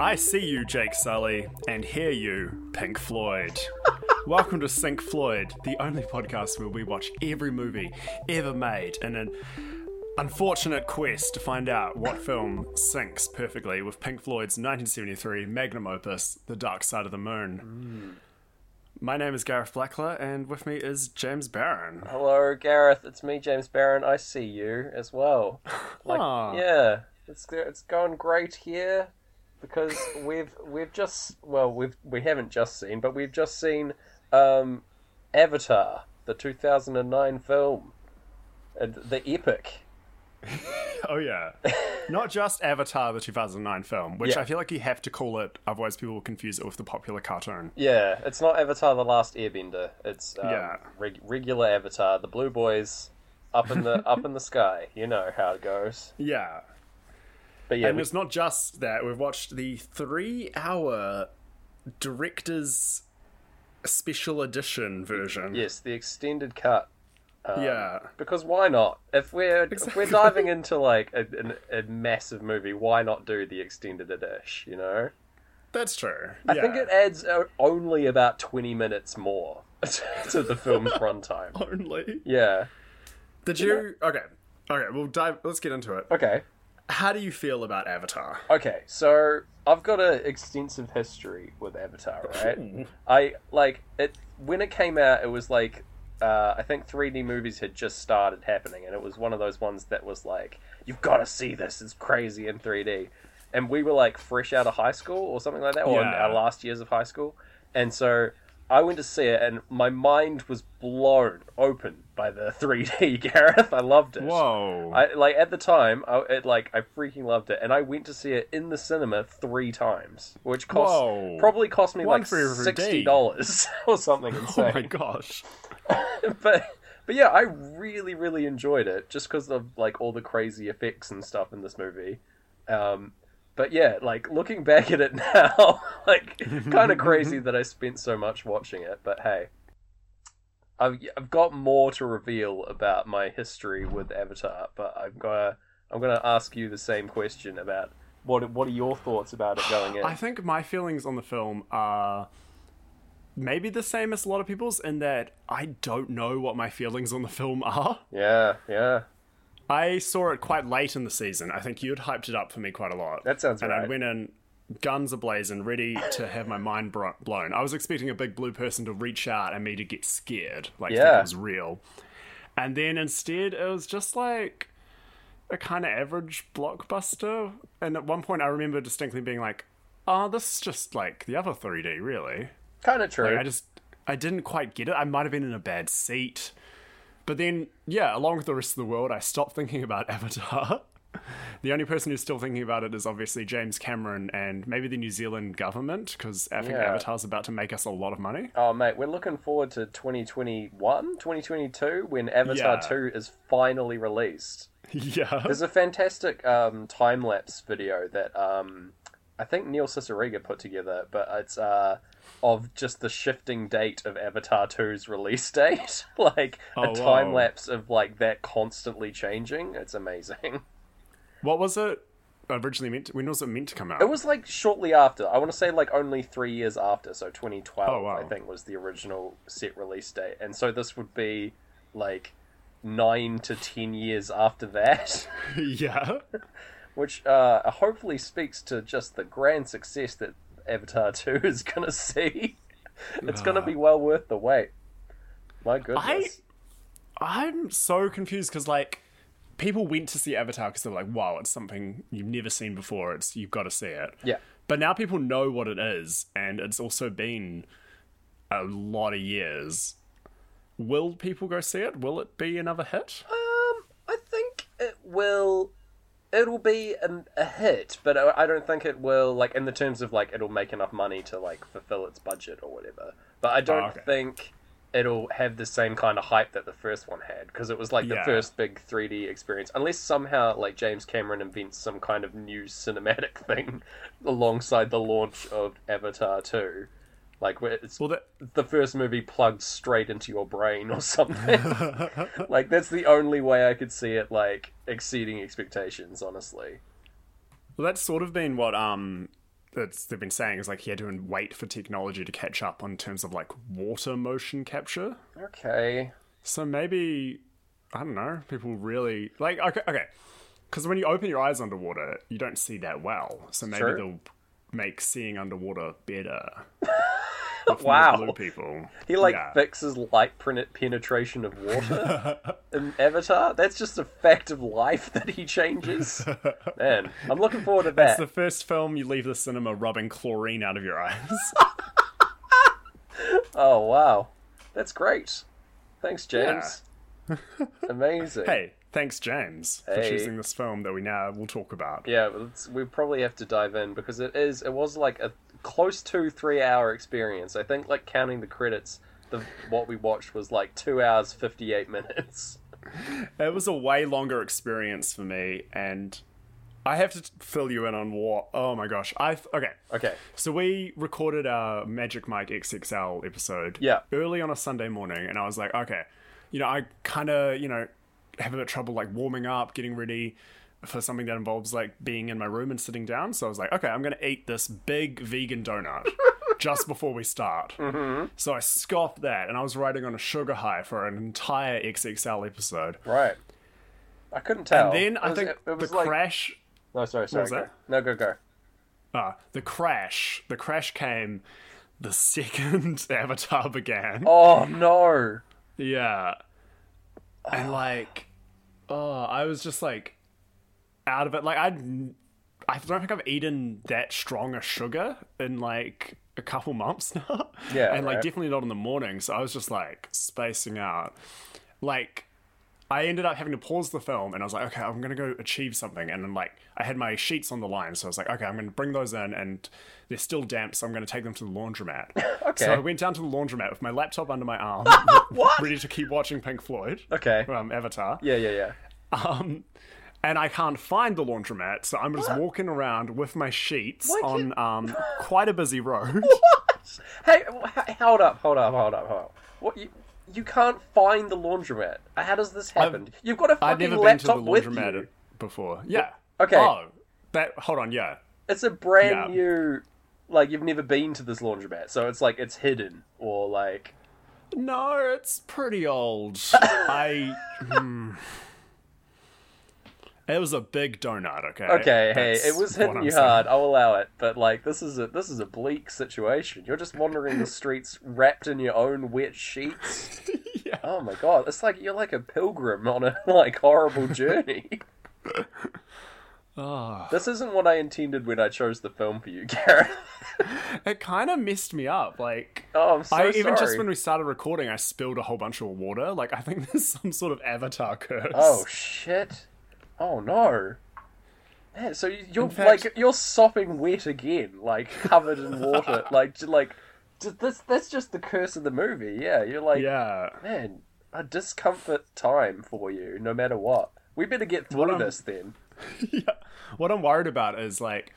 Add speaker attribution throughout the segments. Speaker 1: I see you, Jake Sully, and hear you, Pink Floyd. Welcome to Sync Floyd, the only podcast where we watch every movie ever made in an unfortunate quest to find out what film syncs perfectly with Pink Floyd's 1973 magnum opus, The Dark Side of the Moon.
Speaker 2: Mm.
Speaker 1: My name is Gareth Blackler, and with me is James Barron.
Speaker 2: Hello, Gareth. It's me, James Barron. I see you as well. Like,
Speaker 1: Aw.
Speaker 2: yeah, Ah. it's it's going great here because we've we've just well we've we haven't just seen, but we've just seen um, Avatar, the 2009 film, and the epic.
Speaker 1: Oh yeah, not just Avatar, the 2009 film, which
Speaker 2: Yeah.
Speaker 1: I feel like you have to call it, otherwise people will confuse it with the popular cartoon.
Speaker 2: Yeah, it's not Avatar: The Last Airbender. It's um,
Speaker 1: Yeah.
Speaker 2: reg- regular Avatar, the blue boys up in the up in the sky. You know how it goes.
Speaker 1: Yeah,
Speaker 2: But yeah,
Speaker 1: and
Speaker 2: we-
Speaker 1: it's not just that. We've watched the three-hour director's special edition version.
Speaker 2: yes, the extended cut.
Speaker 1: yeah,
Speaker 2: Because why not? If we're if
Speaker 1: Exactly.
Speaker 2: we're diving into like a, an- a, massive movie, why not do the extended dish? You know,
Speaker 1: that's true.
Speaker 2: I think it adds uh, only about twenty minutes more to the film's runtime.
Speaker 1: only.
Speaker 2: Yeah.
Speaker 1: Did you? Okay, okay. We'll dive. Let's get into it.
Speaker 2: Okay.
Speaker 1: How do you feel about Avatar?
Speaker 2: Okay. So I've got an extensive history with Avatar,
Speaker 1: Hmm.
Speaker 2: right? I like it when it came out. It was like uh, I think 3D movies had just started happening, and it was one of those ones that was like, "You've got to see this. It's crazy in 3D." And we were like fresh out of high school or something like that, or in
Speaker 1: Yeah.
Speaker 2: our last years of high school, and so I went to see it, and my mind was blown open by the 3D. Gareth, I loved it.
Speaker 1: Whoa.
Speaker 2: I like at the time, I it, like I freaking loved it, and I went to see it in the cinema three times, which cost
Speaker 1: Whoa.
Speaker 2: probably cost me
Speaker 1: One
Speaker 2: like
Speaker 1: for every
Speaker 2: sixty
Speaker 1: day.
Speaker 2: dollars or something
Speaker 1: oh my
Speaker 2: insane.
Speaker 1: gosh.
Speaker 2: but but yeah, I really really enjoyed it just because of like all the crazy effects and stuff in this movie. Um, but yeah, like looking back at it now, like kind of crazy that I spent so much watching it. But hey. I've, I've got more to reveal about my history with Avatar, but I'm gonna I'm gonna ask you the same question about what what are your thoughts about it going in?
Speaker 1: I think my feelings on the film are maybe the same as a lot of people's in that I don't know what my feelings on the film are.
Speaker 2: yeah, yeah,
Speaker 1: I saw it quite late in the season. I think you'd hyped it up for me quite a lot.
Speaker 2: That sounds
Speaker 1: and I
Speaker 2: right.
Speaker 1: went in guns ablazing, ready to have my mind bro- blown. I was expecting a big blue person to reach out and me to get scared, like think
Speaker 2: Yeah.
Speaker 1: it was real. And then instead, it was just like a kind of average blockbuster. And at one point, I remember distinctly being like, "Oh, this is just like the other 3D, really."
Speaker 2: kind of true.
Speaker 1: I just I didn't quite get it. I might have been in a bad seat. But then, yeah, along with the rest of the world, I stopped thinking about Avatar. the only person who's still thinking about it is obviously James Cameron and maybe the New Zealand government, because I think
Speaker 2: Yeah.
Speaker 1: Avatar's about to make us a lot of money.
Speaker 2: Oh mate, we're looking forward to 2021, 2022 when Avatar
Speaker 1: Yeah.
Speaker 2: 2 is finally released.
Speaker 1: yeah.
Speaker 2: There's a fantastic um, time lapse video that um, I think Neil Ciceriga put together, but it's uh, of just the shifting date of Avatar 2's release date, like
Speaker 1: wow.
Speaker 2: a time lapse of like that constantly changing. It's amazing.
Speaker 1: What was it originally meant? To, when was it meant to come out?
Speaker 2: It was like shortly after. I want to say like only three years after. So 2012,
Speaker 1: Oh, wow.
Speaker 2: I think, was the original set release date. And so this would be like nine to ten years after that,
Speaker 1: yeah.
Speaker 2: which uh, hopefully speaks to just the grand success that Avatar 2 is going to see. It's going to be well worth the wait. My goodness.
Speaker 1: I'm so confused because like people went to see Avatar because they're like, wow, it's something you've never seen before. It's you've got to see it.
Speaker 2: Yeah.
Speaker 1: But now people know what it is, and it's also been a lot of years. Will people go see it? Will it be another hit?
Speaker 2: Um, I think it will. It'll be an, a hit, but I I don't think it will like in the terms of like it'll make enough money to like fulfill its budget or whatever. But I don't
Speaker 1: Oh, okay.
Speaker 2: think it'll have the same kind of hype that the first one had because it was like the
Speaker 1: Yeah.
Speaker 2: first big 3D experience. Unless somehow like James Cameron invents some kind of new cinematic thing alongside the launch of Avatar Two, like where it's
Speaker 1: Well, that
Speaker 2: the first movie plugged straight into your brain or something. like that's the only way I could see it like exceeding expectations, honestly.
Speaker 1: Well, that's sort of been what um that's they've been saying is like he had to wait for technology to catch up on terms of like water motion capture.
Speaker 2: Okay.
Speaker 1: So maybe I don't know. People really like okay, okay. Because when you open your eyes underwater, you don't see that well. So maybe
Speaker 2: Sure.
Speaker 1: they'll make seeing underwater better. with more blue
Speaker 2: Wow.
Speaker 1: people.
Speaker 2: He like
Speaker 1: Yeah.
Speaker 2: fixes light pen- penetration of water in Avatar. That's just a fact of life that he changes. Man, I'm looking forward to that.
Speaker 1: It's the first film you leave the cinema rubbing chlorine out of your eyes.
Speaker 2: Oh wow, that's great. Thanks, James. Amazing.
Speaker 1: hey, thanks, James, for
Speaker 2: Hey.
Speaker 1: choosing this film that we now will talk about.
Speaker 2: Yeah, well, it's, we probably have to dive in because it is. It was like a close to three hour experience. I think, like counting the credits, the what we watched was like two hours fifty eight minutes.
Speaker 1: It was a way longer experience for me, and I have to t- fill you in on what. Oh my gosh, I okay.
Speaker 2: Okay.
Speaker 1: So we recorded our Magic Mike XXL episode
Speaker 2: Yeah.
Speaker 1: early on a Sunday morning, and I was like, okay, you know, I kind of you know have a bit of trouble like warming up, getting ready for something that involves like being in my room and sitting down. So I was like, okay, I'm gonna eat this big vegan donut just before we start.
Speaker 2: Mm-hmm.
Speaker 1: So I scoffed that, and I was riding on a sugar high for an entire XXL episode.
Speaker 2: Right. I couldn't tell.
Speaker 1: Then
Speaker 2: It
Speaker 1: I
Speaker 2: was-
Speaker 1: think
Speaker 2: it, it was
Speaker 1: the
Speaker 2: like.
Speaker 1: crash
Speaker 2: no, sorry, sorry.
Speaker 1: was
Speaker 2: go.
Speaker 1: that?
Speaker 2: No, go go.
Speaker 1: Uh, the crash. The crash came the second Avatar began.
Speaker 2: Oh no.
Speaker 1: Yeah. And like, oh, I was just like out of it. Like, I'd, I don't think I've eaten that strong a sugar in like a couple months now.
Speaker 2: Yeah,
Speaker 1: And like,
Speaker 2: right.
Speaker 1: definitely not in the morning. So I was just like spacing out. Like, I ended up having to pause the film and I was like, okay, I'm going to go achieve something. And then, like, I had my sheets on the line. So I was like, okay, I'm going to bring those in and they're still damp. So I'm going to take them to the laundromat.
Speaker 2: Okay.
Speaker 1: So I went down to the laundromat with my laptop under my arm,
Speaker 2: What?
Speaker 1: ready to keep watching Pink Floyd,
Speaker 2: Okay.
Speaker 1: um, Avatar.
Speaker 2: Yeah, yeah, yeah.
Speaker 1: Um, and I can't find the laundromat, so I'm just walking around with my sheets
Speaker 2: Why
Speaker 1: on
Speaker 2: can't-
Speaker 1: um, quite a busy road.
Speaker 2: Hey, wh- h- hold up, hold up, hold up, hold up. What you? You can't find the laundromat. How does this happen? You've got a
Speaker 1: I've
Speaker 2: fucking
Speaker 1: never been to the
Speaker 2: laptop with you.
Speaker 1: laundromat before. Yeah.
Speaker 2: Okay.
Speaker 1: Oh, that. Hold on. Yeah.
Speaker 2: It's a brand
Speaker 1: Yeah.
Speaker 2: new, like you've never been to this laundromat, so it's like it's hidden or like
Speaker 1: No, it's pretty old. I. hmm. It was a big donut. Okay.
Speaker 2: okay,
Speaker 1: Eh, That's
Speaker 2: hey, it was
Speaker 1: what
Speaker 2: hitting
Speaker 1: I'm
Speaker 2: you
Speaker 1: saying.
Speaker 2: hard. I'll allow it, but like this is a this is a bleak situation. You're just wandering the streets wrapped in your own wet sheets.
Speaker 1: Yeah.
Speaker 2: Oh my god, it's like you're like a pilgrim on a like horrible journey.
Speaker 1: Ah.
Speaker 2: This isn't what I intended when I chose the film for you, Gareth.
Speaker 1: It kind of messed me up. Like,
Speaker 2: Oh, I'm so
Speaker 1: I
Speaker 2: sorry.
Speaker 1: even just when we started recording, I spilled a whole bunch of water. Like, I think there's some sort of avatar curse.
Speaker 2: Oh shit! Oh no! Man, so you- you're
Speaker 1: fact-
Speaker 2: like you're sopping wet again, like covered in water, like j- like j- that's that's just the curse of the movie. Yeah, you're like
Speaker 1: yeah.
Speaker 2: man, a discomfort time for you, no matter what. We better get through
Speaker 1: I'm-
Speaker 2: this then.
Speaker 1: yeah. What I'm worried about is like,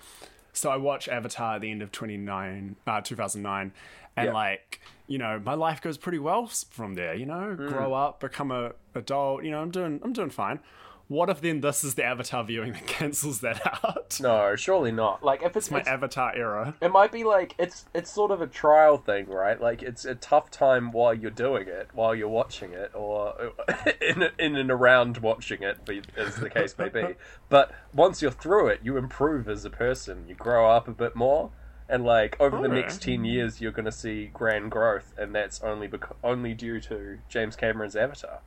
Speaker 1: so I watch Avatar at the end of 29, uh, 2009, and
Speaker 2: Yeah.
Speaker 1: like, you know, my life goes pretty well s- from there. You know,
Speaker 2: Hmm.
Speaker 1: grow up, become a adult. You know, I'm doing, I'm doing fine. What if then this is the Avatar viewing that cancels that out?
Speaker 2: No, surely not. Like if it's,
Speaker 1: My
Speaker 2: it's-
Speaker 1: Avatar era.
Speaker 2: it might be like it's it's sort of a trial thing, right? Like it's a tough time while you're doing it, while you're watching it, or in in and around watching it, be- as the case may be. But once you're through it, you improve as a person. You grow up a bit more, and like over the
Speaker 1: Okay.
Speaker 2: next ten years, you're going to see grand growth, and that's only bec- only due to James Cameron's Avatar.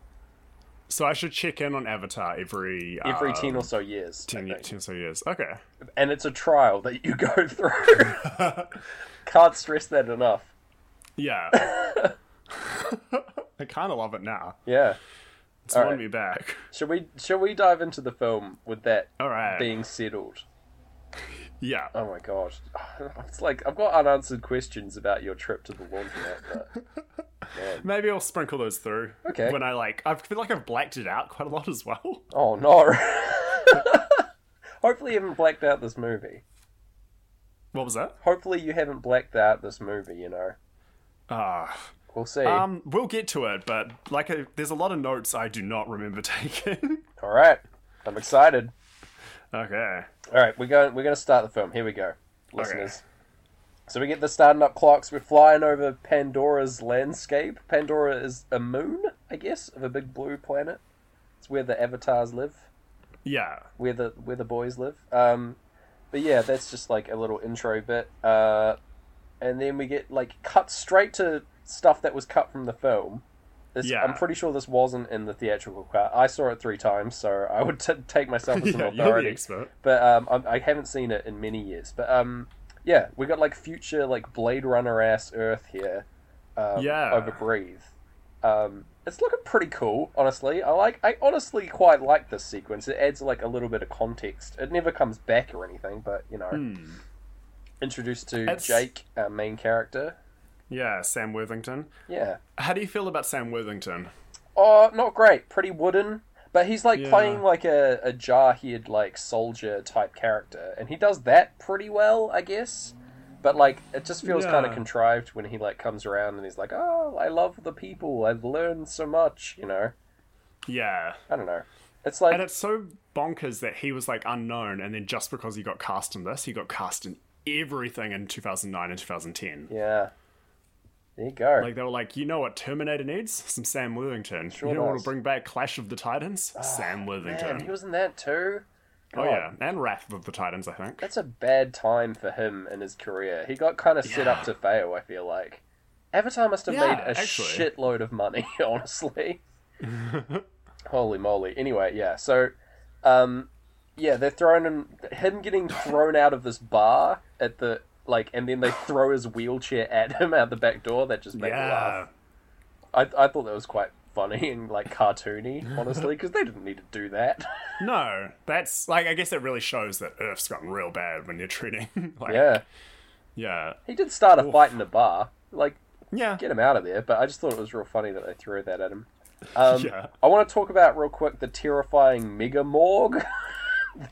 Speaker 1: So I should check in on Avatar every
Speaker 2: Every
Speaker 1: uh,
Speaker 2: ten or so years, I
Speaker 1: 10
Speaker 2: think.
Speaker 1: ten or so years. Okay.
Speaker 2: and it's a trial that you go through. Can't stress that enough.
Speaker 1: Yeah. I kind of love it now.
Speaker 2: Yeah.
Speaker 1: It's
Speaker 2: All
Speaker 1: won
Speaker 2: right.
Speaker 1: me back.
Speaker 2: Shall we shall we dive into the film with that
Speaker 1: All right.
Speaker 2: being settled?
Speaker 1: yeah.
Speaker 2: Oh my god. It's like I've got unanswered questions about your trip to the laundromat, but
Speaker 1: Maybe I'll sprinkle those through.
Speaker 2: Okay.
Speaker 1: When I like, I feel like I've blacked it out quite a lot as well.
Speaker 2: oh no. Hopefully you haven't blacked out this movie.
Speaker 1: What was that?
Speaker 2: Hopefully you haven't blacked out this movie, you know.
Speaker 1: Ah.
Speaker 2: We'll see.
Speaker 1: um, we'll get to it, but like, I, there's a lot of notes I do not remember taking.
Speaker 2: All right. I'm excited.
Speaker 1: Okay.
Speaker 2: All right, we're going. We're going to start the film. Here we go, listeners. So we get the starting up clocks. We're flying over Pandora's landscape. Pandora is a moon, I guess, of a big blue planet. It's where the avatars live,
Speaker 1: Yeah.
Speaker 2: where the where the boys live. Um, but yeah, that's just like a little intro bit. Uh, and then we get like cut straight to stuff that was cut from the film. This,
Speaker 1: Yeah.
Speaker 2: I'm pretty sure this wasn't in the theatrical cut. I saw it three times, so I would t- take myself as an
Speaker 1: Yeah, you're the
Speaker 2: authority
Speaker 1: expert.
Speaker 2: but um, I, I haven't seen it in many years. But um, yeah, we got like future like Blade Runner ass Earth here. Um,
Speaker 1: Yeah.
Speaker 2: Over Breathe. Um, it's looking pretty cool, honestly. I like. I honestly quite like this sequence. It adds like a little bit of context. It never comes back or anything, but you know,
Speaker 1: Hmm.
Speaker 2: introduced to
Speaker 1: It's-
Speaker 2: Jake, our main character.
Speaker 1: Yeah, Sam Worthington.
Speaker 2: Yeah.
Speaker 1: How do you feel about Sam Worthington?
Speaker 2: Oh, not great. Pretty wooden. But he's like
Speaker 1: Yeah.
Speaker 2: playing like a, a jar-headed like soldier type character, and he does that pretty well, I guess. But like, it just feels kind of
Speaker 1: Yeah.
Speaker 2: contrived when he like comes around and he's like, "Oh, I love the people. I've learned so much." You know,
Speaker 1: Yeah.
Speaker 2: I don't know. It's like
Speaker 1: And it's so bonkers that he was like unknown, and then just because he got cast in this, he got cast in everything in 2009 and 2010.
Speaker 2: yeah. There you go.
Speaker 1: Like they were like, you know what Terminator needs? Some Sam Worthington.
Speaker 2: Sure
Speaker 1: you know what will
Speaker 2: does. Ah,
Speaker 1: bring back Clash of the Titans? Sam Worthington.
Speaker 2: Man, he was in that too.
Speaker 1: oh
Speaker 2: God.
Speaker 1: yeah, and Wrath of the Titans, I think.
Speaker 2: That's a bad time for him in his career. He got kind of set up
Speaker 1: Yeah.
Speaker 2: to fail, I feel like. Avatar must have
Speaker 1: Yeah,
Speaker 2: made a
Speaker 1: actually.
Speaker 2: shitload of money, honestly. Holy moly. Anyway, yeah, so um yeah, they're throwing him him getting thrown out of this bar at the like and then they throw his wheelchair at him out the back door, that just made me laugh.
Speaker 1: yeah.
Speaker 2: I I thought that was quite funny and like cartoony, honestly, because they didn't need to do that.
Speaker 1: No, that's like I guess it really shows that Earth's gotten real bad when you're treating. like,
Speaker 2: yeah.
Speaker 1: Yeah.
Speaker 2: He did start a fight in the bar. Like
Speaker 1: Yeah.
Speaker 2: get him out of there. But I just thought it was real funny that they threw that at him. Um,
Speaker 1: Yeah.
Speaker 2: I want to talk about real quick the terrifying mega morgue.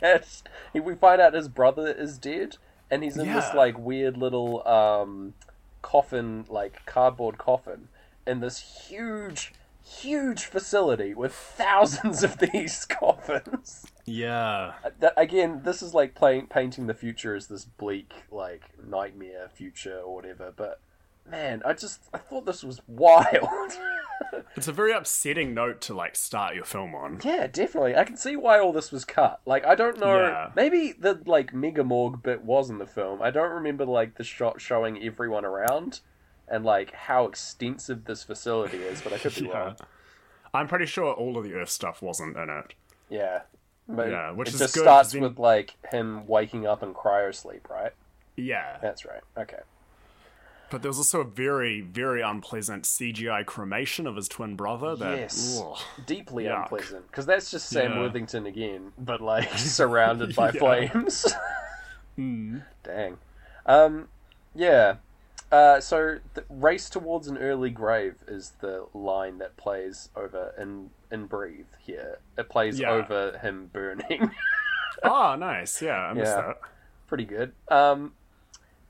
Speaker 2: that we find out his brother is dead, and he's in this
Speaker 1: Yeah.
Speaker 2: like weird little um, coffin, like cardboard coffin, in this huge, huge facility with thousands of these coffins.
Speaker 1: Yeah.
Speaker 2: That, again, this is like playing painting the future as this bleak, like nightmare future or whatever. But man, I just I thought this was wild.
Speaker 1: It's a very upsetting note to like start your film on.
Speaker 2: yeah, definitely. I can see why all this was cut. Like, I don't know.
Speaker 1: Yeah.
Speaker 2: Maybe the like mega morgue bit was in the film. I don't remember like the shot showing everyone around and like how extensive this facility is. But I could be
Speaker 1: Yeah.
Speaker 2: wrong.
Speaker 1: I'm pretty sure all of the Earth stuff wasn't in it.
Speaker 2: Yeah. But
Speaker 1: Yeah, which
Speaker 2: it
Speaker 1: is
Speaker 2: just
Speaker 1: good, 'cause
Speaker 2: starts
Speaker 1: then-
Speaker 2: with like him waking up in cryo sleep, right?
Speaker 1: Yeah.
Speaker 2: That's right. Okay.
Speaker 1: But there was also a very, very unpleasant CGI cremation of his twin brother that
Speaker 2: Yes.
Speaker 1: Ugh.
Speaker 2: deeply
Speaker 1: Yuck.
Speaker 2: unpleasant because that's just Sam
Speaker 1: Yeah.
Speaker 2: Worthington again, but like surrounded by
Speaker 1: Yeah.
Speaker 2: flames. Mm. Dang. Um, yeah. Uh, so the race towards an early grave is the line that plays over in in breathe here. It plays
Speaker 1: Yeah.
Speaker 2: over him burning.
Speaker 1: Ah, nice. Yeah, I missed
Speaker 2: Yeah.
Speaker 1: that.
Speaker 2: Pretty good. Um,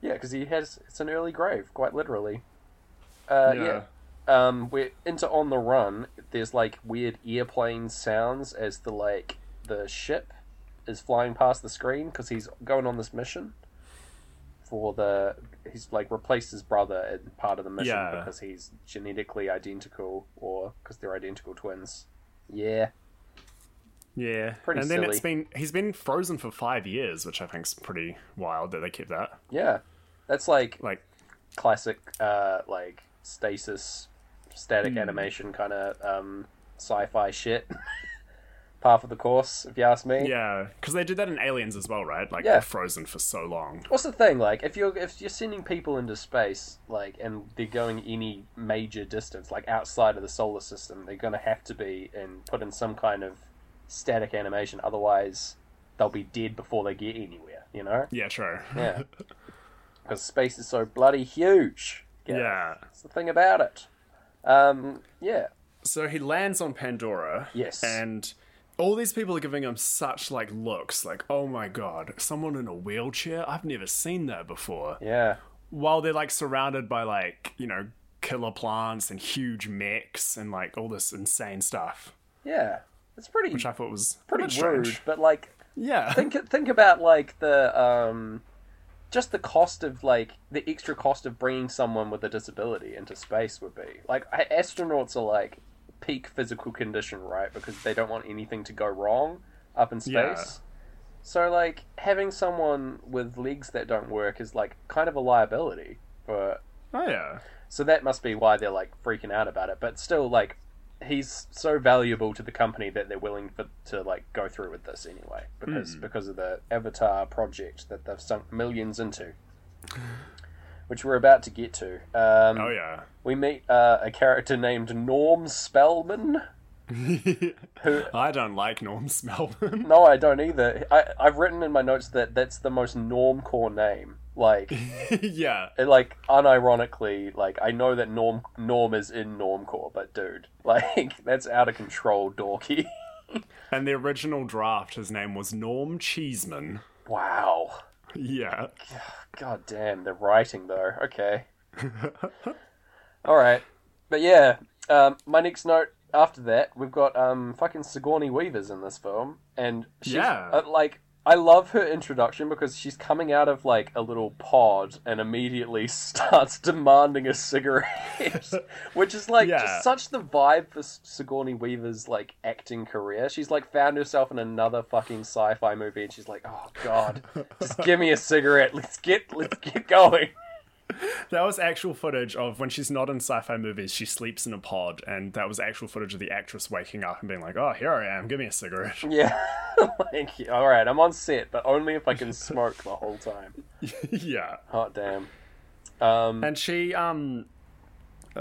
Speaker 2: yeah, because he has it's an early grave, quite literally. Uh, yeah. um, we're into on the run. There's like weird airplane sounds as the like the ship is flying past the screen because he's going on this mission for the he's like replaced his brother in part of the mission
Speaker 1: Yeah.
Speaker 2: because he's genetically identical or because they're identical twins. Yeah,
Speaker 1: Yeah.
Speaker 2: Pretty
Speaker 1: and then
Speaker 2: silly.
Speaker 1: it's been he's been frozen for five years, which I think's pretty wild that they kept that.
Speaker 2: yeah, that's like
Speaker 1: Like
Speaker 2: classic uh, like stasis
Speaker 1: Hmm.
Speaker 2: static animation kind of um, sci-fi shit. Path of the course, if you ask me.
Speaker 1: yeah, because they did that in Aliens as well, right? Like
Speaker 2: Yeah.
Speaker 1: they're frozen for so long.
Speaker 2: What's the thing like? If you're if you're sending people into space, like, and they're going any major distance, like outside of the solar system, they're going to have to be and put in some kind of static animation. Otherwise, they'll be dead before they get anywhere. You know?
Speaker 1: Yeah, true.
Speaker 2: Yeah. Because space is so bloody huge.
Speaker 1: Yeah.
Speaker 2: That's the thing about it. Um. Yeah.
Speaker 1: So he lands on Pandora.
Speaker 2: Yes.
Speaker 1: And all these people are giving him such like looks, like, oh my god, someone in a wheelchair? I've never seen that before.
Speaker 2: Yeah.
Speaker 1: while they're like surrounded by like you know killer plants and huge mechs and like all this insane stuff
Speaker 2: Yeah. It's pretty
Speaker 1: which i thought was a
Speaker 2: pretty
Speaker 1: bit
Speaker 2: rude,
Speaker 1: strange
Speaker 2: but like
Speaker 1: Yeah.
Speaker 2: think think about like the um just the cost of like the extra cost of bringing someone with a disability into space would be like a- astronauts are like peak physical condition right because they don't want anything to go wrong up in space
Speaker 1: Yeah.
Speaker 2: so like having someone with legs that don't work is like kind of a liability for
Speaker 1: Oh yeah.
Speaker 2: so that must be why they're like freaking out about it but still like he's so valuable to the company that they're willing for, to like go through with this anyway because because of the avatar project that they've sunk millions into which we're about to get to um,
Speaker 1: Oh yeah.
Speaker 2: we meet uh, a character named norm spellman
Speaker 1: I don't like Norm Smelman.
Speaker 2: no i don't either I, i've written in my notes that that's the most norm core name like
Speaker 1: yeah.
Speaker 2: it, like unironically, like I know that norm norm is in normcore, but dude, like that's out of control, dorky.
Speaker 1: And the original draft, his name was Norm Cheeseman.
Speaker 2: wow,
Speaker 1: Yeah.
Speaker 2: god damn, the writing though. Okay, all right, but yeah, um, my next note after that, we've got um fucking Sigourney Weaver's in this film, and she's
Speaker 1: Yeah.
Speaker 2: uh, like. I love her introduction because she's coming out of like a little pod and immediately starts demanding a cigarette, which is like
Speaker 1: Yeah.
Speaker 2: just such the vibe for S- Sigourney Weaver's like acting career. She's like found herself in another fucking sci-fi movie, and she's like, "Oh God, just give me a cigarette. Let's get let's get going."
Speaker 1: That was actual footage of when she's not in sci-fi movies, she sleeps in a pod, and that was actual footage of the actress waking up and being like, "Oh, here I am. Give me a cigarette."
Speaker 2: Yeah, like all right, I'm on set, but only if I can smoke the whole time.
Speaker 1: yeah.
Speaker 2: Hot damn. Um,
Speaker 1: And she, um,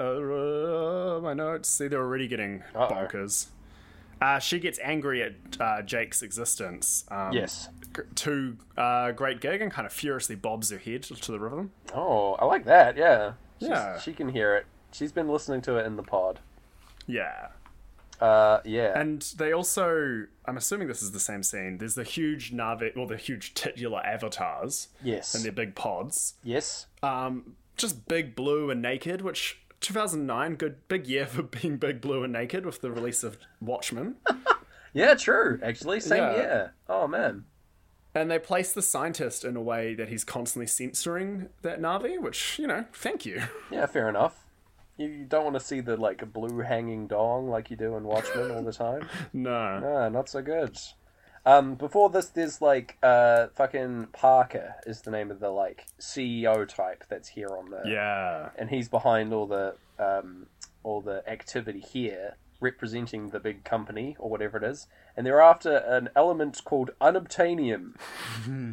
Speaker 1: uh, my notes. See, they're already getting
Speaker 2: Uh-oh.
Speaker 1: bonkers. Uh, she gets angry at uh, Jake's existence. Um,
Speaker 2: yes.
Speaker 1: g- To uh, Great Gig and kind of furiously bobs her head to the rhythm.
Speaker 2: Oh, I like that. Yeah. She's-
Speaker 1: Yeah.
Speaker 2: She can hear it. She's been listening to it in the pod.
Speaker 1: Yeah.
Speaker 2: Uh, yeah.
Speaker 1: And they also, I'm assuming this is the same scene. There's the huge Navi, well, the huge titular avatars
Speaker 2: yes.
Speaker 1: and their big pods.
Speaker 2: yes.
Speaker 1: Um, just big blue and naked, which 2009, good big year for being big blue and naked with the release of Watchmen.
Speaker 2: Yeah. True. Actually, same
Speaker 1: Yeah.
Speaker 2: year. Oh man.
Speaker 1: And they place the scientist in a way that he's constantly censoring that Navi, which, you know, thank you.
Speaker 2: Yeah, fair enough. You, you don't want to see the like blue hanging dong like you do in Watchmen all the time.
Speaker 1: No.
Speaker 2: Ah, not so good. Um, before this, there's like uh, fucking Parker is the name of the like CEO type that's here on the,
Speaker 1: Yeah.
Speaker 2: and he's behind all the um, all the activity here, representing the big company or whatever it is. And they're after an element called unobtainium,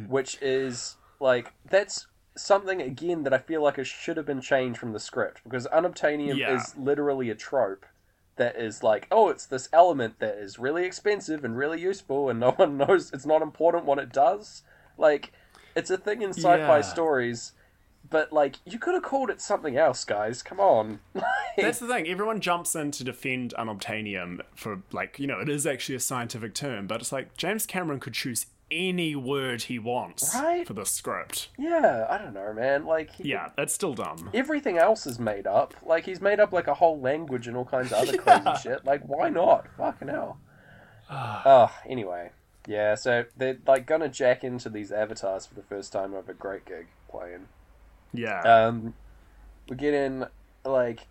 Speaker 2: which is like that's something again that I feel like it should have been changed from the script because unobtainium
Speaker 1: Yeah.
Speaker 2: is literally a trope that is like, oh, it's this element that is really expensive and really useful, and no one knows it's not important what it does. Like, it's a thing in sci-fi
Speaker 1: Yeah.
Speaker 2: stories, but like, you could have called it something else, guys. Come on.
Speaker 1: That's the thing. Everyone jumps in to defend unobtainium for, like, you know, it is actually a scientific term, but it's like James Cameron could choose any word he wants
Speaker 2: Right?
Speaker 1: for the script.
Speaker 2: yeah, I don't know, man. Like, he-
Speaker 1: Yeah, it's still dumb.
Speaker 2: Everything else is made up. Like he's made up like a whole language and all kinds of other crazy shit. Like why not? Fucking hell. Ugh. anyway, yeah. So they're like gonna jack into these avatars for the first time over Great Gig playing.
Speaker 1: Yeah.
Speaker 2: Um, we get in like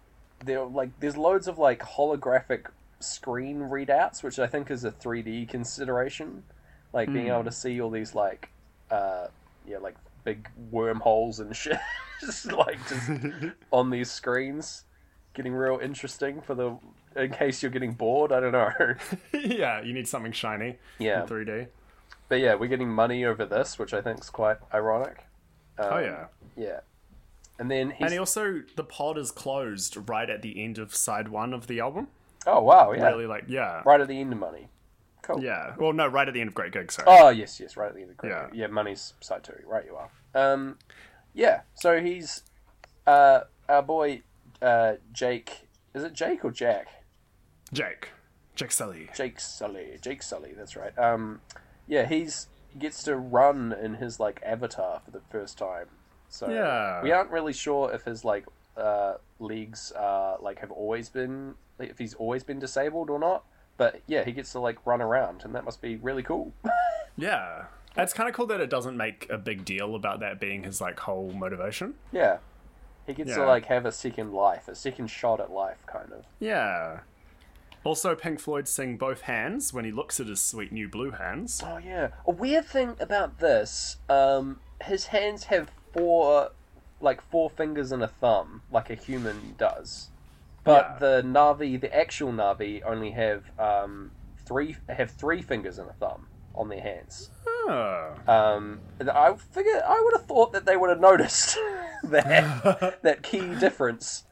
Speaker 2: there like there's loads of like holographic screen readouts, which I think is a 3D consideration, like being able to see all these like uh yeah like big wormholes and shit, just like just on these screens, getting real interesting for the in case you're getting bored. I don't know.
Speaker 1: yeah, you need something shiny
Speaker 2: yeah, Um,
Speaker 1: in 3D.
Speaker 2: but yeah, we're getting money over this, which I think's quite ironic. Um,
Speaker 1: Oh, yeah.
Speaker 2: yeah. And then he's,
Speaker 1: And he also, the pod is closed right at the end of side one of the album.
Speaker 2: oh wow, yeah,
Speaker 1: Really, like, yeah.
Speaker 2: right at the end of money. Cool.
Speaker 1: Yeah. Well, no, right at the end of Great Gig, sorry.
Speaker 2: Oh yes, yes, right at the end of the
Speaker 1: Yeah.
Speaker 2: credit. Yeah. money's side two. Right, you are. Um, yeah. So he's uh, our boy uh, Jake. Is it Jake or Jack?
Speaker 1: Jake. Jake Sully.
Speaker 2: Jake Sully. Jake Sully. That's right. Um, yeah, he's he gets to run in his like avatar for the first time. So
Speaker 1: Yeah.
Speaker 2: we aren't really sure if his like uh, legs uh, like have always been like, if he's always been disabled or not. But yeah, he gets to like run around, and that must be really cool.
Speaker 1: Yeah. It's kind of cool that it doesn't make a big deal about that being his like whole motivation.
Speaker 2: Yeah. He gets to
Speaker 1: Yeah.
Speaker 2: like have a second life, a second shot at life, kind of.
Speaker 1: Yeah. Also, Pink Floyd sing both hands when he looks at his sweet new blue hands.
Speaker 2: Oh yeah. A weird thing about this, um, his hands have four, like four fingers and a thumb, like a human does,
Speaker 1: Yeah.
Speaker 2: but the Navi, the actual Navi, only have um, three have three fingers and a thumb on their hands.
Speaker 1: Oh.
Speaker 2: Um, and I figure I would have thought that they would have noticed that that key difference.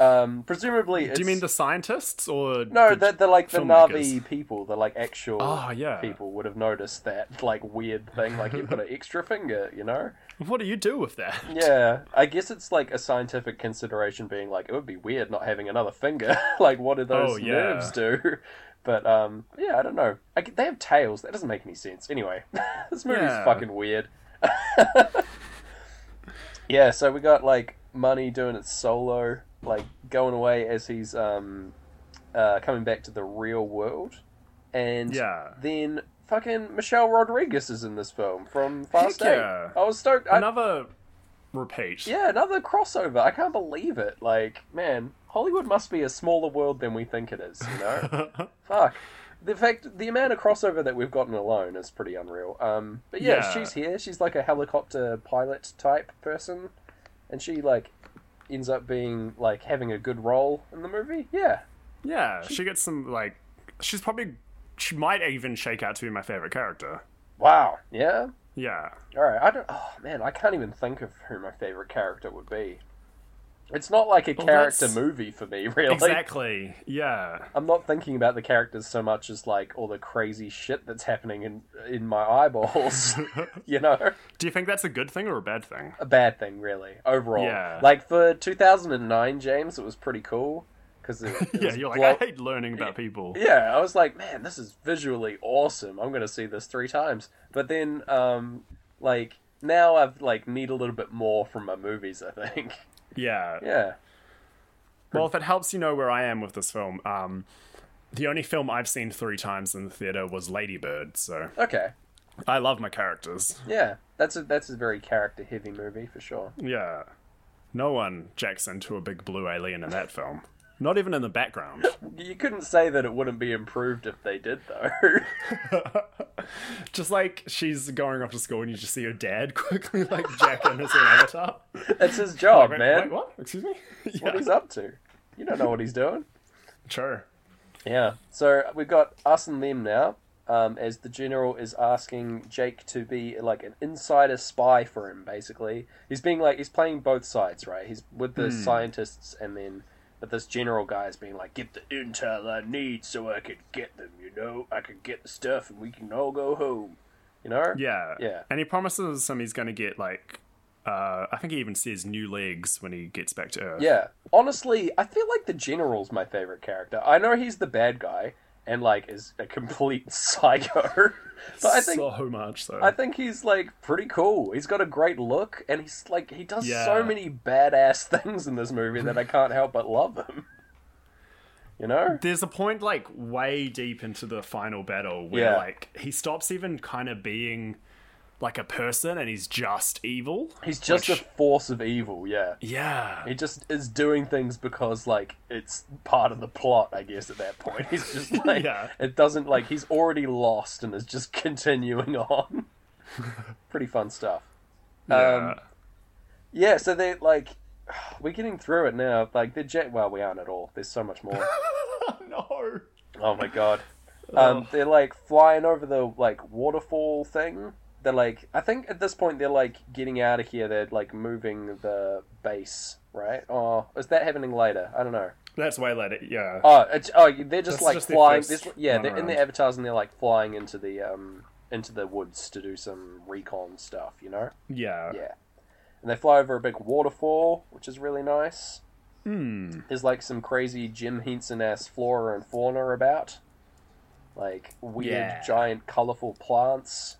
Speaker 2: Um, presumably,
Speaker 1: Do you mean the scientists or
Speaker 2: no? The, the like the
Speaker 1: filmmakers?
Speaker 2: Navi people, the like actual
Speaker 1: Oh, yeah.
Speaker 2: people would have noticed that like weird thing, like you've got an extra finger, you know?
Speaker 1: What do you do with that?
Speaker 2: Yeah, I guess it's like a scientific consideration being like it would be weird not having another finger. like, what do those
Speaker 1: Oh, yeah.
Speaker 2: nerves do? But um, yeah, I don't know. I g they have tails. That doesn't make any sense. Anyway, this movie's
Speaker 1: Yeah.
Speaker 2: fucking weird. yeah, so we got like money doing it solo, like going away as he's um, uh, coming back to the real world, and
Speaker 1: Yeah.
Speaker 2: then fucking Michelle Rodriguez is in this film from Fast
Speaker 1: Heck
Speaker 2: Eight.
Speaker 1: yeah.
Speaker 2: I was stoked. I-
Speaker 1: Another repeat.
Speaker 2: yeah, another crossover. I can't believe it. Like, man, Hollywood must be a smaller world than we think it is, you know? Fuck. The fact, the amount of crossover that we've gotten alone is pretty unreal. Um, but yeah,
Speaker 1: Yeah.
Speaker 2: she's here. She's like a helicopter pilot type person, and she like ends up being like having a good role in the movie. Yeah,
Speaker 1: yeah. She gets some like. She's probably. She might even shake out to be my favorite character.
Speaker 2: wow. Yeah.
Speaker 1: Yeah.
Speaker 2: All right. I don't. Oh man, I can't even think of who my favorite character would be. It's not like a character
Speaker 1: that's-
Speaker 2: movie for me, really.
Speaker 1: Exactly. Yeah.
Speaker 2: I'm not thinking about the characters so much as like all the crazy shit that's happening in in my eyeballs. you know,
Speaker 1: Do you think that's a good thing or a bad thing?
Speaker 2: a bad thing really overall.
Speaker 1: Yeah.
Speaker 2: Like for 2009, James, it was pretty cool because
Speaker 1: Yeah, you're like, I hate learning about people.
Speaker 2: yeah, I was like, man, this is visually awesome. I'm gonna see this three times. But then, um, like now I've like need a little bit more from my movies. I think.
Speaker 1: Yeah.
Speaker 2: Yeah.
Speaker 1: Well, if it helps you know where I am with this film, um, the only film I've seen three times in the theater was Ladybird, so
Speaker 2: Okay.
Speaker 1: I love my characters.
Speaker 2: Yeah, that's a that's a very character heavy movie for sure.
Speaker 1: Yeah. No one jacks into a big blue alien in that film. Not even in the background.
Speaker 2: You couldn't say that it wouldn't be improved if they did, though.
Speaker 1: Just like she's going off to school and you just see her dad quickly like jack in as an avatar.
Speaker 2: That's his job,
Speaker 1: Wait,
Speaker 2: man.
Speaker 1: wait, what? Excuse me?
Speaker 2: What
Speaker 1: Yeah.
Speaker 2: he's up to? You don't know what he's doing.
Speaker 1: Sure.
Speaker 2: Yeah. So we've got us and them now. Um, as the general is asking Jake to be like an insider spy for him, basically. He's being like he's playing both sides, right? He's with
Speaker 1: Hmm.
Speaker 2: the scientists and then but this general guy is being like, get the intel I need so I could get them, you know? I could get the stuff and we can all go home. You know?
Speaker 1: Yeah.
Speaker 2: Yeah.
Speaker 1: And he promises him he's going to get like, uh, I think he even says new legs when he gets back to Earth.
Speaker 2: Yeah. Honestly, I feel like the general's my favorite character. I know he's the bad guy and like is a complete psycho. but I think
Speaker 1: so much. So
Speaker 2: I think he's like pretty cool. He's got a great look and he's like he does so
Speaker 1: Yeah.
Speaker 2: many badass things in this movie that I can't help but love him. You know?
Speaker 1: there's a point like way deep into the final battle where
Speaker 2: Yeah.
Speaker 1: like he stops even kind of being like a person and he's just evil.
Speaker 2: He's just
Speaker 1: Which-
Speaker 2: a force of evil, yeah.
Speaker 1: Yeah.
Speaker 2: He just is doing things because like it's part of the plot, I guess. At that point, he's just like
Speaker 1: Yeah.
Speaker 2: it doesn't like he's already lost and is just continuing on. Pretty fun stuff. Um,
Speaker 1: Yeah.
Speaker 2: Yeah, so they like we're getting through it now. Like they're jet. Well, we aren't at all. There's so much more.
Speaker 1: no.
Speaker 2: oh my god. Um, they're like flying over the like waterfall thing. They're like, I think at this point they're like getting out of here. They're like moving the base, right? Oh, is that happening later? I don't know.
Speaker 1: That's way later. Yeah.
Speaker 2: Oh, it's, oh, they're just
Speaker 1: That's
Speaker 2: like
Speaker 1: just their
Speaker 2: flying.
Speaker 1: first
Speaker 2: this- yeah,
Speaker 1: run
Speaker 2: they're in
Speaker 1: around.
Speaker 2: their avatars and they're like flying into the um into the woods to do some recon stuff, you know?
Speaker 1: yeah.
Speaker 2: Yeah, and they fly over a big waterfall, which is really nice.
Speaker 1: Hmm.
Speaker 2: There's like some crazy Jim Henson ass flora and fauna about, like weird
Speaker 1: Yeah.
Speaker 2: giant colorful plants,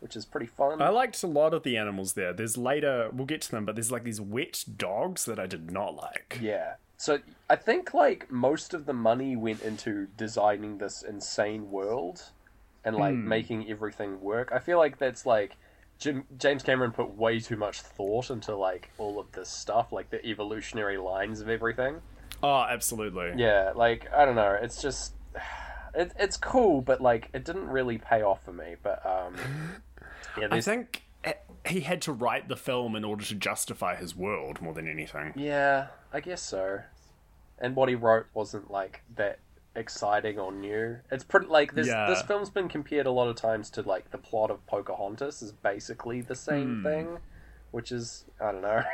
Speaker 2: which is pretty fun.
Speaker 1: I liked a lot of the animals there. There's later, we'll get to them, but there's like these wet dogs that I did not like.
Speaker 2: Yeah. So I think like most of the money went into designing this insane world and like
Speaker 1: Hmm.
Speaker 2: making everything work. I feel like that's like Jim, James Cameron put way too much thought into like all of this stuff, like the evolutionary lines of everything.
Speaker 1: Oh, absolutely.
Speaker 2: Yeah, like I don't know. It's just it, it's cool, but like it didn't really pay off for me. But um, yeah,
Speaker 1: I
Speaker 2: there's,
Speaker 1: think eh, he had to write the film in order to justify his world more than anything.
Speaker 2: yeah, I guess so. And what he wrote wasn't like that exciting or new. It's pretty like this.
Speaker 1: Yeah.
Speaker 2: This film's been compared a lot of times to like the plot of Pocahontas is basically the same
Speaker 1: Hmm.
Speaker 2: thing, which is I don't know.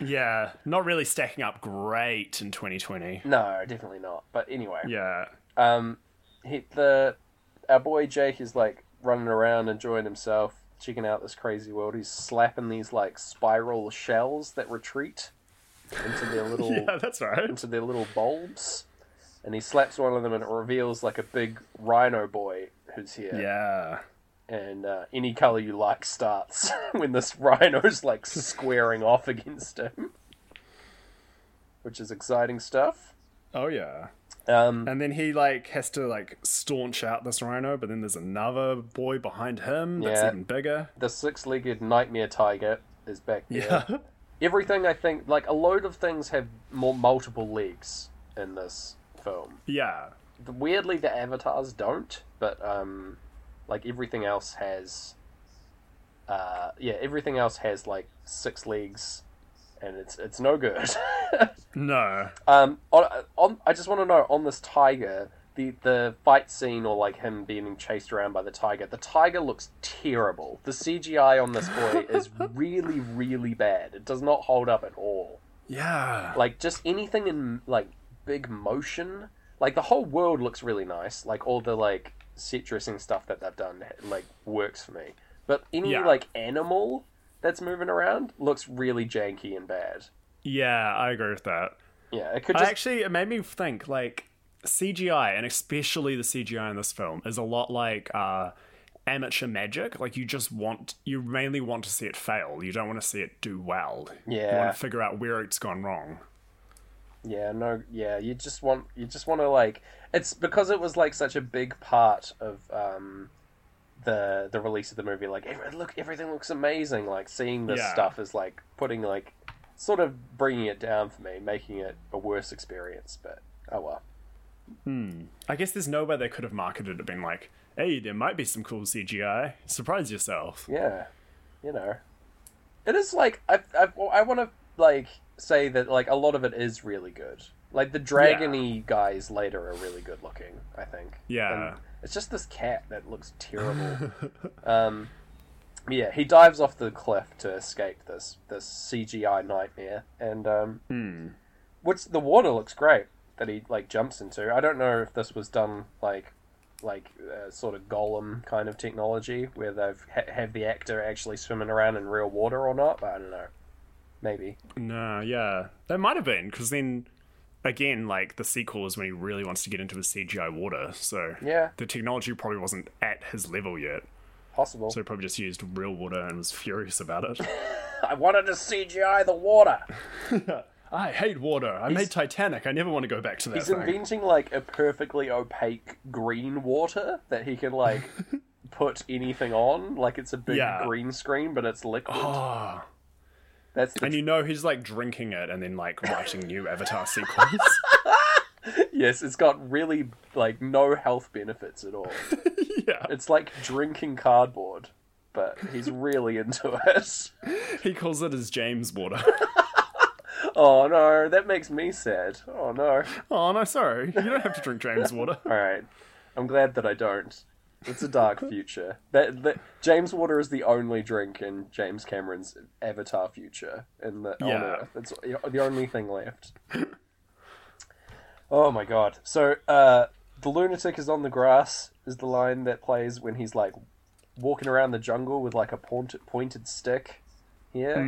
Speaker 1: Yeah, not really stacking up great in 2020.
Speaker 2: no, definitely not. But anyway,
Speaker 1: Yeah.
Speaker 2: um, he the our boy Jake is like running around enjoying himself, checking out this crazy world. He's slapping these like spiral shells that retreat into their little
Speaker 1: Yeah, that's right.
Speaker 2: into their little bulbs, and he slaps one of them, and it reveals like a big rhino boy who's here.
Speaker 1: Yeah.
Speaker 2: And uh, any color you like starts when this rhino's like squaring off against him, which is exciting stuff.
Speaker 1: Oh yeah.
Speaker 2: Um,
Speaker 1: And then he like has to like staunch out this rhino, but then there's another boy behind him that's
Speaker 2: Yeah.
Speaker 1: even bigger.
Speaker 2: the six-legged nightmare tiger is back there.
Speaker 1: Yeah.
Speaker 2: Everything I think, like a load of things, have more multiple legs in this film.
Speaker 1: Yeah.
Speaker 2: Weirdly, the avatars don't, but um, like everything else has. Uh, yeah, everything else has like six legs, and it's it's no good.
Speaker 1: No.
Speaker 2: um, on, on I just want to know on this tiger. The, the fight scene or like him being chased around by the tiger the tiger looks terrible the cgi on this boy is really really bad it does not hold up at all
Speaker 1: Yeah.
Speaker 2: like just anything in like big motion like the whole world looks really nice like all the like set dressing stuff that they've done like works for me but any
Speaker 1: Yeah.
Speaker 2: like animal that's moving around looks really janky and bad
Speaker 1: Yeah, I agree with that.
Speaker 2: yeah it could
Speaker 1: I
Speaker 2: just
Speaker 1: actually it made me think like CGI and especially the CGI in this film is a lot like uh amateur magic. Like you just want you mainly want to see it fail. You don't want to see it do well. You
Speaker 2: Yeah.
Speaker 1: want to figure out where it's gone wrong.
Speaker 2: Yeah, no, yeah, you just want you just want to like it's because it was like such a big part of um the the release of the movie like every, look everything looks amazing like seeing this
Speaker 1: Yeah.
Speaker 2: stuff is like putting like sort of bringing it down for me, making it a worse experience, but oh well.
Speaker 1: I guess there's no way they could have marketed it being like, hey, there might be some cool CGI. Surprise yourself.
Speaker 2: Yeah. You know. It is like I I, I want to like say that like a lot of it is really good. Like the dragony guys later are really good looking, I think.
Speaker 1: Yeah.
Speaker 2: And it's just this cat that looks terrible. um, yeah, he dives off the cliff to escape this this CGI nightmare, and um,
Speaker 1: Hmm.
Speaker 2: what's the water looks great that he like jumps into. I don't know if this was done like like uh, sort of golem kind of technology where they've ha- have the actor actually swimming around in real water or not. But I don't know. Maybe.
Speaker 1: No, yeah. That might have been, because then, again, like, the sequel is when he really wants to get into his CGI water, so.
Speaker 2: Yeah,
Speaker 1: The technology probably wasn't at his level yet,
Speaker 2: possible.
Speaker 1: so he probably just used real water and was furious about it.
Speaker 2: I wanted to CGI the water.
Speaker 1: I hate water. I made Titanic. I never want to go back to that
Speaker 2: He's
Speaker 1: thing.
Speaker 2: inventing like a perfectly opaque green water that he can like put anything on, like it's a big
Speaker 1: Yeah.
Speaker 2: green screen, but it's liquid.
Speaker 1: oh.
Speaker 2: That's the
Speaker 1: And you know he's like drinking it and then like writing new Avatar sequels.
Speaker 2: yes, it's got really like no health benefits at all.
Speaker 1: yeah.
Speaker 2: It's like drinking cardboard, but he's really into it.
Speaker 1: He calls it his James water.
Speaker 2: Oh no, that makes me sad. Oh no.
Speaker 1: Oh no, sorry. You don't have to drink James water.
Speaker 2: All right, I'm glad that I don't. It's a dark future. That, that James Water is the only drink in James Cameron's Avatar future, in the on
Speaker 1: Yeah.
Speaker 2: Earth. It's the only thing left. oh my god! So uh, the lunatic is on the grass is the line that plays when he's like walking around the jungle with like a point, pointed stick. Here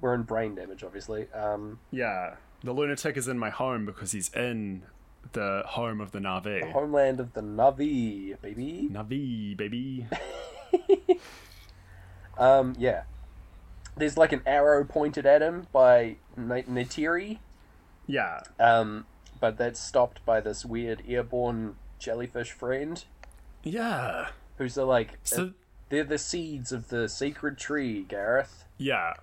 Speaker 2: we're in brain damage, obviously. Um,
Speaker 1: Yeah. The lunatic is in my home because he's in the home of the Navi.
Speaker 2: homeland of the Navi, baby.
Speaker 1: Navi, baby.
Speaker 2: Um, yeah. There's like an arrow pointed at him by Na- Natiri,
Speaker 1: Yeah.
Speaker 2: um, but that's stopped by this weird airborne jellyfish friend.
Speaker 1: Yeah.
Speaker 2: who's the like
Speaker 1: So
Speaker 2: they're the seeds of the sacred tree, Gareth.
Speaker 1: yeah,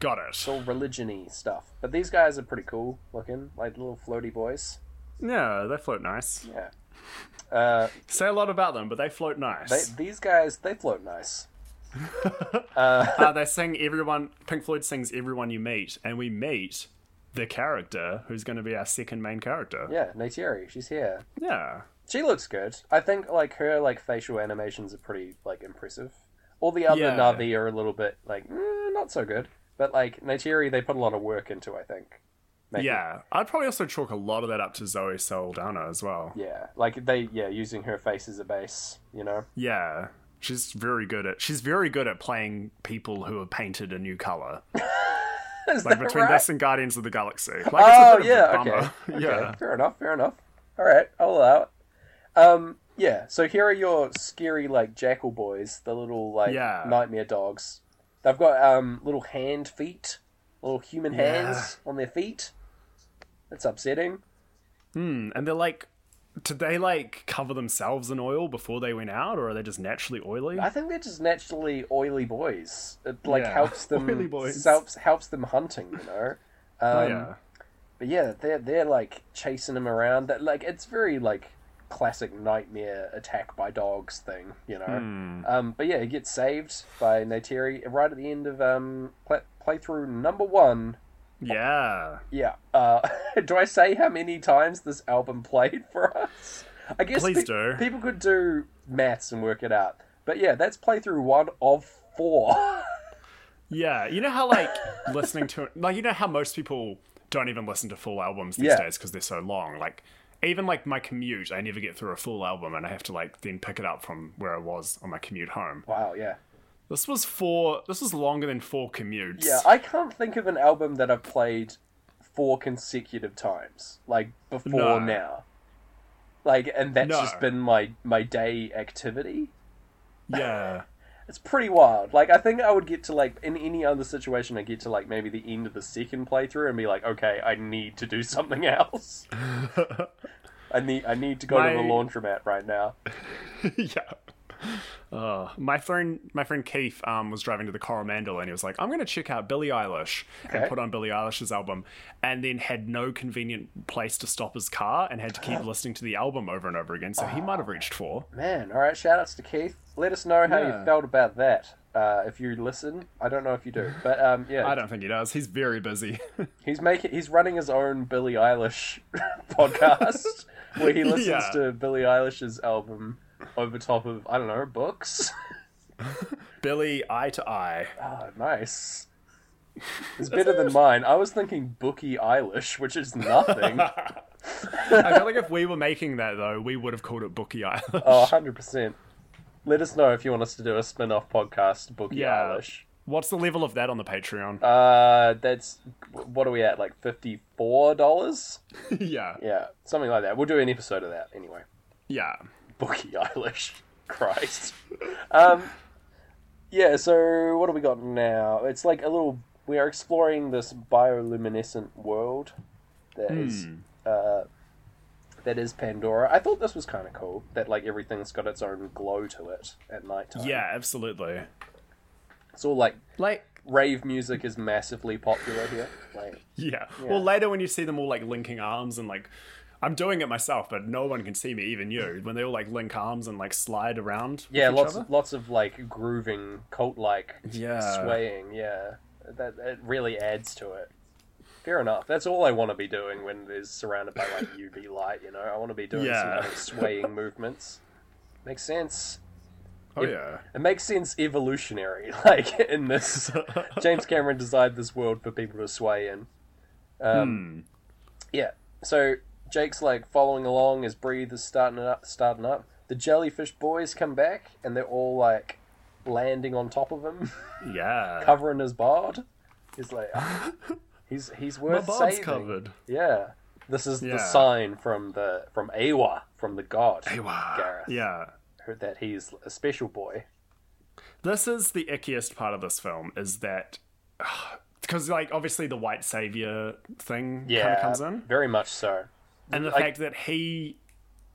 Speaker 1: got it.
Speaker 2: It's all religiony stuff. But these guys are pretty cool looking, like little floaty boys.
Speaker 1: Yeah, they float nice.
Speaker 2: Yeah. Uh,
Speaker 1: Say a lot about them, but they float
Speaker 2: they,
Speaker 1: nice.
Speaker 2: these guys, they float nice.
Speaker 1: uh, they sing everyone. Pink Floyd sings everyone you meet, and we meet the character who's going to be our second main character.
Speaker 2: Yeah, Neytiri, she's here.
Speaker 1: Yeah.
Speaker 2: She looks good. I think like her like facial animations are pretty like impressive. All the other
Speaker 1: Yeah.
Speaker 2: Navi are a little bit like mm, not so good, but like Neytiri, they put a lot of work into. I think. Making-
Speaker 1: Yeah, I'd probably also chalk a lot of that up to Zoe Saldana as well.
Speaker 2: Yeah, like they yeah using her face as a base. You know.
Speaker 1: Yeah, she's very good at she's very good at playing people who are painted a new color.
Speaker 2: Is
Speaker 1: Like
Speaker 2: that
Speaker 1: between
Speaker 2: right?
Speaker 1: this and Guardians of the Galaxy. Like,
Speaker 2: oh
Speaker 1: it's a bit
Speaker 2: yeah,
Speaker 1: of a
Speaker 2: okay.
Speaker 1: bummer.
Speaker 2: okay.
Speaker 1: yeah,
Speaker 2: Fair enough. Fair enough. All right, I'll allow it. Um, yeah. So here are your scary like jackal boys, the little like
Speaker 1: Yeah.
Speaker 2: nightmare dogs. They've got um little hand feet, little human
Speaker 1: Yeah.
Speaker 2: hands on their feet. That's upsetting.
Speaker 1: Hmm, and they're like. Did they like cover themselves in oil before they went out, or are they just naturally oily?
Speaker 2: I think they're just naturally oily boys. It like
Speaker 1: Yeah,
Speaker 2: helps them
Speaker 1: oily boys.
Speaker 2: helps helps them hunting. You know. Um,
Speaker 1: Oh, yeah,
Speaker 2: But yeah, they're they're like chasing him around. That like it's very like classic nightmare attack by dogs thing, you know.
Speaker 1: Hmm.
Speaker 2: Um, but yeah, he gets saved by Neytiri right at the end of um play, playthrough number one.
Speaker 1: yeah.
Speaker 2: Yeah. Uh, do I say how many times this album played for us? I guess
Speaker 1: Please do.
Speaker 2: people could do maths and work it out. But yeah, that's playthrough one of four.
Speaker 1: Yeah, you know how like listening to like you know how most people don't even listen to full albums these
Speaker 2: Yeah.
Speaker 1: days because they're so long. Like even like my commute, I never get through a full album, and I have to like then pick it up from where I was on my commute home.
Speaker 2: wow. Yeah.
Speaker 1: This was four. This was longer than four commutes.
Speaker 2: Yeah, I can't think of an album that I've played four consecutive times, like before
Speaker 1: No.
Speaker 2: now. Like, and that's
Speaker 1: No.
Speaker 2: just been my my day activity.
Speaker 1: yeah,
Speaker 2: It's pretty wild. Like, I think I would get to like in any other situation, I get to like maybe the end of the second playthrough and be like, okay, I need to do something else. I need I need to go to the
Speaker 1: My-
Speaker 2: laundromat right now.
Speaker 1: yeah. Uh, my friend, my friend Keith, um, was driving to the Coromandel, and he was like, "I'm going to check out Billie Eilish
Speaker 2: Okay.
Speaker 1: and put on Billie Eilish's album," and then had no convenient place to stop his car and had to keep listening to the album over and over again. So he might have reached four.
Speaker 2: Man, all right. Shout outs to Keith. Let us know how you
Speaker 1: Yeah.
Speaker 2: felt about that. Uh, if you listen, I don't know if you do, but um, yeah,
Speaker 1: I don't think he does. He's very busy.
Speaker 2: He's making he's running his own Billie Eilish podcast where he listens
Speaker 1: Yeah.
Speaker 2: to Billie Eilish's album over top of I don't know books.
Speaker 1: Billy, eye to eye.
Speaker 2: Oh, nice. It's better than mine. I was thinking Bookie Eilish, which is nothing.
Speaker 1: I feel like if we were making that though, we would have called it Bookie Eilish.
Speaker 2: Oh, 100%. Let us know if you want us to do a spin-off podcast Bookie
Speaker 1: Yeah.
Speaker 2: Eilish.
Speaker 1: What's the level of that on the Patreon?
Speaker 2: Uh that's what are we at like $54?
Speaker 1: yeah,
Speaker 2: Yeah, something like that. We'll do an episode of that anyway.
Speaker 1: yeah,
Speaker 2: Bookie Eilish. Christ. Um, yeah, so what do we got now? It's like a little. We are exploring this bioluminescent world that is uh, that is Pandora. I thought this was kind of cool that like everything's got its own glow to it at nighttime.
Speaker 1: yeah, absolutely.
Speaker 2: it's all like
Speaker 1: Like,
Speaker 2: rave music is massively popular here. Like,
Speaker 1: yeah. Well, later when you see them all like linking arms and like, I'm doing it myself, but no one can see me, even you. When they all like link arms and like slide around. with
Speaker 2: yeah,
Speaker 1: each
Speaker 2: lots
Speaker 1: other.
Speaker 2: lots of like grooving cult like
Speaker 1: yeah,
Speaker 2: swaying. Yeah, that it really adds to it. Fair enough. That's all I want to be doing when there's surrounded by like UV light. You know, I want to be doing some
Speaker 1: Yeah.
Speaker 2: kind of swaying movements. Makes sense.
Speaker 1: oh yeah,
Speaker 2: It makes sense evolutionary. Like in this, James Cameron designed this world for people to sway in. Um,
Speaker 1: Hmm.
Speaker 2: Yeah. So Jake's like following along. His breathe is starting up. Starting up. The jellyfish boys come back, and they're all like landing on top of him
Speaker 1: yeah.
Speaker 2: covering his bard. He's like, "Ah, he's he's
Speaker 1: My
Speaker 2: worth
Speaker 1: bob's
Speaker 2: saving.
Speaker 1: covered.
Speaker 2: Yeah, this is
Speaker 1: Yeah.
Speaker 2: the sign from the from Awa from the god
Speaker 1: Hey, wow.
Speaker 2: Gareth.
Speaker 1: Yeah.
Speaker 2: that he's a special boy.
Speaker 1: this is the ickiest part of this film is that because like obviously the white savior thing kind
Speaker 2: Yeah,
Speaker 1: of comes in
Speaker 2: very much so.
Speaker 1: and the
Speaker 2: like-
Speaker 1: fact that he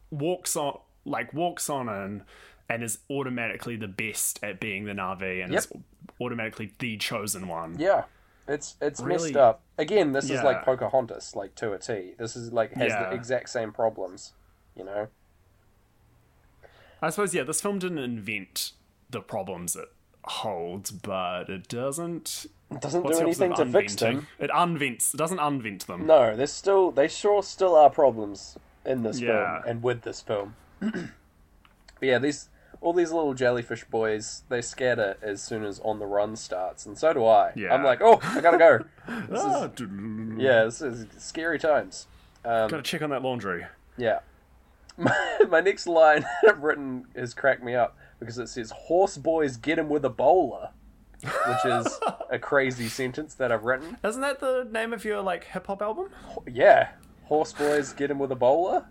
Speaker 1: walks on like walks on in and is automatically the best at being the Navi and
Speaker 2: Yep.
Speaker 1: is automatically the chosen one.
Speaker 2: Yeah, it's it's
Speaker 1: Really-
Speaker 2: messed up. Again, this is
Speaker 1: Yeah.
Speaker 2: like Pocahontas, like to a T. This is like has
Speaker 1: Yeah.
Speaker 2: the exact same problems, you know.
Speaker 1: I suppose, yeah, this film didn't invent the problems it holds, but it doesn't.
Speaker 2: It doesn't
Speaker 1: What's
Speaker 2: do
Speaker 1: the opposite
Speaker 2: anything to
Speaker 1: of
Speaker 2: fix
Speaker 1: unventing?
Speaker 2: them.
Speaker 1: It unvents. It doesn't unvent them.
Speaker 2: No, there's still they sure still are problems in this
Speaker 1: Yeah.
Speaker 2: film and with this film. but yeah, these all these little jellyfish boys they scatter as soon as On the Run starts, and so do I.
Speaker 1: Yeah.
Speaker 2: I'm like, oh, I gotta go.
Speaker 1: Ah,
Speaker 2: yeah, this is scary times.
Speaker 1: Gotta check on that laundry.
Speaker 2: Yeah. My, my next line that I've written has cracked me up because it says, Horse boys get him with a bowler, which is a crazy sentence that I've written.
Speaker 1: Isn't that the name of your like hip hop album?
Speaker 2: Yeah. Horse boys get him with a bowler?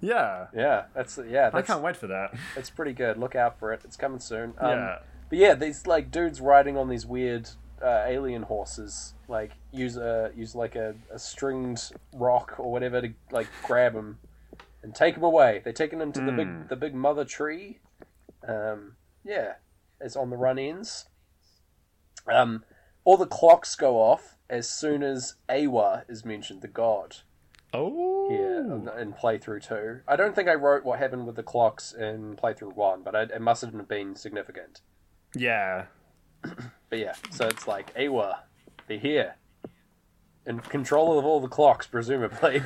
Speaker 1: Yeah.
Speaker 2: Yeah, that's yeah,
Speaker 1: I
Speaker 2: that's
Speaker 1: can't wait for that.
Speaker 2: it's pretty good. Look out for it. It's coming soon. Um,
Speaker 1: yeah.
Speaker 2: But yeah, these like dudes riding on these weird uh, alien horses, like use a use like a, a stringed rock or whatever to like grab him and take him away. They take him into the big the big mother tree. Um, yeah, it's on the run ends. Um, all the clocks go off as soon as Awa is mentioned, the god.
Speaker 1: Oh.
Speaker 2: Yeah, in- in playthrough two. I don't think I wrote what happened with the clocks in playthrough one, but I, it mustn't have been significant.
Speaker 1: Yeah.
Speaker 2: But yeah, so it's like Awa, they're here, in control of all the clocks, presumably.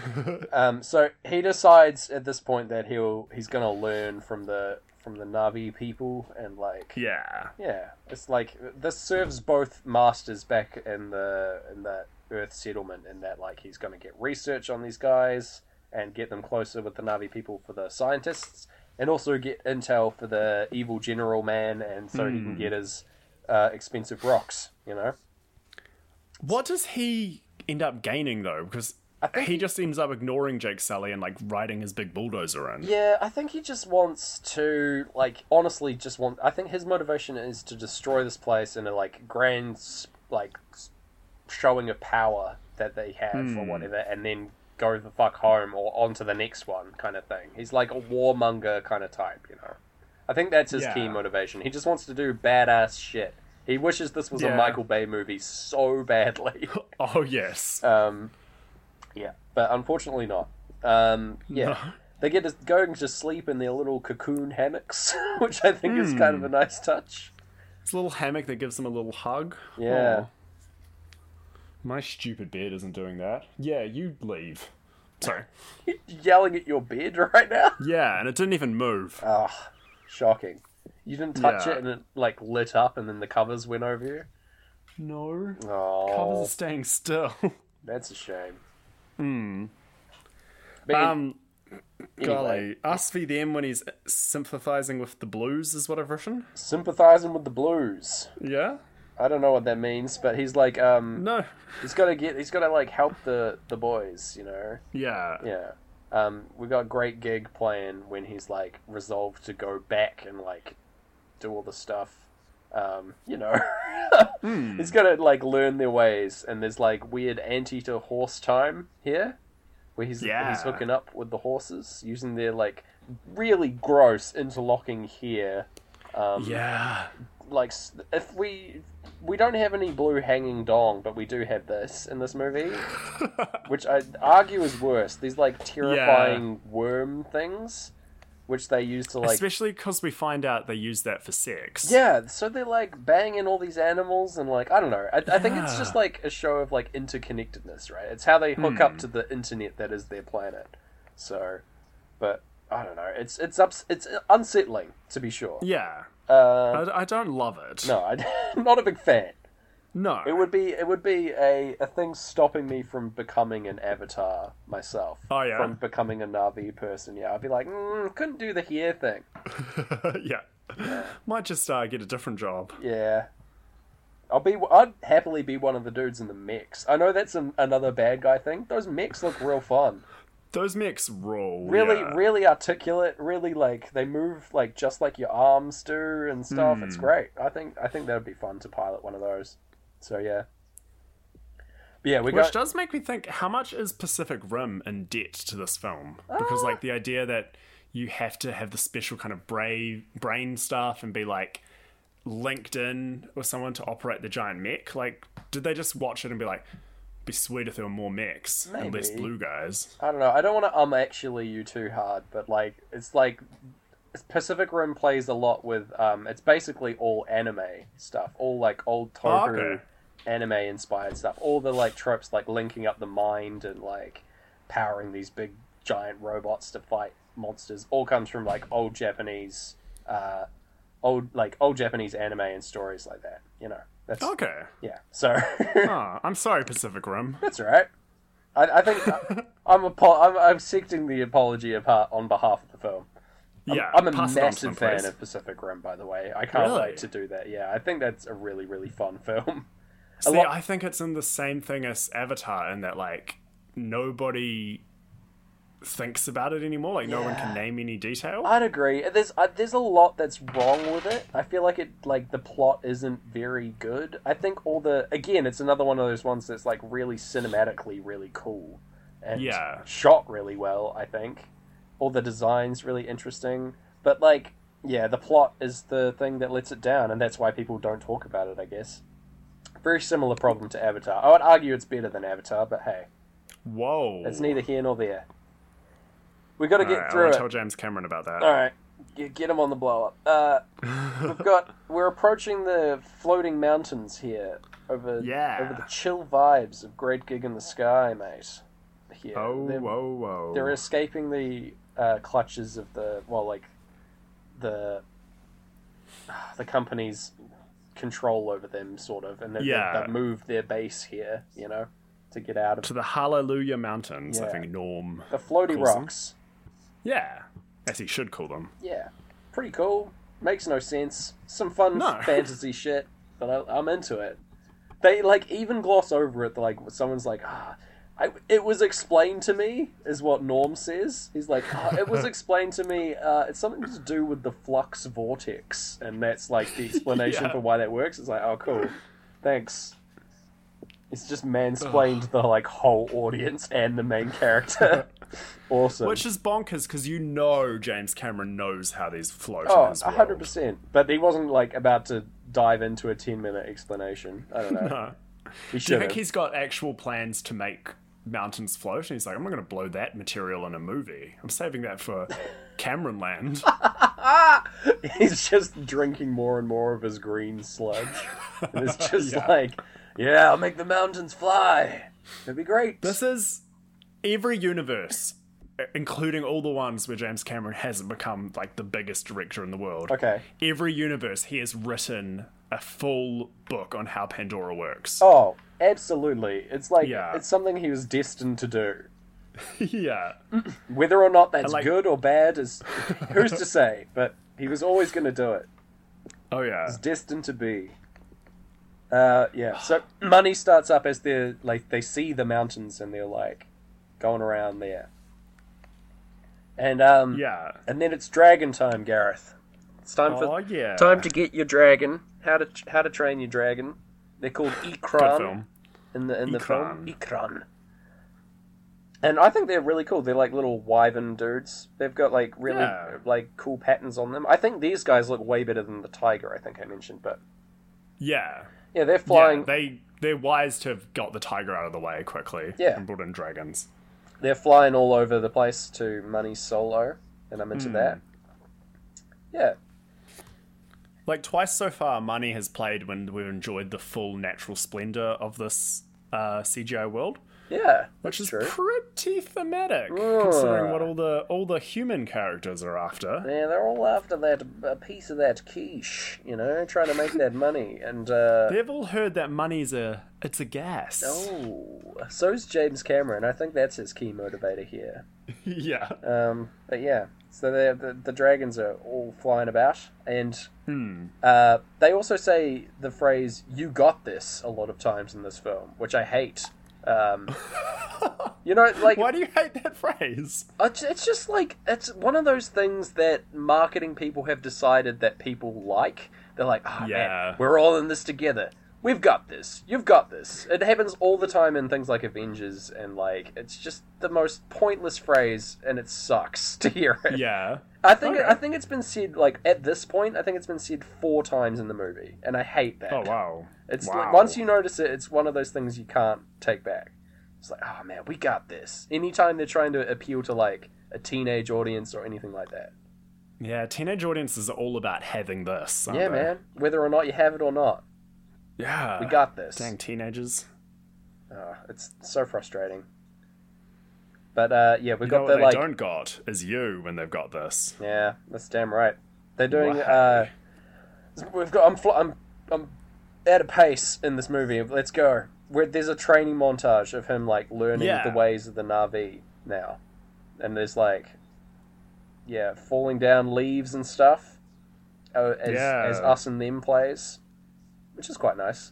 Speaker 2: um, so he decides at this point that he'll he's gonna learn from the from the Navi people and like
Speaker 1: Yeah.
Speaker 2: yeah, it's like this serves both masters back in the in that Earth settlement in that like he's going to get research on these guys and get them closer with the Navi people for the scientists, and also get intel for the evil general man, and so he can get his uh, expensive rocks. You know,
Speaker 1: What does he end up gaining though? Because he just ends up ignoring Jake Sully and like riding his big bulldozer in.
Speaker 2: yeah, I think he just wants to like honestly just want. I think his motivation is to destroy this place in a like grand s- like s- showing of power that they have
Speaker 1: Hmm.
Speaker 2: or whatever, and then go the fuck home or on to the next one kind of thing. He's like a warmonger kind of type, you know. I think that's his key
Speaker 1: Yeah.
Speaker 2: motivation. He just wants to do badass shit. He wishes this was
Speaker 1: Yeah.
Speaker 2: a Michael Bay movie so badly.
Speaker 1: Oh yes.
Speaker 2: Um, yeah, but unfortunately not. Um, yeah.
Speaker 1: No.
Speaker 2: They get to, going to sleep in their little cocoon hammocks, which I think is kind of
Speaker 1: Hmm.
Speaker 2: a nice touch.
Speaker 1: It's a little hammock that gives him a little hug.
Speaker 2: Yeah.
Speaker 1: Oh. My stupid bed isn't doing that. Yeah, you leave. Sorry.
Speaker 2: Yelling at your bed right now.
Speaker 1: Yeah, and it didn't even move.
Speaker 2: Ah, shocking. You didn't touch
Speaker 1: Yeah.
Speaker 2: it and it like lit up and then the covers went over you.
Speaker 1: no. Covers are
Speaker 2: Oh,
Speaker 1: staying still.
Speaker 2: that's a shame. Hmm. But an-
Speaker 1: um,
Speaker 2: anyway,
Speaker 1: golly. Us v them when he's sympathizing with the blues is what I've written.
Speaker 2: sympathizing with the blues.
Speaker 1: Yeah?
Speaker 2: I don't know what that means, but he's like, um,
Speaker 1: No.
Speaker 2: he's gotta get, he's gotta like help the the boys, you know.
Speaker 1: Yeah.
Speaker 2: Yeah. Um, we got a great gig playing when he's like resolved to go back and like do all the stuff. Um, you know, he's got to like learn their ways, and there's like weird anteater horse time here, where he's
Speaker 1: Yeah.
Speaker 2: he's hooking up with the horses using their like really gross interlocking hair. Um,
Speaker 1: Yeah.
Speaker 2: like s- if we we don't have any blue hanging dong, but we do have this in this movie, which I argue is worse. These like terrifying worm things, which they use to like
Speaker 1: Especially because we find out they use that for sex.
Speaker 2: yeah. So they like banging all these animals and like I don't know. I, I think it's
Speaker 1: Yeah.
Speaker 2: just
Speaker 1: Hmm.
Speaker 2: like a show of like interconnectedness, right? It's how they hook up to the internet that is their planet. So, but I don't know. It's it's ups, it's unsettling to be sure.
Speaker 1: Yeah.
Speaker 2: Uh,
Speaker 1: I, I don't love it.
Speaker 2: no, I'm not a big fan.
Speaker 1: No.
Speaker 2: It would be it would be a, a thing stopping me from becoming an avatar myself.
Speaker 1: Oh, yeah?
Speaker 2: From becoming a Navi person, yeah. I'd be like, mm, couldn't do the hair thing.
Speaker 1: yeah. Might just uh, get a different job.
Speaker 2: Yeah. I'll be I'd happily be one of the dudes in the mix. I know that's an, another bad guy thing. Those mechs look real fun.
Speaker 1: Those mechs roll.
Speaker 2: Really
Speaker 1: yeah.
Speaker 2: really articulate, really like they move like just like your arms do and stuff.
Speaker 1: Hmm.
Speaker 2: It's great. I think I think that would be fun to pilot one of those. So yeah. But yeah, we
Speaker 1: Which
Speaker 2: got
Speaker 1: does make me think how much is Pacific Rim in debt to this film? Because, like, the idea that you have to have the special kind of brain brain stuff and be like linked in with someone to operate the giant mech. Like, did they just watch it and be like, be sweet if there were more mechs and less
Speaker 2: Maybe.
Speaker 1: blue guys?
Speaker 2: I don't know. I don't want to um actually you too hard, but like it's like Pacific Rim plays a lot with um. It's basically all anime stuff, all like old
Speaker 1: Oh,
Speaker 2: Toru
Speaker 1: okay.
Speaker 2: anime inspired stuff. All the like tropes, like linking up the mind and like powering these big giant robots to fight monsters, all comes from like old Japanese, uh, old like old Japanese anime and stories like that. You know, that's
Speaker 1: Okay.
Speaker 2: yeah. So
Speaker 1: Oh, I'm sorry, Pacific Rim.
Speaker 2: That's all right. I, I think I, I'm, apo- I'm I'm accepting the apology apart on behalf of the film.
Speaker 1: yeah,
Speaker 2: I'm a
Speaker 1: Uh, pass it on
Speaker 2: massive fan
Speaker 1: someplace.
Speaker 2: of Pacific Rim, by the way. I can't
Speaker 1: Really?
Speaker 2: wait to do that. Yeah, I think that's a really really fun film.
Speaker 1: See,
Speaker 2: lot-
Speaker 1: I think it's in the same thing as Avatar in that like nobody thinks about it anymore. Like no one
Speaker 2: Yeah.
Speaker 1: can name any detail.
Speaker 2: I'd agree. There's uh, there's a lot that's wrong with it. I feel like it like the plot isn't very good. I think all the again, it's another one of those ones that's like really cinematically really cool and
Speaker 1: Yeah.
Speaker 2: shot really well. I think all the designs really interesting, but like yeah, the plot is the thing that lets it down, and that's why people don't talk about it. I guess very similar problem to Avatar. I would argue it's better than Avatar, but hey,
Speaker 1: Whoa.
Speaker 2: it's neither here nor there. We got to
Speaker 1: All
Speaker 2: get
Speaker 1: right, I
Speaker 2: through
Speaker 1: want to
Speaker 2: it.
Speaker 1: tell James Cameron about that.
Speaker 2: All right, you get him on the blow up. Uh, we've got we're approaching the floating mountains here over
Speaker 1: Yeah.
Speaker 2: over the chill vibes of Great Gig in the Sky, mate. Here,
Speaker 1: Oh,
Speaker 2: they're,
Speaker 1: whoa, whoa.
Speaker 2: they're escaping the uh, clutches of the well, like the ah, the company's control over them, sort of, and they've,
Speaker 1: Yeah.
Speaker 2: they've moved their base here, you know, to get out of
Speaker 1: to the Hallelujah Mountains, I
Speaker 2: Yeah.
Speaker 1: think Norm.
Speaker 2: the floaty
Speaker 1: Calls them.
Speaker 2: rocks.
Speaker 1: Yeah, as he should call them.
Speaker 2: yeah, pretty cool. Makes no sense. Some fun
Speaker 1: No.
Speaker 2: fantasy shit, but I, I'm into it. They like even gloss over it. Like someone's like, ah, I, it was explained to me, is what Norm says. He's like, ah, it was explained to me. Uh, it's something to do with the flux vortex, and that's like the explanation
Speaker 1: Yeah.
Speaker 2: for why that works. It's like, oh, cool, thanks. It's just mansplained to the like whole audience and the main character. awesome.
Speaker 1: Which is bonkers because you know James Cameron knows how these float.
Speaker 2: Oh,
Speaker 1: in his world.
Speaker 2: 100%. But he wasn't like about to dive into a 10 minute explanation. I don't know.
Speaker 1: No.
Speaker 2: He
Speaker 1: Do you
Speaker 2: should
Speaker 1: think
Speaker 2: have.
Speaker 1: he's got actual plans to make mountains float? And he's like, I'm not going to blow that material in a movie. I'm saving that for Cameron Land.
Speaker 2: He's just drinking more and more of his green sludge. and it's just
Speaker 1: Yeah.
Speaker 2: like, yeah, I'll make the mountains fly. It'd be great.
Speaker 1: this is every universe, i- including all the ones where James Cameron hasn't become like the biggest director in the world.
Speaker 2: Okay.
Speaker 1: Every universe, he has written a full book on how Pandora works.
Speaker 2: Oh, absolutely. It's like,
Speaker 1: Yeah.
Speaker 2: it's something he was destined to do.
Speaker 1: yeah.
Speaker 2: Whether or not that's
Speaker 1: like-
Speaker 2: good or bad is who's to say, but he was always going to do it.
Speaker 1: Oh, yeah.
Speaker 2: destined to be. Uh, yeah. So money starts up as they're like they see the mountains and they're like going around there. And um,
Speaker 1: Yeah.
Speaker 2: and then it's dragon time, Gareth. It's time for
Speaker 1: Oh, yeah.
Speaker 2: time to get your dragon. How to how to train your dragon? They're called
Speaker 1: Good
Speaker 2: Ikran
Speaker 1: film.
Speaker 2: in the in the film
Speaker 1: Ikran.
Speaker 2: Ikran. And I think they're really cool. They're like little wyvern dudes. They've got like really
Speaker 1: Yeah.
Speaker 2: like cool patterns on them. I think these guys look way better than the tiger. I think I mentioned, but
Speaker 1: Yeah.
Speaker 2: yeah, they're
Speaker 1: Yeah,
Speaker 2: flying.
Speaker 1: they they're wise to have got the tiger out of the way quickly.
Speaker 2: Yeah.
Speaker 1: And brought in dragons.
Speaker 2: They're flying all over the place to money solo, and I'm into that. Yeah,
Speaker 1: Like twice so far, money has played when we've enjoyed the full natural splendor of this uh, CGI world,
Speaker 2: yeah,
Speaker 1: which is
Speaker 2: true.
Speaker 1: pretty thematic
Speaker 2: Yeah.
Speaker 1: considering what all the all the human characters are after.
Speaker 2: yeah, they're all after that a piece of that quiche, you know, trying to make that money. And uh,
Speaker 1: They've all heard that money's a it's a gas.
Speaker 2: oh, so's James Cameron. I think that's his key motivator here.
Speaker 1: yeah.
Speaker 2: Um, but yeah, so they're- the the dragons are all flying about, and uh, they also say the phrase "you got this" a lot of times in this film, which I hate. Um, you know, like
Speaker 1: Why do you hate that phrase?
Speaker 2: It's, it's just like it's one of those things that marketing people have decided that people like. They're like, oh, man,
Speaker 1: Yeah.
Speaker 2: we're all in this together. we've got this. You've got this. It happens all the time in things like Avengers, and like it's just the most pointless phrase, and it sucks to hear it.
Speaker 1: Yeah.
Speaker 2: I think
Speaker 1: Okay.
Speaker 2: I think it's been said like at this point, I think it's been said four times in the movie, and I hate that.
Speaker 1: Oh wow.
Speaker 2: It's
Speaker 1: wow.
Speaker 2: like, once you notice it, it's one of those things you can't take back. It's like, oh man, we got this. Anytime they're trying to appeal to like a teenage audience or anything like that.
Speaker 1: Yeah, teenage audiences are all about having this. aren't
Speaker 2: yeah,
Speaker 1: they?
Speaker 2: man. Whether or not you have it or not,
Speaker 1: Yeah.
Speaker 2: we got this.
Speaker 1: dang teenagers.
Speaker 2: Oh, it's so frustrating. But uh, yeah,
Speaker 1: You
Speaker 2: we've
Speaker 1: know
Speaker 2: got
Speaker 1: what
Speaker 2: the
Speaker 1: they
Speaker 2: like.
Speaker 1: don't got is you when they've got this.
Speaker 2: Yeah, that's damn right. They're doing.
Speaker 1: Wow.
Speaker 2: Uh, we've got. I'm. Fl- I'm. I'm at a pace in this movie. Let's go. Where there's a training montage of him like learning
Speaker 1: Yeah.
Speaker 2: the ways of the Navi now, and there's like, yeah, falling down leaves and stuff. Uh, as
Speaker 1: Yeah.
Speaker 2: as us and them plays, which is quite nice.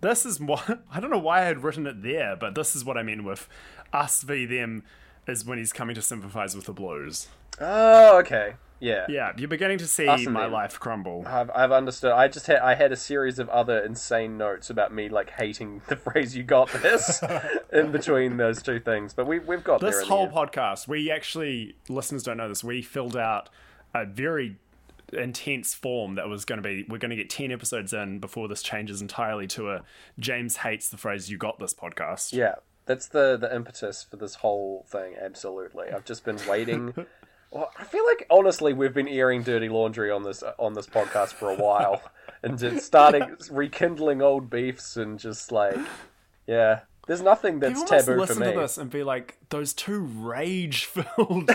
Speaker 1: This is what I don't know why I had written it there, but this is what I mean with us v them is when he's coming to sympathize with the blues.
Speaker 2: Oh, okay. Yeah.
Speaker 1: Yeah, you're beginning to see
Speaker 2: Us and
Speaker 1: my
Speaker 2: them. Uh,
Speaker 1: life crumble.
Speaker 2: I've, I've understood. I just had I had a series of other insane notes about me like hating the phrase "you got this" in between those two things, but we we've got there
Speaker 1: this
Speaker 2: in
Speaker 1: whole
Speaker 2: the
Speaker 1: podcast we actually listeners don't know this we filled out a very intense form that was going to be we're going to get 10 episodes in before this changes entirely to a james hates the phrase you got this podcast
Speaker 2: end. yeah. That's the the impetus for this whole thing. Absolutely, I've just been waiting. well, I feel like honestly we've been airing dirty laundry on this on this podcast for a while, and just starting rekindling old beefs and just like yeah. There's nothing that's
Speaker 1: People must
Speaker 2: taboo for
Speaker 1: listen
Speaker 2: me.
Speaker 1: to this and be like, those two rage-filled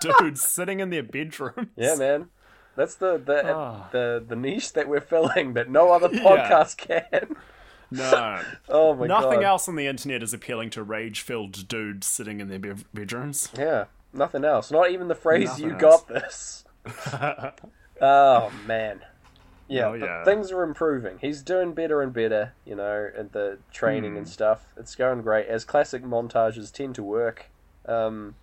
Speaker 1: dudes sitting in their bedrooms.
Speaker 2: Yeah, man. That's the the,
Speaker 1: Ah.
Speaker 2: the the niche that we're filling that no other podcast can.
Speaker 1: No,
Speaker 2: Oh my god.
Speaker 1: nothing else on the internet is appealing to rage-filled dudes sitting in their be- bedrooms.
Speaker 2: Yeah, nothing else. Not even the phrase
Speaker 1: Nothing
Speaker 2: "you
Speaker 1: else.
Speaker 2: got this." oh man. Yeah,
Speaker 1: Oh,
Speaker 2: but
Speaker 1: yeah.
Speaker 2: things are improving. He's doing better and better, you know, at the training
Speaker 1: Hmm.
Speaker 2: and stuff. It's going great, as classic montages tend to work. Um,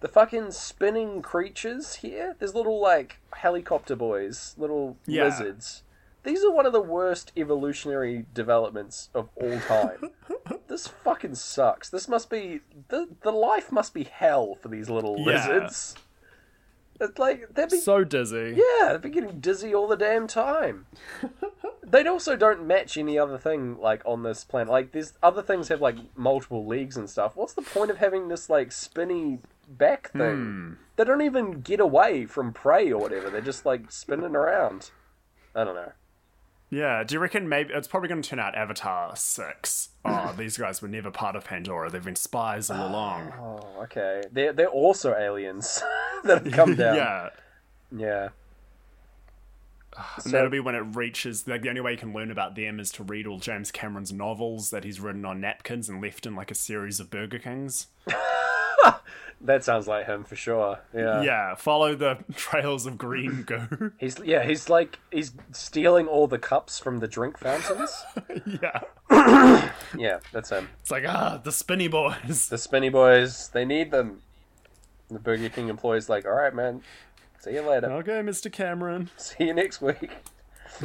Speaker 2: the fucking spinning creatures here, there's little, like, helicopter boys, little
Speaker 1: Yeah.
Speaker 2: lizards. These are one of the worst evolutionary developments of all time. this fucking sucks. This must be. The, the life must be hell for these little
Speaker 1: Yeah.
Speaker 2: lizards. It's like, they'd be
Speaker 1: So dizzy.
Speaker 2: yeah, they've been getting dizzy all the damn time. they also don't match any other thing like on this planet. Like these other things have like multiple legs and stuff. What's the point of having this like spinny back thing? They don't even get away from prey or whatever. They're just like spinning around. I don't know.
Speaker 1: Yeah, do you reckon maybe it's probably going to turn out Avatar 6? Oh, these guys were never part of Pandora. They've been spies all along.
Speaker 2: Oh, okay. They're they're also aliens that have come down. yeah.
Speaker 1: yeah.
Speaker 2: Yeah.
Speaker 1: And that'll be when it reaches. Like, the only way you can learn about them is to read all James Cameron's novels that he's written on napkins and left in like a series of Burger Kings.
Speaker 2: That sounds like him for sure. Yeah.
Speaker 1: yeah, follow the trails of green goo.
Speaker 2: He's yeah, he's like he's stealing all the cups from the drink fountains.
Speaker 1: yeah.
Speaker 2: yeah, that's him.
Speaker 1: It's like, ah, the spinny boys.
Speaker 2: the spinny boys they need them the burger king employees like all right man see you later
Speaker 1: okay, Mr. Cameron.
Speaker 2: see you next week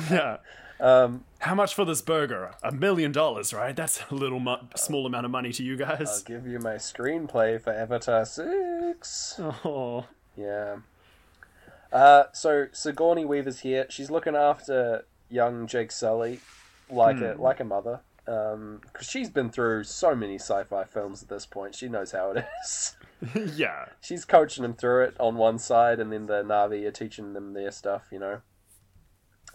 Speaker 1: Yeah.
Speaker 2: um
Speaker 1: How much for this burger? A million dollars, right? That's a little mu- small amount of money to you
Speaker 2: i'll
Speaker 1: guys.
Speaker 2: give you my screenplay for avatar 6
Speaker 1: Oh.
Speaker 2: yeah uh so sigourney weaver's here she's looking after young jake sully like a like a mother um because she's been through so many sci-fi films at this point she knows how it is
Speaker 1: yeah.
Speaker 2: she's coaching them through it on one side, and then the Navi are teaching them their stuff, you know.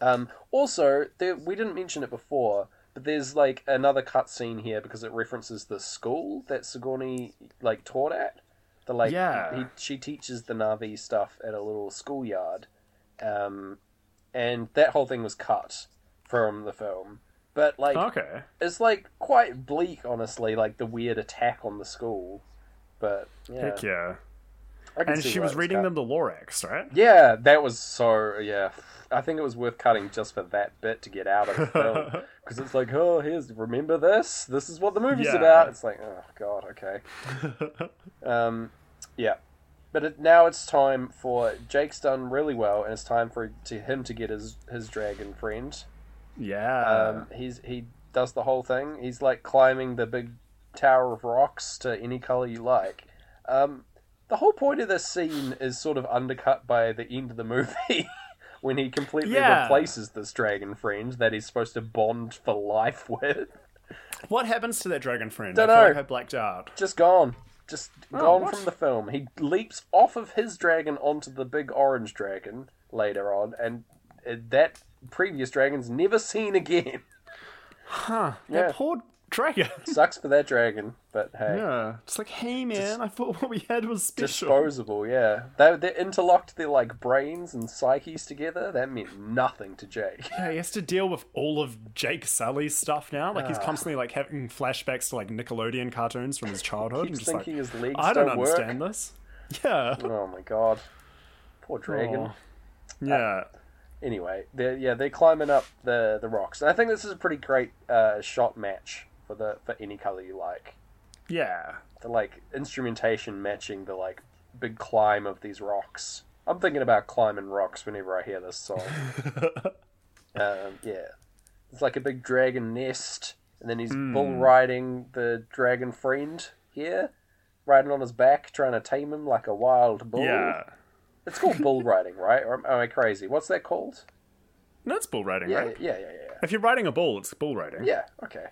Speaker 2: Um, also, there, we didn't mention it before, but there's like another cutscene here because it references the school that Sigourney like taught at. The like,
Speaker 1: Yeah.
Speaker 2: he, she teaches the Navi stuff at a little schoolyard, um, and that whole thing was cut from the film. But like,
Speaker 1: Okay.
Speaker 2: it's like quite bleak, honestly. Like the weird attack on the school, but yeah.
Speaker 1: Heck yeah.
Speaker 2: I can
Speaker 1: And
Speaker 2: see
Speaker 1: she
Speaker 2: why
Speaker 1: was
Speaker 2: it's
Speaker 1: reading
Speaker 2: cut.
Speaker 1: them the Lorax, right?
Speaker 2: Yeah, that was so. Yeah, I think it was worth cutting just for that bit to get out of the film because it's like, oh, here's remember this. This is what the movie's
Speaker 1: Yeah.
Speaker 2: about. It's like, oh god, okay. Um, yeah, but it, now it's time for Jake's done really well, and it's time for to him to get his his dragon friend.
Speaker 1: Yeah.
Speaker 2: Um, he's he does the whole thing. He's like climbing the big tower of rocks to any color you like. Um, the whole point of this scene is sort of undercut by the end of the movie when he completely
Speaker 1: Yeah.
Speaker 2: replaces this dragon friend that he's supposed to bond for life with.
Speaker 1: what happens to that dragon friend?
Speaker 2: Dunno.
Speaker 1: I feel like I blacked out.
Speaker 2: Just gone. Just gone
Speaker 1: Oh, what?
Speaker 2: from the film. He leaps off of his dragon onto the big orange dragon later on, and uh, that previous dragon's never seen again.
Speaker 1: Huh.
Speaker 2: Yeah.
Speaker 1: That poor dragon.
Speaker 2: Sucks for that dragon, but hey.
Speaker 1: yeah. It's like, hey man, I thought what we had was special.
Speaker 2: Disposable, yeah. They they interlocked their like brains and psyches together. That meant nothing to Jake.
Speaker 1: Yeah, he has to deal with all of Jake Sully's stuff now. Like
Speaker 2: Ah.
Speaker 1: he's constantly like having flashbacks to like Nickelodeon cartoons from his childhood. and
Speaker 2: Keeps
Speaker 1: just like,
Speaker 2: thinking his legs
Speaker 1: I
Speaker 2: don't,
Speaker 1: don't understand this. Yeah.
Speaker 2: work. Oh my god, poor dragon.
Speaker 1: Aw. Yeah.
Speaker 2: Anyway, they're yeah they're climbing up the the rocks. And I think this is a pretty great uh, shot match for the for any color you like.
Speaker 1: Yeah.
Speaker 2: The like instrumentation matching the like big climb of these rocks. I'm thinking about climbing rocks whenever I hear this song. um, yeah, it's like a big dragon nest, and then he's
Speaker 1: Hmm.
Speaker 2: bull riding the dragon friend here, riding on his back, trying to tame him like a wild bull.
Speaker 1: Yeah.
Speaker 2: It's called bull riding, right? Or am- am I crazy? What's that called?
Speaker 1: That's bull riding,
Speaker 2: Yeah,
Speaker 1: right?
Speaker 2: yeah, yeah, yeah, yeah.
Speaker 1: If you're riding a bull, it's bull riding.
Speaker 2: Yeah, okay.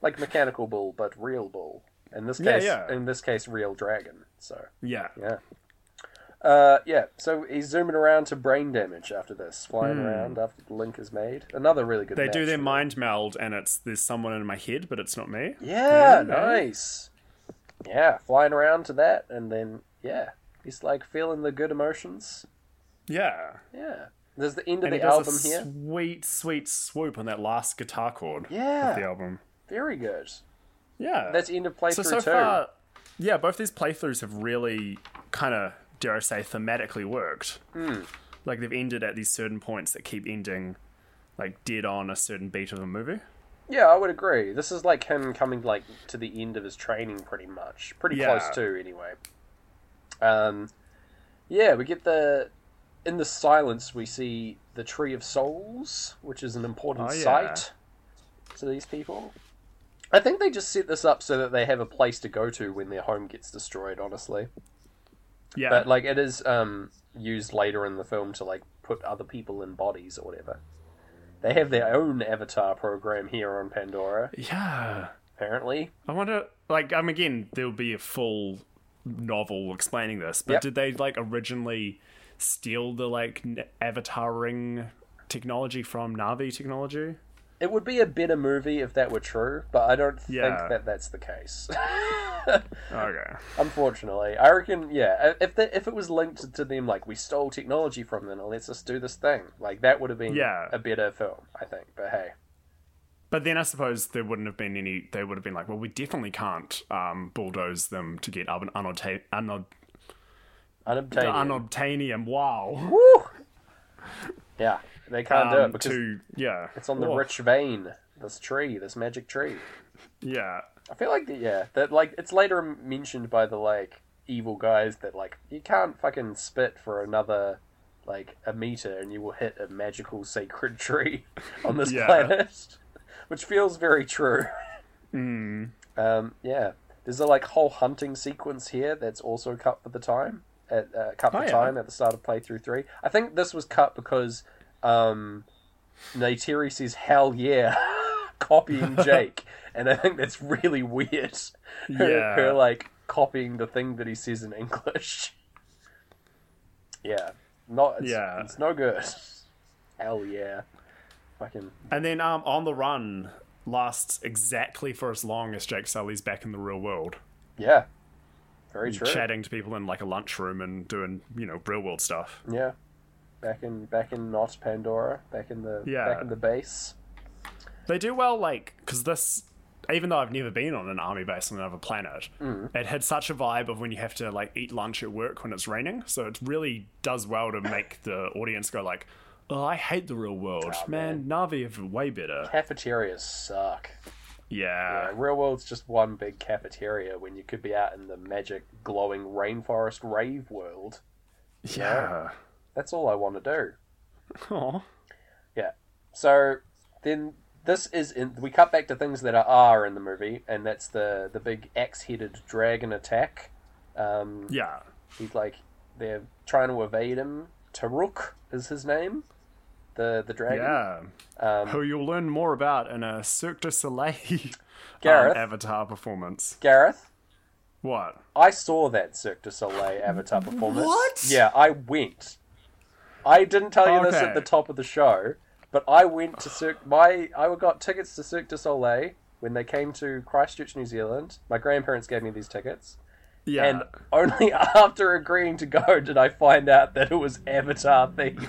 Speaker 2: Like mechanical bull, but real bull. In this
Speaker 1: Yeah,
Speaker 2: case,
Speaker 1: yeah.
Speaker 2: in this case, real dragon. So
Speaker 1: Yeah.
Speaker 2: yeah, uh, yeah. So he's zooming around to brain damage after this, flying around after the link is made. Another really good.
Speaker 1: Hmm. They do
Speaker 2: match
Speaker 1: their
Speaker 2: for-
Speaker 1: mind meld, and it's there's someone in my head, but it's not me.
Speaker 2: Yeah,
Speaker 1: Yeah.
Speaker 2: nice. Yeah, flying around to that, and then yeah, he's like feeling the good emotions.
Speaker 1: Yeah.
Speaker 2: Yeah, there's the end of
Speaker 1: And he
Speaker 2: the
Speaker 1: does
Speaker 2: album
Speaker 1: a
Speaker 2: here.
Speaker 1: sweet, sweet swoop on that last guitar chord. Of the
Speaker 2: Yeah,
Speaker 1: album.
Speaker 2: very good.
Speaker 1: Yeah.
Speaker 2: That's end of playthrough
Speaker 1: so so
Speaker 2: two.
Speaker 1: far, yeah, both these playthroughs have really kind of dare I say thematically worked.
Speaker 2: Hmm.
Speaker 1: Like they've ended at these certain points that keep ending, like dead on a certain beat of a movie.
Speaker 2: Yeah, I would agree. This is like him coming like to the end of his training, pretty much, pretty
Speaker 1: Yeah.
Speaker 2: close to anyway. Um, yeah, we get the in the silence we see the tree of souls, which is an important
Speaker 1: Oh, yeah.
Speaker 2: site to these people. I think they just set this up so that they have a place to go to when their home gets destroyed. Honestly,
Speaker 1: Yeah,
Speaker 2: but like it is um, used later in the film to like put other people in bodies or whatever. They have their own avatar program here on Pandora
Speaker 1: yeah.
Speaker 2: apparently.
Speaker 1: I wonder, like, um, again, there'll be a full novel explaining this, but
Speaker 2: Yep.
Speaker 1: did they like originally steal the like n- avatar ring technology from Navi technology?
Speaker 2: It would be a better movie if that were true, but I don't
Speaker 1: Yeah.
Speaker 2: think that that's the case.
Speaker 1: Okay.
Speaker 2: Unfortunately, I reckon yeah, i- if the, if it was linked to them like we stole technology from them and let's just do this thing, like that would have been
Speaker 1: Yeah.
Speaker 2: a better film, I think. But hey,
Speaker 1: But then I suppose there wouldn't have been any. They would have been like, well, we definitely can't um, bulldoze them to get un- unobtain- unob-
Speaker 2: unobtainium.
Speaker 1: unobtainium. Wow.
Speaker 2: Woo! Yeah, they can't do
Speaker 1: Um,
Speaker 2: it because
Speaker 1: to yeah,
Speaker 2: it's on the
Speaker 1: Oh,
Speaker 2: rich vein, this tree, this magic tree.
Speaker 1: Yeah,
Speaker 2: I feel like that, yeah, that like it's later mentioned by the like evil guys that like you can't fucking spit for another like a meter and you will hit a magical sacred tree on this
Speaker 1: Yeah.
Speaker 2: planet, which feels very true.
Speaker 1: Mm.
Speaker 2: Um, yeah, there's a like whole hunting sequence here that's also cut for the time at uh, cut for
Speaker 1: Oh, yeah.
Speaker 2: time at the start of playthrough three. I think this was cut because um, Neytiri says "Hell yeah," copying Jake, and I think that's really weird. Her-
Speaker 1: Yeah.
Speaker 2: her like copying the thing that he says in English. Yeah, not it's,
Speaker 1: Yeah.
Speaker 2: it's no good. Hell yeah, fucking
Speaker 1: and then um, on the run lasts exactly for as long as Jake Sully's back in the real world,
Speaker 2: yeah, very true.
Speaker 1: chatting to people in like a lunchroom and doing you know real world stuff.
Speaker 2: Yeah, back in back in not Pandora, back in the
Speaker 1: Yeah.
Speaker 2: back in the base.
Speaker 1: They do well, like, because this, even though I've never been on an army base on another planet,
Speaker 2: Mm.
Speaker 1: it had such a vibe of when you have to, like, eat lunch at work when it's raining. So it really does well to make the audience go, like, oh, I hate the real world.
Speaker 2: Ah,
Speaker 1: man, Navi are way better.
Speaker 2: Cafeterias suck.
Speaker 1: Yeah. Ah.
Speaker 2: Yeah, real world's just one big cafeteria when you could be out in the magic glowing rainforest rave world.
Speaker 1: Yeah.
Speaker 2: That's all I want to do.
Speaker 1: Aw.
Speaker 2: Yeah. So Then this is in, we cut back to things that are, are in the movie, and that's the the big axe-headed dragon attack. Um,
Speaker 1: Yeah.
Speaker 2: he's like they're trying to evade him. Taruk is his name, the the dragon.
Speaker 1: Yeah.
Speaker 2: Um,
Speaker 1: Who you'll learn more about in a Cirque du Soleil um,
Speaker 2: Gareth?
Speaker 1: Avatar performance.
Speaker 2: Gareth,
Speaker 1: What?
Speaker 2: I saw that Cirque du Soleil Avatar performance.
Speaker 1: What?
Speaker 2: Yeah, I went. I didn't tell you this
Speaker 1: Okay.
Speaker 2: at the top of the show, but I went to Cirque. My I got tickets to Cirque du Soleil when they came to Christchurch, New Zealand. My grandparents gave me these tickets,
Speaker 1: Yeah.
Speaker 2: and only after agreeing to go did I find out that it was Avatar themed.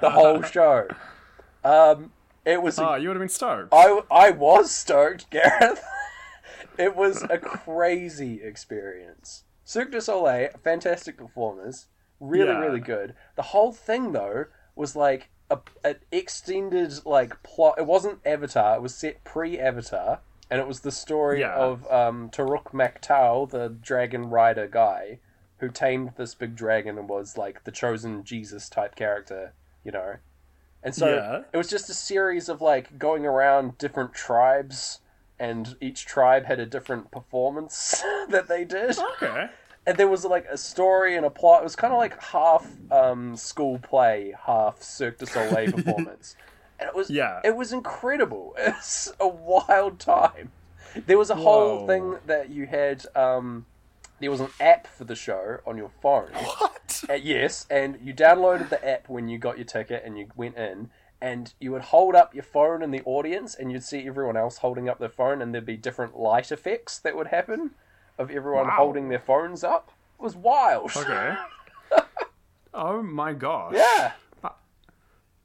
Speaker 2: the whole show. Um, it was.
Speaker 1: oh,
Speaker 2: I
Speaker 1: you would have been stoked.
Speaker 2: I was stoked, Gareth. it was a crazy experience. Cirque du Soleil, fantastic performers, really
Speaker 1: Yeah.
Speaker 2: really good. The whole thing though was like a, an extended like plot. It wasn't Avatar. It was set pre-Avatar, and it was the story
Speaker 1: Yeah.
Speaker 2: of um, Taruk Maktal, the dragon rider guy, who tamed this big dragon and was like the chosen Jesus type character, you know. And so
Speaker 1: Yeah.
Speaker 2: it was just a series of like going around different tribes, and each tribe had a different performance that they did.
Speaker 1: okay.
Speaker 2: And there was like a story and a plot. It was kind of like half um, school play, half Cirque du Soleil performance. And it was
Speaker 1: Yeah.
Speaker 2: it was incredible. It was a wild time. There was a whole
Speaker 1: Whoa.
Speaker 2: thing that you had. Um, there was an app for the show on your phone.
Speaker 1: What?
Speaker 2: Uh, yes, and you downloaded the app when you got your ticket and you went in, and you would hold up your phone in the audience, and you'd see everyone else holding up their phone, and there'd be different light effects that would happen of everyone
Speaker 1: Wow.
Speaker 2: holding their phones up. It was wild.
Speaker 1: Okay. oh my gosh.
Speaker 2: Yeah.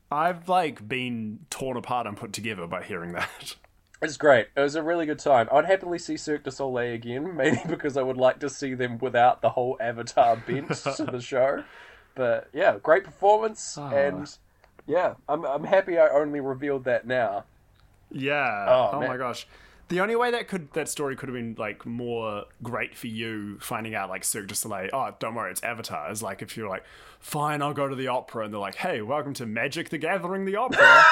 Speaker 1: I've like been torn apart and put together by hearing that.
Speaker 2: It's great. It was a really good time. I'd happily see Cirque du Soleil again, mainly because I would like to see them without the whole Avatar bent to the show. But yeah, great performance,
Speaker 1: Ah.
Speaker 2: and yeah, I'm I'm happy I only revealed that now.
Speaker 1: Yeah.
Speaker 2: Oh,
Speaker 1: Oh,
Speaker 2: man.
Speaker 1: my gosh. The only way that could that story could have been like more great for you finding out like Cirque du Soleil, oh don't worry, it's Avatar. Is like if you're like, fine, I'll go to the opera, and they're like, hey, welcome to Magic the Gathering, the opera.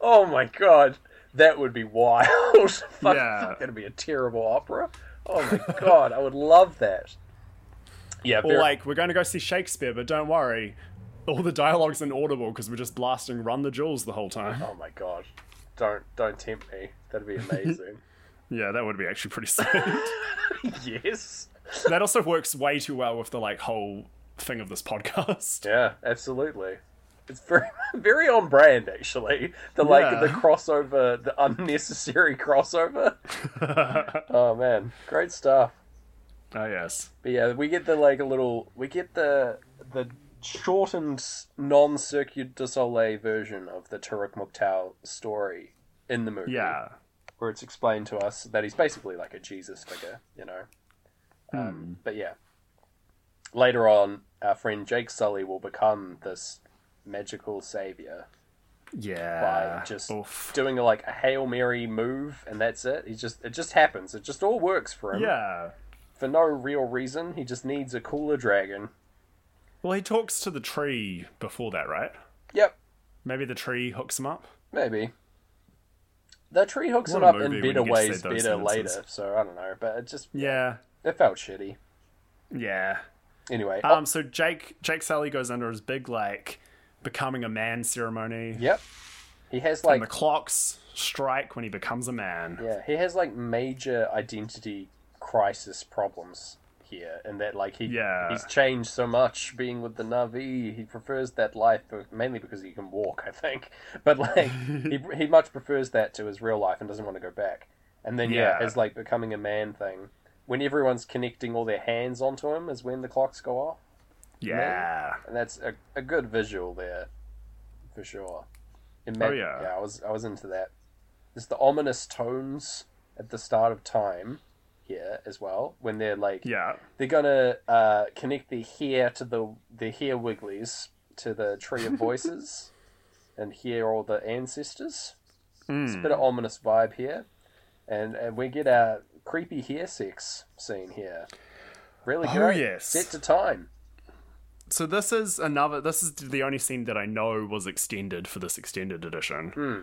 Speaker 2: Oh my god, that would be wild. Fuck,
Speaker 1: Yeah.
Speaker 2: that'd be a terrible opera. Oh my god, I would love that. Yeah,
Speaker 1: or like, we're going to go see Shakespeare, but don't worry, all the dialogue's inaudible because we're just blasting Run the Jewels the whole time.
Speaker 2: oh my god, don't don't tempt me. That'd be amazing.
Speaker 1: Yeah, that would be actually pretty sick.
Speaker 2: yes.
Speaker 1: that also works way too well with the like whole thing of this podcast.
Speaker 2: Yeah, absolutely. It's very very on brand actually. The like
Speaker 1: Yeah.
Speaker 2: the crossover, the unnecessary crossover. oh man, great stuff.
Speaker 1: Oh yes.
Speaker 2: But yeah, we get the like a little we get the the shortened non circuit du Soleil version of the Turek Mukhtar story in the movie.
Speaker 1: Yeah.
Speaker 2: Where it's explained to us that he's basically like a Jesus figure, you know.
Speaker 1: Hmm.
Speaker 2: Um, but yeah. Later on, our friend Jake Sully will become this magical savior
Speaker 1: Yeah.
Speaker 2: by just
Speaker 1: Ah, Oof.
Speaker 2: doing like a Hail Mary move and that's it. He just it just happens. It just all works for him.
Speaker 1: Yeah.
Speaker 2: For no real reason. He just needs a cooler dragon.
Speaker 1: Well, he talks to the tree before that, right?
Speaker 2: Yep,
Speaker 1: Maybe the tree hooks him up.
Speaker 2: Maybe. The tree hooks
Speaker 1: What
Speaker 2: it
Speaker 1: a
Speaker 2: up in
Speaker 1: movie when
Speaker 2: better
Speaker 1: you get to say
Speaker 2: ways, better
Speaker 1: those sentences.
Speaker 2: later. So I don't know, but it just
Speaker 1: Yeah.
Speaker 2: it felt shitty.
Speaker 1: Yeah.
Speaker 2: Anyway, oh,
Speaker 1: Um. So Jake Jake Sally goes under his big like becoming a man ceremony.
Speaker 2: yep. He has
Speaker 1: And the
Speaker 2: like
Speaker 1: clocks strike when he becomes a man.
Speaker 2: yeah, he has like major identity crisis problems here, and that like he
Speaker 1: Yeah.
Speaker 2: he's changed so much being with the Navi. He prefers that life for, mainly because he can walk, I think. But like he he much prefers that to his real life and doesn't want to go back. And then yeah,
Speaker 1: Yeah.
Speaker 2: his like becoming a man thing. When everyone's connecting all their hands onto him is when the clocks go off.
Speaker 1: Yeah.
Speaker 2: and that's a, a good visual there, for sure. Imag-
Speaker 1: Oh, yeah.
Speaker 2: I was I was into that. There's the ominous tones at the start of time here as well when they're like
Speaker 1: Yeah.
Speaker 2: they're gonna uh, connect the hair to the the hair wigglies to the tree of voices, and hear all the ancestors. It's
Speaker 1: Hmm.
Speaker 2: a bit of ominous vibe here, and and we get our creepy hair sex scene here. Really
Speaker 1: Oh,
Speaker 2: good.
Speaker 1: yes.
Speaker 2: Set to time.
Speaker 1: so this is another. This is the only scene that I know was extended for this extended edition,
Speaker 2: Hmm.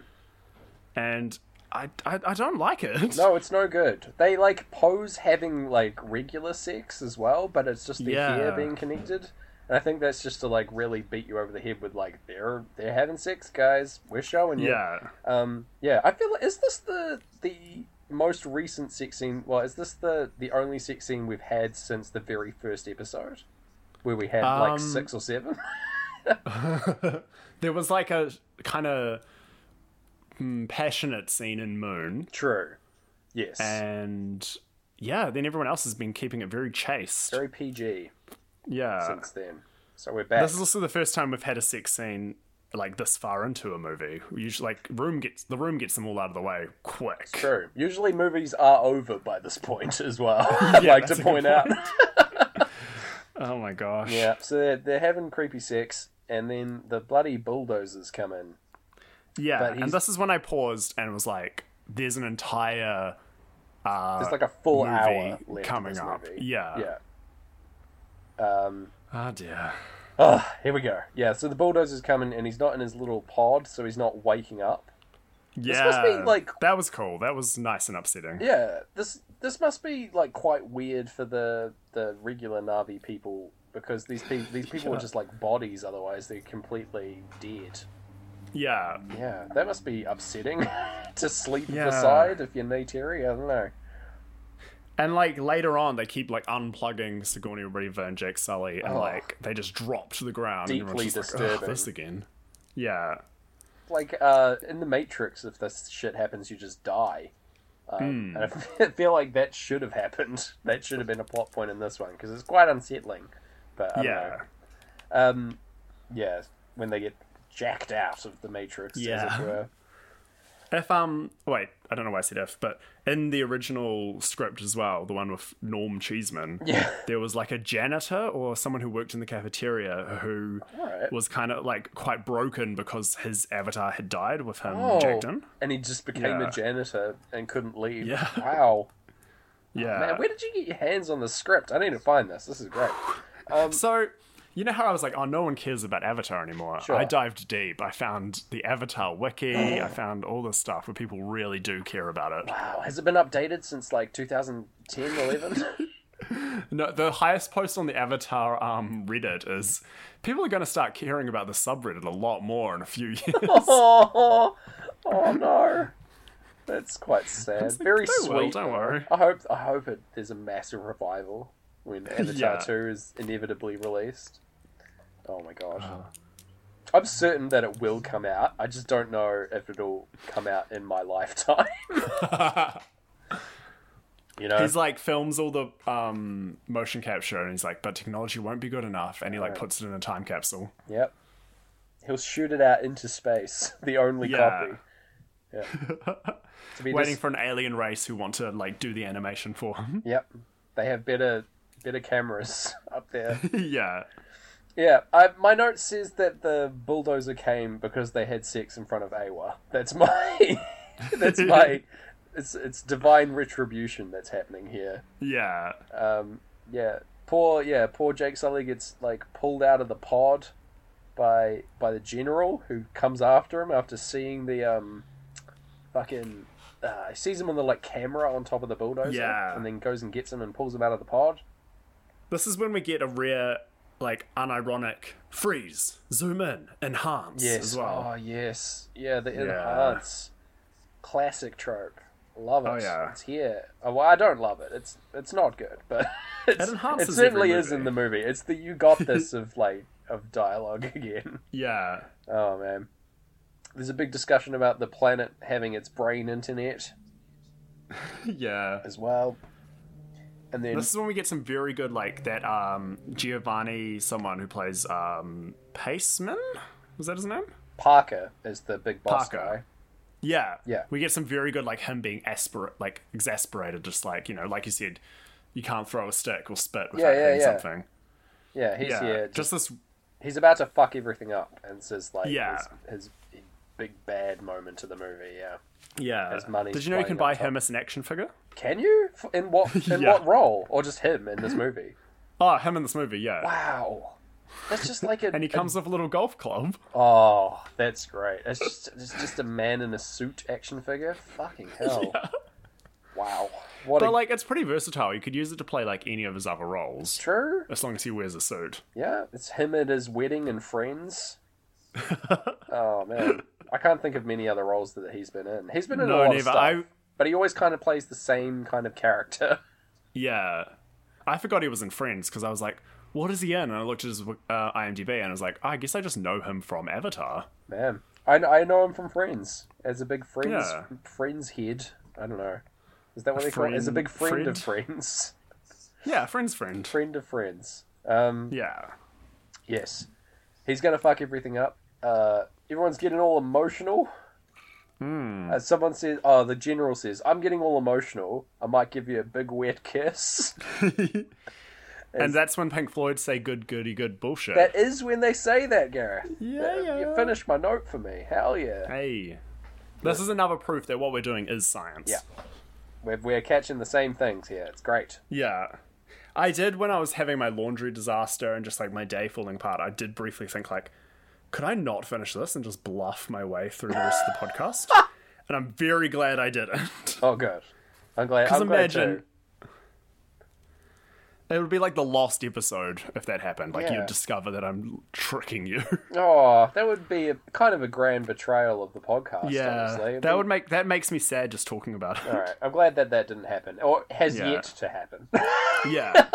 Speaker 1: and I, I I don't like it.
Speaker 2: No, it's no good. They like pose having like regular sex as well, but it's just the hair
Speaker 1: Yeah.
Speaker 2: being connected. And I think that's just to like really beat you over the head with like they're they're having sex, guys. We're showing you.
Speaker 1: Yeah,
Speaker 2: Um. Yeah. I feel like is this the the most recent sex scene? Well, is this the the only sex scene we've had since the very first episode, where we had
Speaker 1: Um,
Speaker 2: like six or seven?
Speaker 1: there was like a kind of mm, passionate scene in Moon,
Speaker 2: True. Yes.
Speaker 1: and yeah, then everyone else has been keeping it very chaste.
Speaker 2: Very PG
Speaker 1: yeah,
Speaker 2: since then. So we're back.
Speaker 1: This is also the first time we've had a sex scene like this far into a movie. We Usually, like room gets the room gets them all out of the way quick.
Speaker 2: True. Usually movies are over by this point as well. I'd
Speaker 1: Yeah,
Speaker 2: like
Speaker 1: that's
Speaker 2: to
Speaker 1: a good
Speaker 2: point out.
Speaker 1: Oh my gosh.
Speaker 2: yeah. So they're, they're having creepy sex, and then the bloody bulldozers come in.
Speaker 1: Yeah,
Speaker 2: But
Speaker 1: and
Speaker 2: he's-
Speaker 1: this is when I paused and was like, "There's an entire
Speaker 2: It's like a full
Speaker 1: Uh, movie
Speaker 2: hour left of
Speaker 1: coming
Speaker 2: this
Speaker 1: up.
Speaker 2: movie.
Speaker 1: Yeah.
Speaker 2: Yeah. Um.
Speaker 1: oh dear."
Speaker 2: Oh, here we go. Yeah. So the bulldozers come in, and he's not in his little pod, so he's not waking up.
Speaker 1: Yeah,
Speaker 2: must be, like-
Speaker 1: that was cool. That was nice and upsetting.
Speaker 2: Yeah. This this must be like quite weird for the the regular Navi people because these people these people are
Speaker 1: Yeah.
Speaker 2: just like bodies. Otherwise, they're completely dead.
Speaker 1: Yeah,
Speaker 2: Yeah, that must be upsetting to sleep
Speaker 1: Yeah.
Speaker 2: beside if you're knee teary. I don't know.
Speaker 1: and like later on, they keep like unplugging Sigourney Weaver and Jake Sully, and
Speaker 2: Oh.
Speaker 1: like they just drop to the ground. and everyone's
Speaker 2: Deeply
Speaker 1: just Like, "Ugh,
Speaker 2: disturbing.
Speaker 1: this again. Yeah.
Speaker 2: Like uh, in the Matrix, if this shit happens, you just die. Um,
Speaker 1: Hmm.
Speaker 2: And I feel like that should have happened. That should have been a plot point in this one because it's quite unsettling. But I don't
Speaker 1: Yeah.
Speaker 2: know. Um, yeah, when they get jacked out of the Matrix, as
Speaker 1: Yeah.
Speaker 2: it were.
Speaker 1: If um wait, I don't know why I said if, but in the original script as well, the one with Norm Cheeseman,
Speaker 2: Yeah.
Speaker 1: there was like a janitor or someone who worked in the cafeteria who
Speaker 2: Alright.
Speaker 1: was kind of like quite broken because his avatar had died with him
Speaker 2: Oh,
Speaker 1: jacked in.
Speaker 2: and he just became
Speaker 1: Yeah.
Speaker 2: a janitor and couldn't leave.
Speaker 1: Yeah.
Speaker 2: Wow.
Speaker 1: Yeah.
Speaker 2: Oh, Man, where did you get your hands on the script? I need to find this. This is great.
Speaker 1: so you know how I was like, oh, no one cares about Avatar anymore.
Speaker 2: Sure.
Speaker 1: I dived deep. I found the Avatar wiki. I found all this stuff where people really do care about it.
Speaker 2: Wow, Oh, has it been updated since like 2010, 11?
Speaker 1: No, the highest post on the Avatar um, Reddit is people are going to start caring about the subreddit a lot more in a few years.
Speaker 2: oh, oh no, that's quite sad. Very
Speaker 1: "Don't
Speaker 2: sweet.
Speaker 1: worry, don't worry."
Speaker 2: I hope I hope it, there's a massive revival when Avatar
Speaker 1: Yeah.
Speaker 2: 2 is inevitably released. Oh my god.
Speaker 1: Uh-huh.
Speaker 2: I'm certain that it will come out. I just don't know if it'll come out in my lifetime. you know,
Speaker 1: he's like films all the um, motion capture and he's like, but technology won't be good enough, and he like puts it in a time capsule.
Speaker 2: Yep. He'll shoot it out into space. The only
Speaker 1: Yeah.
Speaker 2: copy. Yeah. to be
Speaker 1: Waiting
Speaker 2: dis-
Speaker 1: for an alien race who want to like do the animation for him.
Speaker 2: Yep. They have better better cameras up there.
Speaker 1: yeah,
Speaker 2: yeah. I, my note says that the bulldozer came because they had sex in front of Awa. That's my. that's my. It's it's divine retribution that's happening here.
Speaker 1: yeah,
Speaker 2: Um. Yeah. Poor. Yeah. Poor Jake Sully gets like pulled out of the pod by by the general who comes after him after seeing the um fucking uh, he sees him on the like camera on top of the bulldozer
Speaker 1: Yeah.
Speaker 2: and then goes and gets him and pulls him out of the pod.
Speaker 1: This is when we get a rare, like, unironic freeze, zoom in, enhance as well.
Speaker 2: Oh yes. Yeah. The
Speaker 1: Yeah.
Speaker 2: enhance classic trope. Love it.
Speaker 1: Oh, yeah.
Speaker 2: It's here. Oh, well, I don't love it. It's it's not good, but it's, it
Speaker 1: enhances
Speaker 2: certainly
Speaker 1: every
Speaker 2: is in
Speaker 1: movie.
Speaker 2: the movie. It's the you got this of like of dialogue again.
Speaker 1: Yeah,
Speaker 2: Oh man, there's a big discussion about the planet having its brain internet
Speaker 1: yeah.
Speaker 2: as well, and then
Speaker 1: This is when we get some very good, like that um Giovanni, someone who plays um Paceman, was that his name?
Speaker 2: Parker is the big boss
Speaker 1: Parker. Yeah,
Speaker 2: Yeah.
Speaker 1: We get some very good, like him being asper, like exasperated, just like you know, like you said, you can't throw a stick or spit without
Speaker 2: yeah,
Speaker 1: hitting
Speaker 2: yeah.
Speaker 1: something.
Speaker 2: guy. Yeah, he's
Speaker 1: Yeah,
Speaker 2: here.
Speaker 1: just
Speaker 2: Just,
Speaker 1: this.
Speaker 2: he's about to fuck everything up, and this is like
Speaker 1: Yeah.
Speaker 2: his, his big bad moment of the movie. Yeah,
Speaker 1: Yeah.
Speaker 2: His money's
Speaker 1: Did you know you can buy
Speaker 2: flying on
Speaker 1: him as an action figure?
Speaker 2: can you F- in what in
Speaker 1: Yeah.
Speaker 2: what role or just him in this movie?
Speaker 1: Oh, him in this movie, yeah.
Speaker 2: Wow, That's just like a.
Speaker 1: and he comes with a little golf club.
Speaker 2: Oh, that's great. That's just it's just a man in a suit action figure. Fucking hell! Wow. What a
Speaker 1: But like, it's pretty versatile. You could use it to play like any of his other roles,
Speaker 2: true.
Speaker 1: as long as he wears a suit.
Speaker 2: Yeah, it's him at his wedding and friends. oh man, I can't think of many other roles that he's been in. He's been in a
Speaker 1: No,
Speaker 2: lot of
Speaker 1: never.
Speaker 2: stuff,
Speaker 1: I
Speaker 2: but he always kind of plays the same kind of character.
Speaker 1: yeah, I forgot he was in Friends because I was like, what is he in? And I looked at his uh, IMDb and I was like, I guess I just know him from Avatar.
Speaker 2: Man, I, I know him from Friends as a big Friends
Speaker 1: Yeah.
Speaker 2: Friends head. I don't know. Is that what they call? it? As a big friend,
Speaker 1: Friend-
Speaker 2: of Friends,
Speaker 1: Yeah, Friends, friend.
Speaker 2: friend of Friends. Um,
Speaker 1: Yeah,
Speaker 2: yes, he's gonna fuck everything up. Uh, everyone's getting all emotional.
Speaker 1: Hmm.
Speaker 2: Uh, someone says, "Oh, the general says I'm getting all emotional. I might give you a big wet kiss."
Speaker 1: and that's when Pink Floyd say "good, goody, good" bullshit.
Speaker 2: That is when they say that, Gareth.
Speaker 1: Yeah,
Speaker 2: Uh, You
Speaker 1: yeah.
Speaker 2: finished my note for me. Hell yeah.
Speaker 1: hey, this is another proof that what we're doing is science.
Speaker 2: Yeah. We're, we're catching the same things here. It's great.
Speaker 1: Yeah. I did when I was having my laundry disaster and just like my day falling apart, I did briefly think like, could I not finish this and just bluff my way through the rest of the podcast? And I'm very glad I didn't.
Speaker 2: Oh, good. I'm glad. I'm glad
Speaker 1: imagine-
Speaker 2: too.
Speaker 1: It would be like the lost episode if that happened. Like
Speaker 2: Yeah.
Speaker 1: you'd discover that I'm tricking you.
Speaker 2: Oh, that would be a, kind of a grand betrayal of the podcast. honestly.
Speaker 1: yeah.
Speaker 2: It'd
Speaker 1: That
Speaker 2: be-
Speaker 1: would make that makes me sad just talking about it.
Speaker 2: All right. I'm glad that that didn't happen, or has
Speaker 1: Yeah.
Speaker 2: yet to happen.
Speaker 1: Yeah.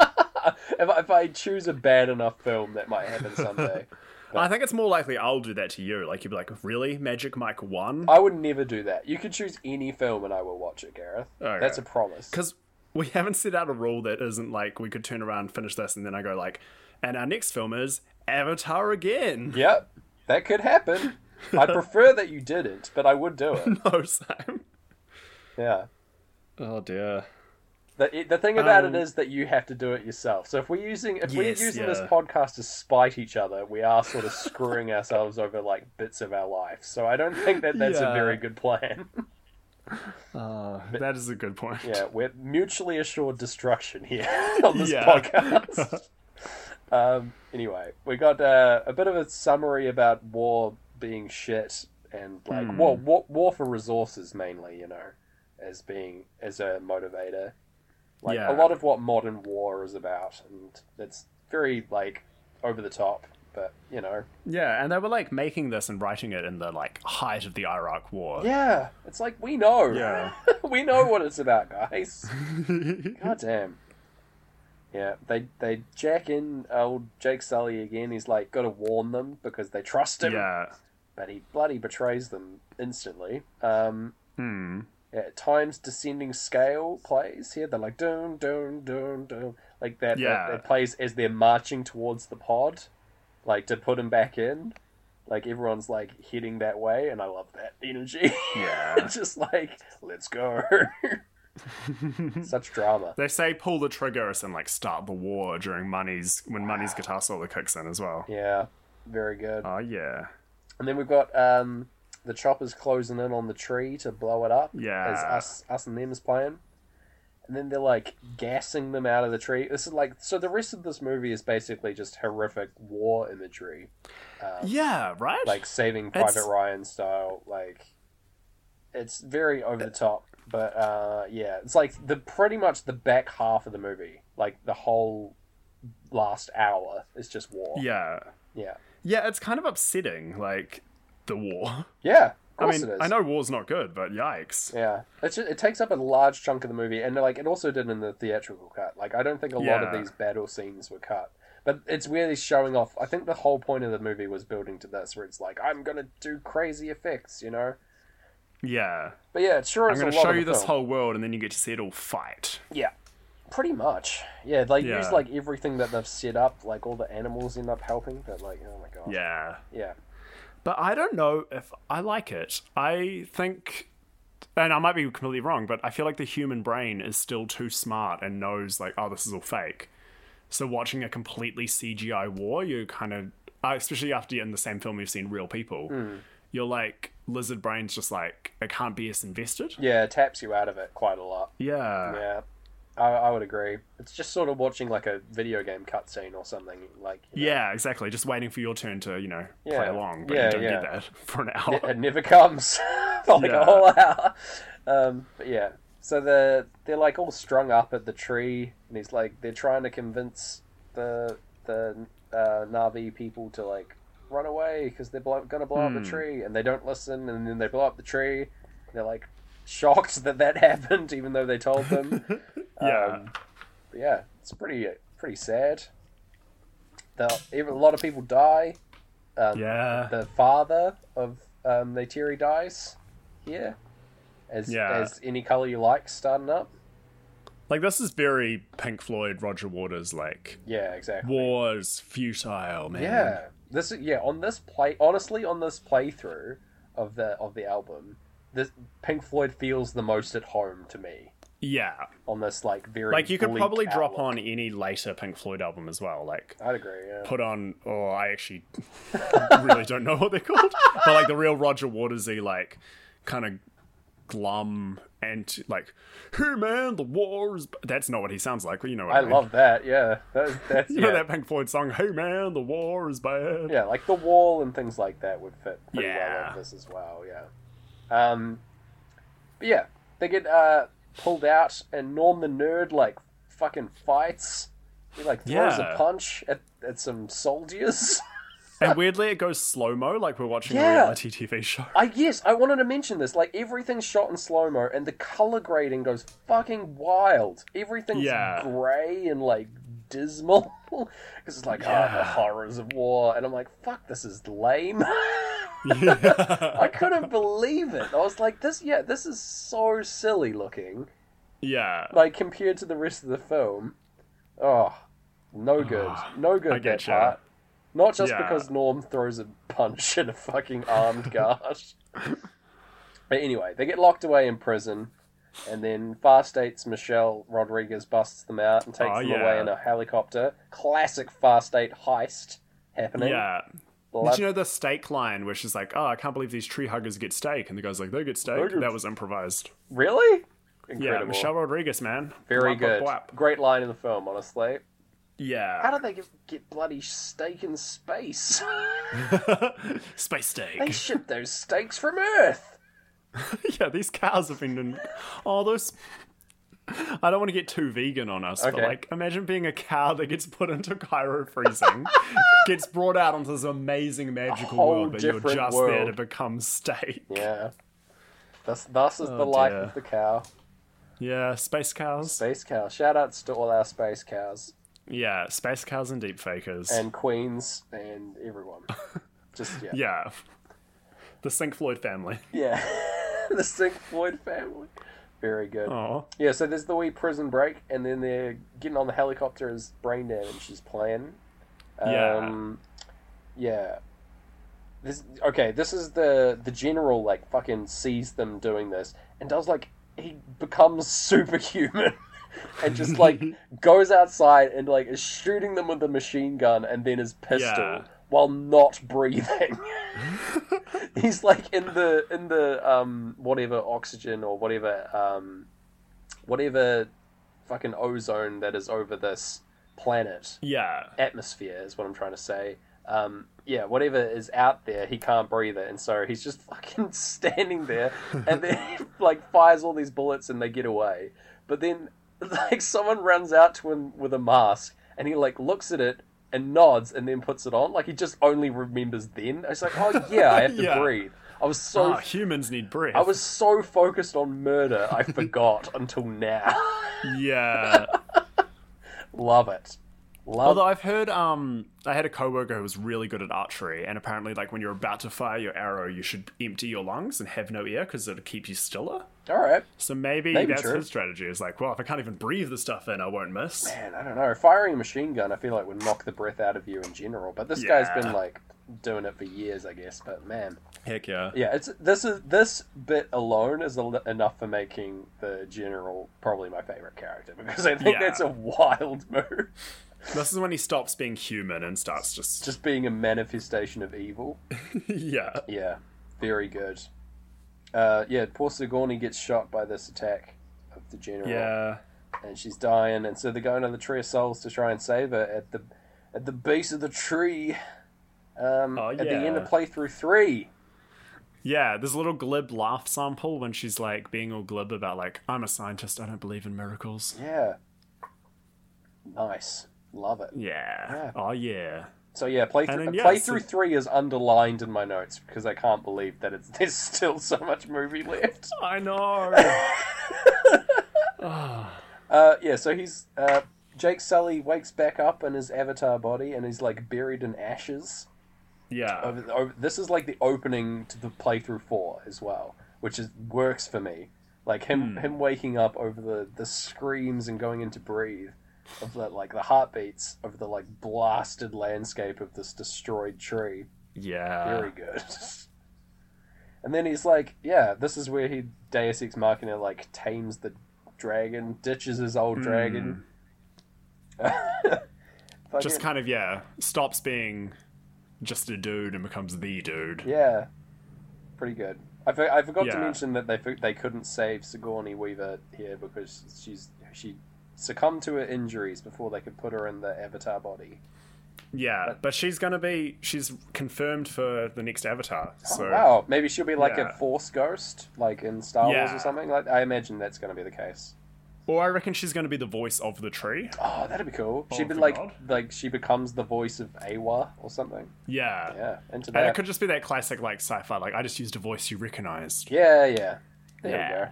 Speaker 2: if, I- if I choose a bad enough film, that might happen someday.
Speaker 1: I think it's more likely I'll do that to you. Like you'd be like, "Really? Magic Mike 1?"
Speaker 2: I would never do that. You could choose any film, and I will watch it, Gareth.
Speaker 1: Okay.
Speaker 2: That's a promise.
Speaker 1: because we haven't set out a rule that isn't like we could turn around, finish this, and then I go like, and our next film is Avatar again.
Speaker 2: Yep, that could happen. I prefer that you didn't, but I would do it.
Speaker 1: No, Sam.
Speaker 2: Yeah.
Speaker 1: Oh dear.
Speaker 2: The, the thing about
Speaker 1: Um,
Speaker 2: it is that you have to do it yourself. So if we're using if we're
Speaker 1: Yes,
Speaker 2: using this
Speaker 1: yeah.
Speaker 2: podcast to spite each other, we are sort of screwing ourselves over like bits of our life. So I don't think that that's
Speaker 1: Yeah.
Speaker 2: a very good plan.
Speaker 1: that is a good point.
Speaker 2: yeah, we're mutually assured destruction here on this
Speaker 1: Yeah.
Speaker 2: podcast. um, anyway, we got uh, a bit of a summary about war being shit and like
Speaker 1: Hmm.
Speaker 2: war, war war for resources mainly, you know, as being as a motivator. Like
Speaker 1: Yeah.
Speaker 2: a lot of what modern war is about, and it's very like over the top, but you know,
Speaker 1: Yeah, and they were like making this and writing it in the like height of the Iraq War.
Speaker 2: yeah, it's like we know,
Speaker 1: Uh, Yeah.
Speaker 2: we know what it's about, guys. God damn. Yeah, they they jack in old Jake Sully again. He's like, got to warn them because they trust him,
Speaker 1: Yeah.
Speaker 2: but he bloody betrays them instantly. Um,
Speaker 1: Hmm.
Speaker 2: yeah, at times descending scale plays here. They're like doom doom doom doom like that.
Speaker 1: Yeah.
Speaker 2: that, that plays as they're marching towards the pod, like to put him back in. Like everyone's like heading that way, and I love that energy.
Speaker 1: Yeah.
Speaker 2: it's just like let's go. Such drama.
Speaker 1: They say pull the triggers and like start the war during Money's when Money's guitar solo kicks in as well.
Speaker 2: Yeah, very good.
Speaker 1: Oh yeah.
Speaker 2: And then we've got um, the choppers closing in on the tree to blow it up.
Speaker 1: Yeah.
Speaker 2: as us, us and them is playing. And then they're like gassing them out of the tree. This is like so. The rest of this movie is basically just horrific war imagery, um,
Speaker 1: Yeah, right?
Speaker 2: like Saving
Speaker 1: It's-
Speaker 2: Private Ryan style. Like it's very over the top, but uh, yeah, it's like the pretty much the back half of the movie, like the whole last hour is just war.
Speaker 1: yeah.
Speaker 2: yeah,
Speaker 1: Yeah, it's kind of upsetting, like the war.
Speaker 2: yeah. Of
Speaker 1: I
Speaker 2: course
Speaker 1: mean,
Speaker 2: it is.
Speaker 1: I know war's not good, but yikes.
Speaker 2: Yeah, it's ju- it takes up a large chunk of the movie, and like it also did in the theatrical cut. Like I don't think a lot of
Speaker 1: Yeah.
Speaker 2: these battle scenes were cut, but it's really showing off. I think the whole point of the movie was building to this, where it's like I'm gonna do crazy effects, you know.
Speaker 1: Yeah.
Speaker 2: But yeah, it sure
Speaker 1: I'm
Speaker 2: is
Speaker 1: going
Speaker 2: a
Speaker 1: to
Speaker 2: lot
Speaker 1: show
Speaker 2: of
Speaker 1: you
Speaker 2: the
Speaker 1: this
Speaker 2: film.
Speaker 1: whole world and then you get to see it all fight.
Speaker 2: Yeah, pretty much. Yeah, like
Speaker 1: Yeah.
Speaker 2: use like everything that they've set up. Like all the animals end up helping, but like oh my god.
Speaker 1: Yeah.
Speaker 2: Yeah.
Speaker 1: But I don't know if I like it. I think and I might be completely wrong, but I feel like the human brain is still too smart and knows like oh this is all fake. So watching a completely CGI war, you kind of uh, especially after you're in the same film you've seen real people.
Speaker 2: Hmm.
Speaker 1: You're like lizard brain's just like it can't be as invested.
Speaker 2: Yeah, it taps you out of it quite a lot.
Speaker 1: Yeah.
Speaker 2: Yeah. I, I would agree. It's just sort of watching like a video game cutscene or something. Like you know,
Speaker 1: Yeah, exactly. Just waiting for your turn to, you know, play
Speaker 2: Yeah.
Speaker 1: along, but
Speaker 2: Yeah,
Speaker 1: you don't get
Speaker 2: yeah.
Speaker 1: that for an hour.
Speaker 2: it never comes for like
Speaker 1: Yeah.
Speaker 2: a whole hour. Um, but yeah, so they're they're like all strung up at the tree, and he's like they're trying to convince the the uh, Navi people to like run away because they're blow, gonna blow up
Speaker 1: Hmm.
Speaker 2: the tree, and they don't listen, and then they blow up the tree. and They're like shocked that that happened, even though they told them.
Speaker 1: yeah.
Speaker 2: Um, but yeah, it's pretty pretty sad. The, even a lot of people die. Um,
Speaker 1: yeah.
Speaker 2: the father of um, Neytiri dies here. As,
Speaker 1: Yeah.
Speaker 2: as any color you like starting up.
Speaker 1: Like, this is very Pink Floyd, Roger Waters, like,
Speaker 2: Yeah, exactly.
Speaker 1: war's futile, man.
Speaker 2: Yeah, this is- yeah on this play. Honestly, on this playthrough of the of the album, this Pink Floyd feels the most at home to me
Speaker 1: Yeah.
Speaker 2: on this like very
Speaker 1: Like, you could
Speaker 2: bleak
Speaker 1: probably drop
Speaker 2: outlook.
Speaker 1: on any later Pink Floyd album as well. Like,
Speaker 2: I'd agree. Yeah.
Speaker 1: put on, oh, I actually really don't know what they're called. But, like, the real Roger Watersy, like, kind of glum and, like, hey, man, the war is. b-" That's not what he sounds like, but you know what I,
Speaker 2: I
Speaker 1: mean.
Speaker 2: love that. Yeah, that, that's
Speaker 1: You
Speaker 2: yeah.
Speaker 1: know that Pink Floyd song, Hey Man, the War is Bad?
Speaker 2: Yeah, like the wall and things like that would fit pretty well
Speaker 1: Yeah.
Speaker 2: with this as well. Yeah. Um, but yeah, they get uh, pulled out, and Norm the nerd like fucking fights. He like throws
Speaker 1: Yeah.
Speaker 2: a punch at, at some soldiers.
Speaker 1: And weirdly, it goes slow mo, like we're watching
Speaker 2: Yeah.
Speaker 1: a reality TV show.
Speaker 2: I yes, I wanted to mention this. Like everything's shot in slow mo, and the color grading goes fucking wild. Everything's
Speaker 1: Yeah.
Speaker 2: gray and like dismal because it's like ah, the
Speaker 1: Yeah.
Speaker 2: horrors of war, and I'm like, fuck, this is lame. I
Speaker 1: yeah.
Speaker 2: couldn't believe it. I was like, this, yeah, this is so silly looking.
Speaker 1: yeah.
Speaker 2: Like, compared to the rest of the film. Oh, no good. No good,
Speaker 1: Ah, I
Speaker 2: that
Speaker 1: get ya.
Speaker 2: part. Not just
Speaker 1: Yeah.
Speaker 2: because Norm throws a punch at a fucking armed guard. but anyway, they get locked away in prison. And then Fast Eight's Michelle Rodriguez busts them out and takes
Speaker 1: Oh,
Speaker 2: them
Speaker 1: yeah.
Speaker 2: away in a helicopter. Classic Fast Eight heist happening.
Speaker 1: Yeah.
Speaker 2: Blood-
Speaker 1: Did you know the steak line where she's like, oh, I can't believe these tree huggers get steak? And the guy's like, they get steak?
Speaker 2: get-
Speaker 1: That was improvised.
Speaker 2: Really?
Speaker 1: Yeah, Michelle Rodriguez, man.
Speaker 2: Very
Speaker 1: Wap,
Speaker 2: good.
Speaker 1: wap, wap.
Speaker 2: Great line in the film, honestly. How
Speaker 1: Yeah.
Speaker 2: did they get, get bloody steak in space?
Speaker 1: Space steak.
Speaker 2: they ship those steaks from Earth.
Speaker 1: yeah, these cows have been. In... Oh, those. I don't want to get too vegan on us,
Speaker 2: Okay.
Speaker 1: but like, imagine being a cow that gets put into Cairo freezing, gets brought out onto this amazing magical
Speaker 2: whole
Speaker 1: world, but you're
Speaker 2: different
Speaker 1: just there to
Speaker 2: world.
Speaker 1: become steak. Yeah,
Speaker 2: Yeah. Thus, thus is the life
Speaker 1: Oh, dear.
Speaker 2: of the cow.
Speaker 1: space cows.
Speaker 2: Space cow. Shout outs to all our space cows
Speaker 1: yeah, space cows and deep fakers.
Speaker 2: and queens and everyone. Just, yeah.
Speaker 1: yeah, the Sink Floyd family.
Speaker 2: Yeah. the Sink Floyd family. Very good.
Speaker 1: Oh,
Speaker 2: Yeah, so there's the wee prison break, and then they're getting on the helicopter as Brain Dam, and she's playing.
Speaker 1: Yeah.
Speaker 2: Um, yeah. This okay. This is the the general like fucking sees them doing this and does like he becomes superhuman and just like goes outside and like is shooting them with a machine gun and then his pistol
Speaker 1: Yeah.
Speaker 2: while not breathing. He's like in the in the um whatever oxygen or whatever um whatever fucking ozone that is over this planet
Speaker 1: yeah,
Speaker 2: atmosphere is what I'm trying to say. Um, yeah, whatever is out there, he can't breathe it, and so he's just fucking standing there, and then he, like fires all these bullets, and they get away. But then, like someone runs out to him with a mask, and he like looks at it and nods, and then puts it on. Like he just only remembers then. It's like, oh yeah, I have to
Speaker 1: Yeah.
Speaker 2: breathe. I was so
Speaker 1: oh, humans need breath.
Speaker 2: I was so focused on murder, I forgot until now.
Speaker 1: Yeah.
Speaker 2: Love it. Love
Speaker 1: Although I've heard, um, I had a coworker who was really good at archery, and apparently, like when you're about to fire your arrow, you should empty your lungs and have no air because it'll keep you stiller.
Speaker 2: All right.
Speaker 1: So maybe,
Speaker 2: Maybe
Speaker 1: that's
Speaker 2: true.
Speaker 1: his strategy. Is like, well, if I can't even breathe the stuff in, I won't miss.
Speaker 2: Man, I don't know. Firing a machine gun, I feel like would knock the breath out of you in general. But this guy's been
Speaker 1: Yeah.
Speaker 2: like doing it for years, I guess. But man,
Speaker 1: Heck yeah,
Speaker 2: yeah, it's this is this bit alone is al- enough for making the general probably my favorite character because I think
Speaker 1: Yeah.
Speaker 2: that's a wild move.
Speaker 1: this is when he stops being human and starts just,
Speaker 2: Just being a manifestation of evil.
Speaker 1: yeah,
Speaker 2: Yeah, very good. Uh, yeah, poor Sigourney gets shot by this attack of the general.
Speaker 1: yeah.
Speaker 2: and she's dying, and so they go under the Tree of Souls to try and save her at the at the base of the tree. Um,
Speaker 1: Oh,
Speaker 2: At the end of
Speaker 1: yeah.
Speaker 2: playthrough three.
Speaker 1: Yeah, there's a little glib laugh sample when she's like being all glib about like I'm a scientist, I don't believe in miracles.
Speaker 2: Yeah. Nice. Love it.
Speaker 1: Yeah.
Speaker 2: Yeah.
Speaker 1: Oh yeah.
Speaker 2: So yeah,
Speaker 1: And
Speaker 2: playthrough
Speaker 1: then, yeah,
Speaker 2: playthrough
Speaker 1: so-
Speaker 2: three is underlined in my notes because I can't believe that it's there's still so much movie left.
Speaker 1: I know. Ah,
Speaker 2: Uh, yeah, so he's uh, Jake Sully wakes back up in his avatar body and he's like buried in ashes.
Speaker 1: yeah.
Speaker 2: Over, over, this is like the opening to the playthrough four as well, which is works for me. Like him him waking up over the the screams and going into breathe of the like the heartbeats of the like blasted landscape of this destroyed tree.
Speaker 1: Yeah.
Speaker 2: Very good. and then he's like, yeah, this is where he Deus Ex Machina like tames the dragon, ditches his old dragon. Fucking-
Speaker 1: Just kind of yeah, stops being just a dude and becomes the dude.
Speaker 2: yeah, pretty good. I, for- I forgot to
Speaker 1: Yeah.
Speaker 2: mention that they fo- they couldn't save Sigourney Weaver here because she's she succumbed to her injuries before they could put her in the Avatar body.
Speaker 1: Yeah, but she's gonna be she's confirmed for the next Avatar. So
Speaker 2: Oh, wow, maybe she'll be like
Speaker 1: Yeah.
Speaker 2: a Force ghost, like in Star Wars
Speaker 1: Yeah.
Speaker 2: or something. Like I imagine that's going to be the case.
Speaker 1: or I reckon she's gonna be the voice of the tree.
Speaker 2: Oh, that'd be cool. She'd be
Speaker 1: for
Speaker 2: like,
Speaker 1: God.
Speaker 2: like she becomes the voice of Awa or something.
Speaker 1: Yeah.
Speaker 2: Yeah, into
Speaker 1: And
Speaker 2: that.
Speaker 1: it could just be that classic like sci-fi, like I just used a voice you recognized.
Speaker 2: Yeah, yeah. There we
Speaker 1: Yeah.
Speaker 2: go.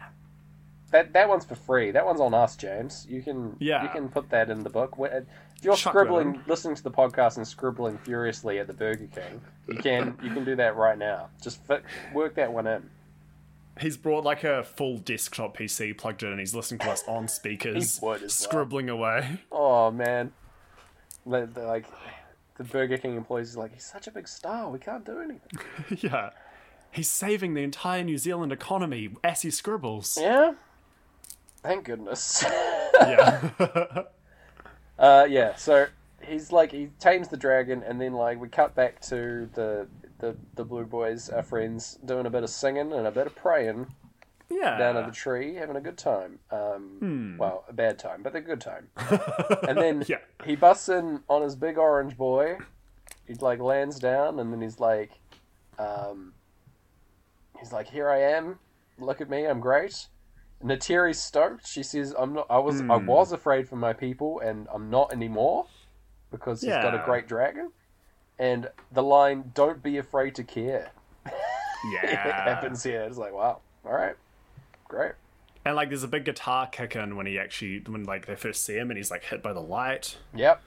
Speaker 2: That that one's for free. That one's on us, James. You can
Speaker 1: Yeah.
Speaker 2: you can put that in the book. Wh- uh, If you're
Speaker 1: Chuck
Speaker 2: scribbling, listening to the podcast and scribbling furiously at the Burger King, you can you can do that right now. Just fi- work that one in.
Speaker 1: He's brought like a full desktop PC plugged in, and he's listening to us on speakers,
Speaker 2: He would as well.
Speaker 1: scribbling away.
Speaker 2: Oh man, like the, like, the Burger King employees is like he's such a big star. We can't do anything.
Speaker 1: yeah, he's saving the entire New Zealand economy as he scribbles.
Speaker 2: Yeah. Thank goodness.
Speaker 1: Yeah,
Speaker 2: Uh, yeah. So he's like he tames the dragon, and then like we cut back to the the, the blue boys, our friends, doing a bit of singing and a bit of praying
Speaker 1: yeah.
Speaker 2: down at the tree, having a good time. Um, Well, a bad time, but a good time. and then
Speaker 1: Hmm. Yeah.
Speaker 2: he busts in on his big orange boy. He like lands down, and then he's like, um, he's like, "Here I am. Look at me. I'm great." Natiri's stoked. She says, "I'm not. I was. I
Speaker 1: Hmm.
Speaker 2: was afraid for my people, and I'm not anymore because he's got a
Speaker 1: Yeah.
Speaker 2: great dragon." And the line, "Don't be afraid to care,"
Speaker 1: Ah. yeah.
Speaker 2: happens here. It's like, wow. All right, great.
Speaker 1: and like, there's a big guitar kick in when he actually, when like they first see him, and he's like hit by the light.
Speaker 2: Yep.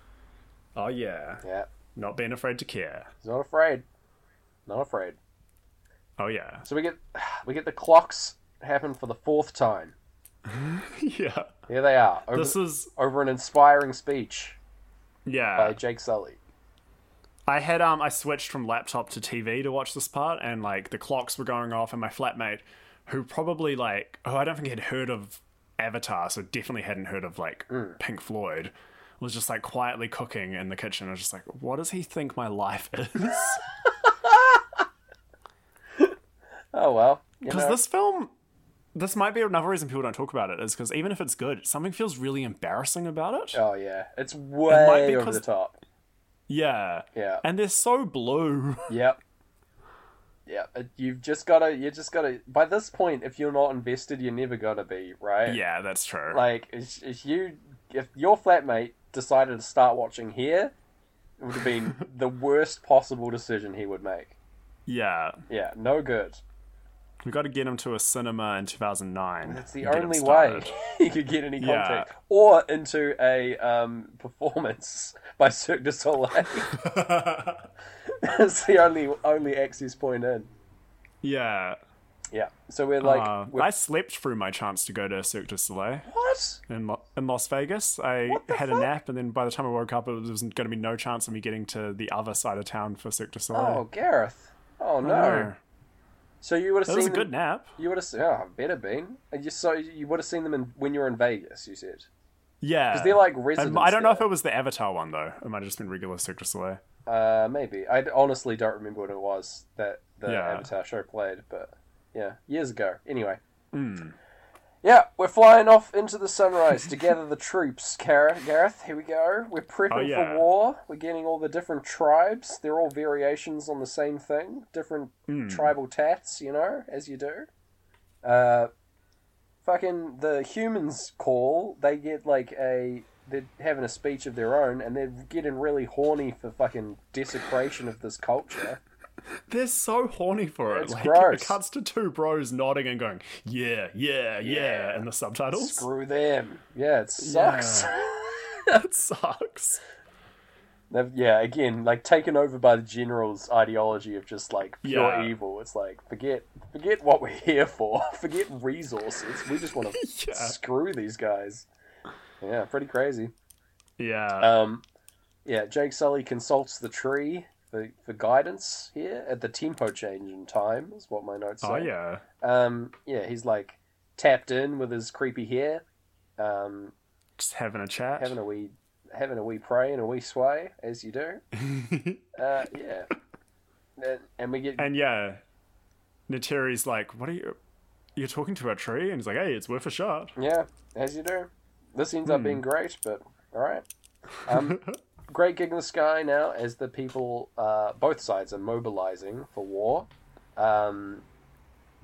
Speaker 1: Oh yeah,
Speaker 2: Yeah.
Speaker 1: not being afraid to care.
Speaker 2: He's not afraid. Not afraid.
Speaker 1: Oh yeah,
Speaker 2: So we get we get the clocks happen for the fourth time.
Speaker 1: yeah.
Speaker 2: Here they are over,
Speaker 1: This is
Speaker 2: over an inspiring speech
Speaker 1: yeah.
Speaker 2: by Jake Sully.
Speaker 1: I had um I switched from laptop to TV to watch this part and like the clocks were going off and my flatmate who probably like who I don't think had heard of Avatar so definitely hadn't heard of like
Speaker 2: Mm.
Speaker 1: Pink Floyd was just like quietly cooking in the kitchen I was just like what does he think my life is
Speaker 2: Oh well, you
Speaker 1: cuz
Speaker 2: know,
Speaker 1: this film this might be another reason people don't talk about it is cuz even if it's good something feels really embarrassing about it
Speaker 2: oh yeah, it's
Speaker 1: might
Speaker 2: way
Speaker 1: be
Speaker 2: over
Speaker 1: 'cause-
Speaker 2: the top.
Speaker 1: yeah
Speaker 2: Yeah,
Speaker 1: and they're so blue
Speaker 2: yep, yep. It- You've just gotta, you just gotta. By this point, if you're not invested, you're never gonna be, right?
Speaker 1: yeah that's true
Speaker 2: Like, if, if you, if your flatmate decided to start watching here, it would have been the worst possible decision he would make.
Speaker 1: yeah
Speaker 2: Yeah, no good.
Speaker 1: We got to get him to a cinema in 2009.
Speaker 2: That's the
Speaker 1: and get him
Speaker 2: only way
Speaker 1: started.
Speaker 2: you could get any
Speaker 1: Yeah.
Speaker 2: content, or into a um, performance by Cirque du Soleil. That's the only only access point in.
Speaker 1: yeah.
Speaker 2: Yeah, so we're like,
Speaker 1: Uh,
Speaker 2: we're,
Speaker 1: I slept through my chance to go to Cirque du Soleil
Speaker 2: what?
Speaker 1: in, Lo- in Las Vegas. I
Speaker 2: the
Speaker 1: had a
Speaker 2: fuck?
Speaker 1: nap, and then by the time I woke up, it was, there was going to be no chance of me getting to the other side of town for Cirque du
Speaker 2: Oh,
Speaker 1: Soleil.
Speaker 2: Gareth. Oh no.
Speaker 1: No.
Speaker 2: So you would have
Speaker 1: That
Speaker 2: seen
Speaker 1: was a
Speaker 2: them-
Speaker 1: good nap.
Speaker 2: You would have. Oh, better been. And you so you would have seen them in, when you were in Vegas. You said
Speaker 1: Yeah.
Speaker 2: because they're like
Speaker 1: Um,
Speaker 2: residents.
Speaker 1: I don't know if
Speaker 2: there.
Speaker 1: it was the Avatar one, though. It might have just been regular Cirque du Soleil.
Speaker 2: Uh, maybe I honestly don't remember what it was that the
Speaker 1: Yeah.
Speaker 2: Avatar show played, but yeah, years ago. Anyway, Yeah, we're flying off into the sunrise to gather the troops, Kara- Gareth. Here we go. We're prepping
Speaker 1: Oh, yeah.
Speaker 2: for war. We're getting all the different tribes. They're all variations on the same thing, different
Speaker 1: Hmm.
Speaker 2: tribal tats, you know, as you do. Uh, fucking the humans call. They get like a. They're having a speech of their own, and they're getting really horny for fucking desecration of this culture.
Speaker 1: They're so horny for it.
Speaker 2: It's
Speaker 1: like
Speaker 2: gross.
Speaker 1: it cuts to two bros nodding and going, yeah, yeah, yeah,
Speaker 2: Yeah.
Speaker 1: in the subtitles.
Speaker 2: Screw them. Yeah, it sucks.
Speaker 1: that sucks.
Speaker 2: They've- yeah, again, like taken over by the general's ideology of just like pure
Speaker 1: Yeah.
Speaker 2: evil. It's like forget, forget what we're here for. Forget resources. We just want to
Speaker 1: Yeah.
Speaker 2: screw these guys. Yeah, pretty crazy.
Speaker 1: Yeah. Oh,
Speaker 2: Um, yeah, Jake Sully consults the tree for, for guidance here at the tempo change in time is what my notes say.
Speaker 1: oh yeah.
Speaker 2: Um, yeah, he's like tapped in with his creepy hair. Um,
Speaker 1: Just having a chat.
Speaker 2: having a wee having a wee pray and a wee sway as you do. uh, yeah, and, and we get
Speaker 1: and yeah, Nateri's like, "What are you? You're talking to a tree?" And he's like, "Hey, it's worth a shot."
Speaker 2: yeah as you do. This ends up
Speaker 1: Hmm.
Speaker 2: being great, but all right. Um, great gig in the sky now as the people, uh, both sides are mobilizing for war. Um,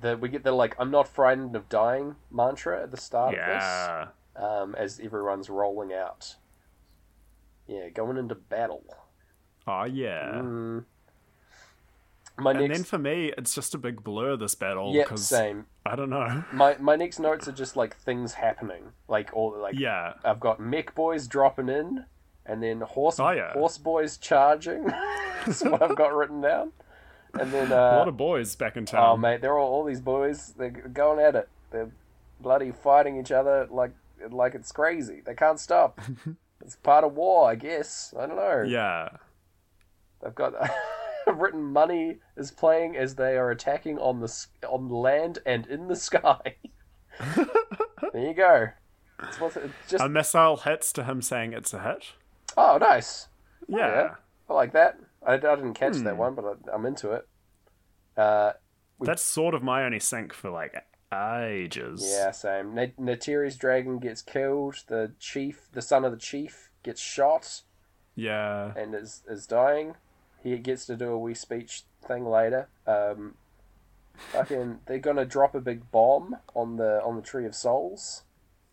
Speaker 2: that we get the like "I'm not frightened of dying" mantra at the start of
Speaker 1: yeah.
Speaker 2: this, um, as everyone's rolling out. Yeah, going into battle.
Speaker 1: Oh yeah.
Speaker 2: Mm. My
Speaker 1: And
Speaker 2: next
Speaker 1: then for me, it's just a big blur this battle
Speaker 2: Yeah,
Speaker 1: because
Speaker 2: same.
Speaker 1: I don't know.
Speaker 2: My my next notes are just like things happening, like all like
Speaker 1: Yeah.
Speaker 2: I've got mech boys dropping in, and then horse
Speaker 1: Oh, yeah.
Speaker 2: horse boys charging. That's what I've got written down, and then
Speaker 1: A
Speaker 2: uh,
Speaker 1: lot of boys back in
Speaker 2: oh
Speaker 1: town.
Speaker 2: mate, they're all, all these boys. They're going at it. They're bloody fighting each other like like it's crazy. They can't stop. it's part of war, I guess. I don't know.
Speaker 1: yeah.
Speaker 2: I've got written money is playing as they are attacking on the s- on land and in the sky. there you go. It's, what's- it's just
Speaker 1: A missile hits to him saying it's a hit.
Speaker 2: oh, nice.
Speaker 1: Yeah.
Speaker 2: Oh, Yeah, I like that. I, I didn't catch that one, but I, I'm into it. Uh,
Speaker 1: That's sort of my only sync for like ages.
Speaker 2: yeah, same. Na- Natiri's dragon gets killed. The chief, the son of the chief, gets shot
Speaker 1: Yeah.
Speaker 2: and is is dying. He gets to do a wee speech thing later. Um, fucking, they're gonna drop a big bomb on the on the Tree of Souls.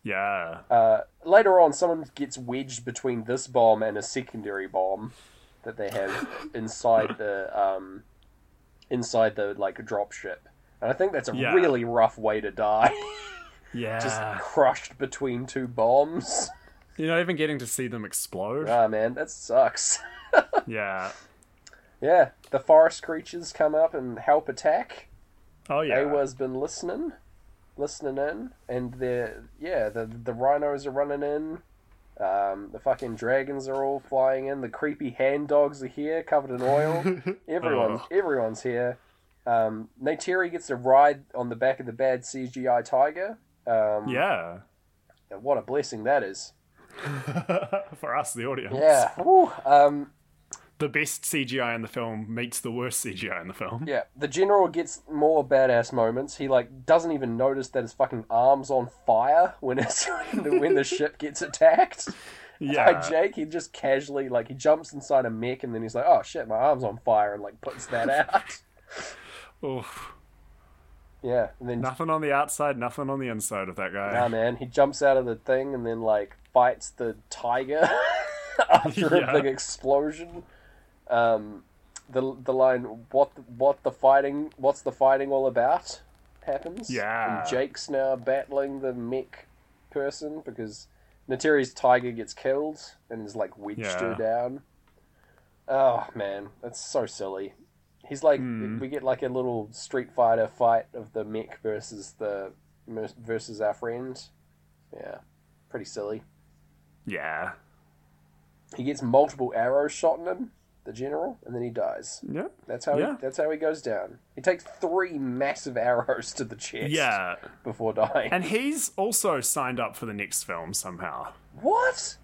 Speaker 1: Yeah.
Speaker 2: Uh, later on, someone gets wedged between this bomb and a secondary bomb that they have inside the um, inside the like drop ship. And I think that's a
Speaker 1: Yeah. Ah.
Speaker 2: really rough way to die.
Speaker 1: Yeah.
Speaker 2: Just crushed between two bombs.
Speaker 1: You're not even getting to see them explode.
Speaker 2: Ah, man, that sucks.
Speaker 1: yeah.
Speaker 2: Yeah, the forest creatures come up and help attack.
Speaker 1: Oh yeah.
Speaker 2: Awa's been listening, listening in, and the yeah the the rhinos are running in. Um, the fucking dragons are all flying in. The creepy hand dogs are here, covered in oil. Everyone's
Speaker 1: Oh.
Speaker 2: everyone's here. Um, Neytiri gets to ride on the back of the bad CGI tiger. Um,
Speaker 1: Yeah.
Speaker 2: and What a blessing that is.
Speaker 1: for us, the audience.
Speaker 2: Yeah. Woo. Um,
Speaker 1: The best CGI in the film meets the worst CGI in the film.
Speaker 2: Yeah, the general gets more badass moments. He like doesn't even notice that his fucking arms on fire when it's when the, when the ship gets attacked.
Speaker 1: Yeah.
Speaker 2: Like Jake, he just casually like he jumps inside a mech and then he's like, "Oh shit, my arm's on fire," and like puts that out.
Speaker 1: Oof.
Speaker 2: yeah, and then
Speaker 1: Nothing on the outside, nothing on the inside of that guy.
Speaker 2: nah, man, he jumps out of the thing and then like fights the tiger after
Speaker 1: Yeah.
Speaker 2: a big explosion. Um, the the line what the, what the fighting what's the fighting all about happens.
Speaker 1: Yeah.
Speaker 2: and Jake's now battling the mech person because Natiri's tiger gets killed and is like wedged her
Speaker 1: Yeah.
Speaker 2: down. Oh man, that's so silly. He's like
Speaker 1: Hmm.
Speaker 2: we get like a little Street Fighter fight of the mech versus the mer- versus our friend. Yeah, pretty silly.
Speaker 1: Yeah.
Speaker 2: He gets multiple arrows shot in him, the general, and then he dies.
Speaker 1: Yeah.
Speaker 2: That's how
Speaker 1: Yeah.
Speaker 2: he, that's how he goes down. He takes three massive arrows to the chest
Speaker 1: Yeah.
Speaker 2: before dying.
Speaker 1: And he's also signed up for the next film somehow.
Speaker 2: what?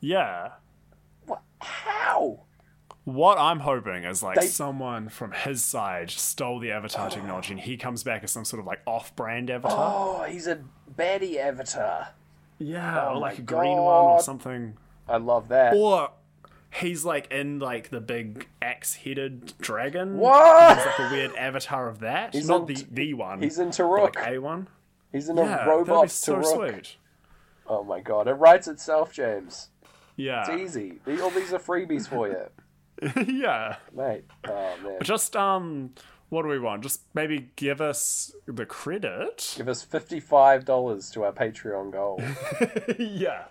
Speaker 1: Yeah.
Speaker 2: What? How?
Speaker 1: What I'm hoping is like
Speaker 2: They-
Speaker 1: someone from his side stole the avatar technology and he comes back as some sort of like off-brand avatar.
Speaker 2: Oh, he's a baddie avatar.
Speaker 1: yeah,
Speaker 2: oh
Speaker 1: or like a
Speaker 2: my
Speaker 1: green one or
Speaker 2: God.
Speaker 1: something.
Speaker 2: I love that.
Speaker 1: Or he's like in like the big axe-headed dragon. He's
Speaker 2: What?
Speaker 1: like a weird avatar of that.
Speaker 2: He's
Speaker 1: Not
Speaker 2: on
Speaker 1: the
Speaker 2: t-
Speaker 1: the one.
Speaker 2: He's in
Speaker 1: like
Speaker 2: Tarok.
Speaker 1: a one.
Speaker 2: He's in
Speaker 1: Yeah,
Speaker 2: a robot
Speaker 1: that'd be so
Speaker 2: Tarok.
Speaker 1: sweet.
Speaker 2: Oh my god, it writes itself, James.
Speaker 1: Yeah,
Speaker 2: It's easy. These, all these are freebies for you,
Speaker 1: yeah.
Speaker 2: mate. Oh man,
Speaker 1: Just um, what do we want? Just maybe give us the credit.
Speaker 2: give us fifty-five dollars to our Patreon goal,
Speaker 1: yeah.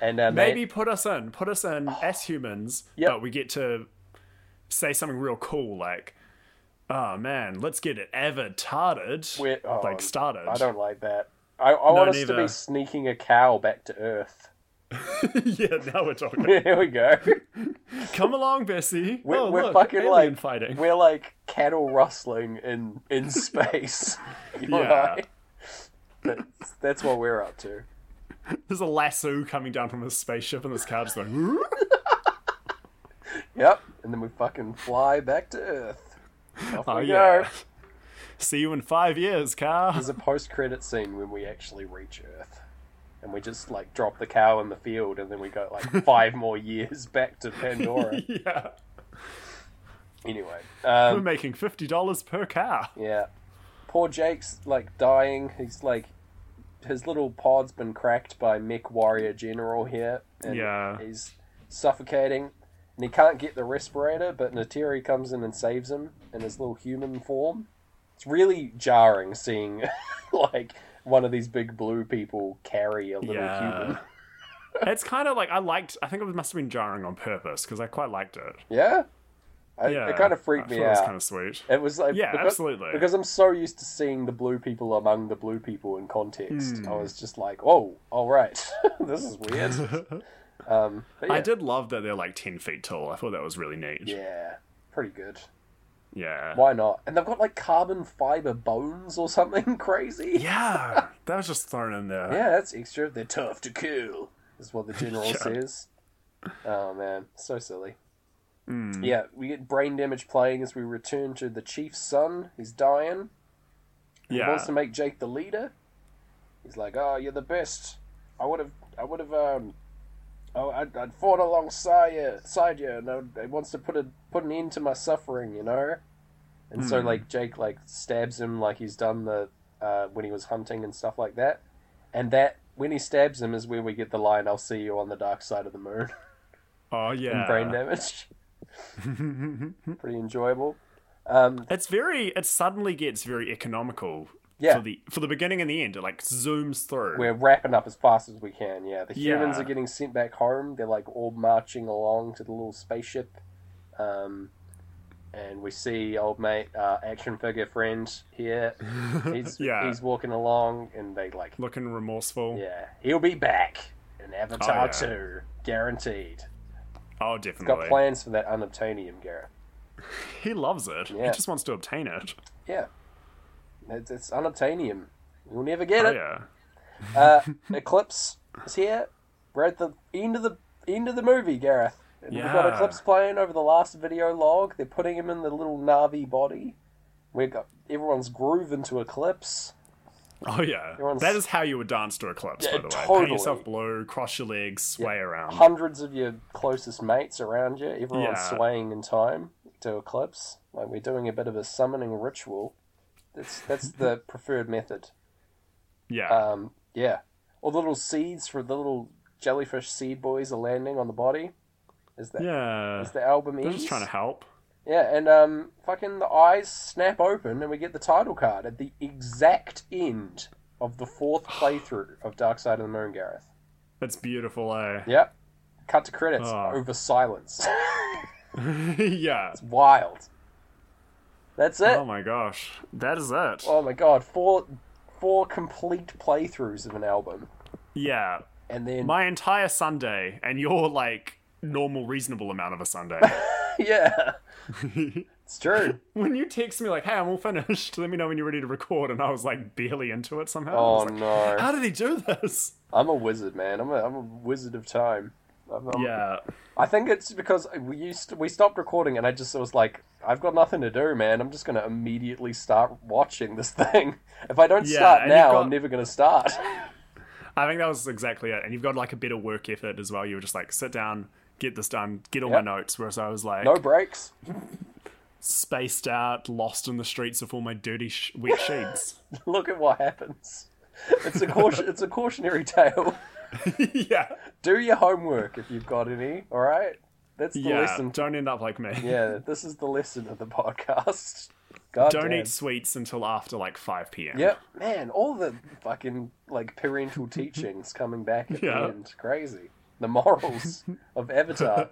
Speaker 2: and uh,
Speaker 1: Maybe
Speaker 2: maybe
Speaker 1: put us in, put us in as humans,
Speaker 2: Yep.
Speaker 1: but we get to say something real cool like, "Oh man, let's get it avatarded,
Speaker 2: We're- oh,
Speaker 1: like started."
Speaker 2: I don't like that. I, I want us to
Speaker 1: neither.
Speaker 2: be sneaking a cow back to Earth.
Speaker 1: yeah, now we're talking.
Speaker 2: Here we go.
Speaker 1: Come along, Bessie.
Speaker 2: We're,
Speaker 1: oh,
Speaker 2: we're
Speaker 1: look,
Speaker 2: fucking
Speaker 1: alien
Speaker 2: like
Speaker 1: fighting.
Speaker 2: we're like cattle rustling in in space. You and
Speaker 1: Yeah.
Speaker 2: I. That's, that's what we're up to.
Speaker 1: There's a lasso coming down from a spaceship, and this car just going.
Speaker 2: Yep, and then we fucking fly back to Earth. Off
Speaker 1: Oh
Speaker 2: we
Speaker 1: yeah.
Speaker 2: go.
Speaker 1: See you in five years, car.
Speaker 2: There's a post-credit scene when we actually reach Earth, and we just like drop the cow in the field, and then we go like five more years back to Pandora.
Speaker 1: yeah.
Speaker 2: Anyway,
Speaker 1: We're
Speaker 2: um,
Speaker 1: making fifty dollars per car.
Speaker 2: yeah, poor Jake's like dying. He's like his little pod's been cracked by Mech Warrior General here, and
Speaker 1: Yeah.
Speaker 2: he's suffocating, and he can't get the respirator. But Nateri comes in and saves him in his little human form. It's really jarring seeing like one of these big blue people carry a little
Speaker 1: Yeah.
Speaker 2: human.
Speaker 1: it's kind of like I liked. I think it must have been jarring on purpose because I quite liked it.
Speaker 2: Yeah, I,
Speaker 1: Yeah,
Speaker 2: it kind of
Speaker 1: I
Speaker 2: freaked
Speaker 1: thought
Speaker 2: me
Speaker 1: It was
Speaker 2: out.
Speaker 1: kind of sweet.
Speaker 2: It was like
Speaker 1: Yeah,
Speaker 2: because,
Speaker 1: absolutely.
Speaker 2: because I'm so used to seeing the blue people among the blue people in context.
Speaker 1: Hmm.
Speaker 2: I was just like, oh, all right, this is weird. um, but yeah,
Speaker 1: I did love that they're like ten feet tall. I thought that was really neat.
Speaker 2: yeah, pretty good.
Speaker 1: Yeah.
Speaker 2: Why not? And they've got like carbon fiber bones or something crazy.
Speaker 1: Yeah, that was just thrown in there.
Speaker 2: Yeah, that's extra. They're tough to kill, is what the general
Speaker 1: Yeah.
Speaker 2: says. Oh man, so silly.
Speaker 1: Hmm.
Speaker 2: Yeah, we get brain damage playing as we return to the chief's son. He's dying. He wants to make Jake the leader. He's like, "Oh, you're the best. I would have, I would have, um, oh, I'd, I'd fought alongside you, side you, and I would- it wants to put a put an end to my suffering, you know." And so, like, Jake like stabs him like he's done the uh, when he was hunting and stuff like that. And that when he stabs him is where we get the line, "I'll see you on the dark side of the moon."
Speaker 1: Oh yeah.
Speaker 2: Brain damage. Pretty enjoyable. Um,
Speaker 1: It's very. It suddenly gets very economical.
Speaker 2: Yeah.
Speaker 1: For the for the beginning and the end, it like zooms through.
Speaker 2: we're wrapping up as fast as we can. Yeah, the humans
Speaker 1: Yeah.
Speaker 2: are getting sent back home. They're like all marching along to the little spaceship, um, and we see old mate uh, action figure friend here. He's
Speaker 1: Yeah.
Speaker 2: he's walking along, and they like,
Speaker 1: looking remorseful.
Speaker 2: yeah, he'll be back in Avatar
Speaker 1: Oh, yeah.
Speaker 2: Two, guaranteed.
Speaker 1: Oh,
Speaker 2: Got
Speaker 1: definitely.
Speaker 2: plans for that unobtainium, Garrett.
Speaker 1: He loves it. He
Speaker 2: Yeah.
Speaker 1: just wants to obtain it.
Speaker 2: Yeah, it's, it's unobtainium. You'll never get
Speaker 1: Oh,
Speaker 2: it.
Speaker 1: yeah.
Speaker 2: Uh, Eclipse is here. We're at the end of the end of the movie, Gareth. And We've got
Speaker 1: Yeah.
Speaker 2: Eclipse playing over the last video log. They're putting him in the little Navi body. We got everyone's grooving to Eclipse.
Speaker 1: Oh yeah,
Speaker 2: Everyone's-
Speaker 1: that is how you would dance to Eclipse.
Speaker 2: Yeah,
Speaker 1: by the way,
Speaker 2: totally.
Speaker 1: paint yourself blue, cross your legs, sway around.
Speaker 2: Hundreds of your closest mates around you. Everyone's
Speaker 1: Yeah.
Speaker 2: swaying in time to Eclipse. Like we're doing a bit of a summoning ritual. That's that's the preferred method.
Speaker 1: Yeah,
Speaker 2: Um, yeah. All the little seeds for the little jellyfish seed boys are landing on the body. Is that
Speaker 1: yeah.
Speaker 2: is the album
Speaker 1: They're
Speaker 2: ends?
Speaker 1: just trying to help.
Speaker 2: Yeah, and um, fucking the eyes snap open, and we get the title card at the exact end of the fourth playthrough of Dark Side of the Moon, Gareth.
Speaker 1: That's beautiful, eh?
Speaker 2: Yep. Cut to credits
Speaker 1: Oh.
Speaker 2: over silence.
Speaker 1: yeah.
Speaker 2: Wild. That's it.
Speaker 1: Oh my gosh, that is it.
Speaker 2: Oh my god, four four complete playthroughs of an album,
Speaker 1: Yeah,
Speaker 2: and then
Speaker 1: my entire Sunday and your like normal, reasonable amount of a Sunday.
Speaker 2: yeah, it's true.
Speaker 1: when you text me like, "Hey, I'm all finished. Let me know when you're ready to record," and I was like barely into it somehow. I
Speaker 2: Oh
Speaker 1: was like, "Ah."
Speaker 2: no,
Speaker 1: How did he do this?
Speaker 2: I'm a wizard, man. I'm a I'm a wizard of time. I'm, I'm-
Speaker 1: Yeah.
Speaker 2: I think it's because we used to, we stopped recording and I just was like, I've got nothing to do, man. I'm just gonna immediately start watching this thing. If I don't
Speaker 1: Yeah,
Speaker 2: start
Speaker 1: and you've
Speaker 2: now,
Speaker 1: got-
Speaker 2: I'm never gonna start.
Speaker 1: I think that was exactly it. And you've got like a better work effort as well. You were just like, sit down, get this done, get all
Speaker 2: Yep.
Speaker 1: my notes. Whereas I was like,
Speaker 2: No breaks.
Speaker 1: spaced out, lost in the streets of all my dirty sh- wet sheets.
Speaker 2: Look at what happens. It's a caution. it's a cautionary tale.
Speaker 1: yeah.
Speaker 2: Do your homework if you've got any. All right, that's the
Speaker 1: Yeah.
Speaker 2: lesson.
Speaker 1: Don't end up like me.
Speaker 2: Yeah, this is the lesson of the podcast. God
Speaker 1: Don't
Speaker 2: damn.
Speaker 1: eat sweets until after like 5 p.m.
Speaker 2: Yep, man, all the fucking like parental teachings coming back at
Speaker 1: Yeah.
Speaker 2: the end. Crazy. The morals of Avatar.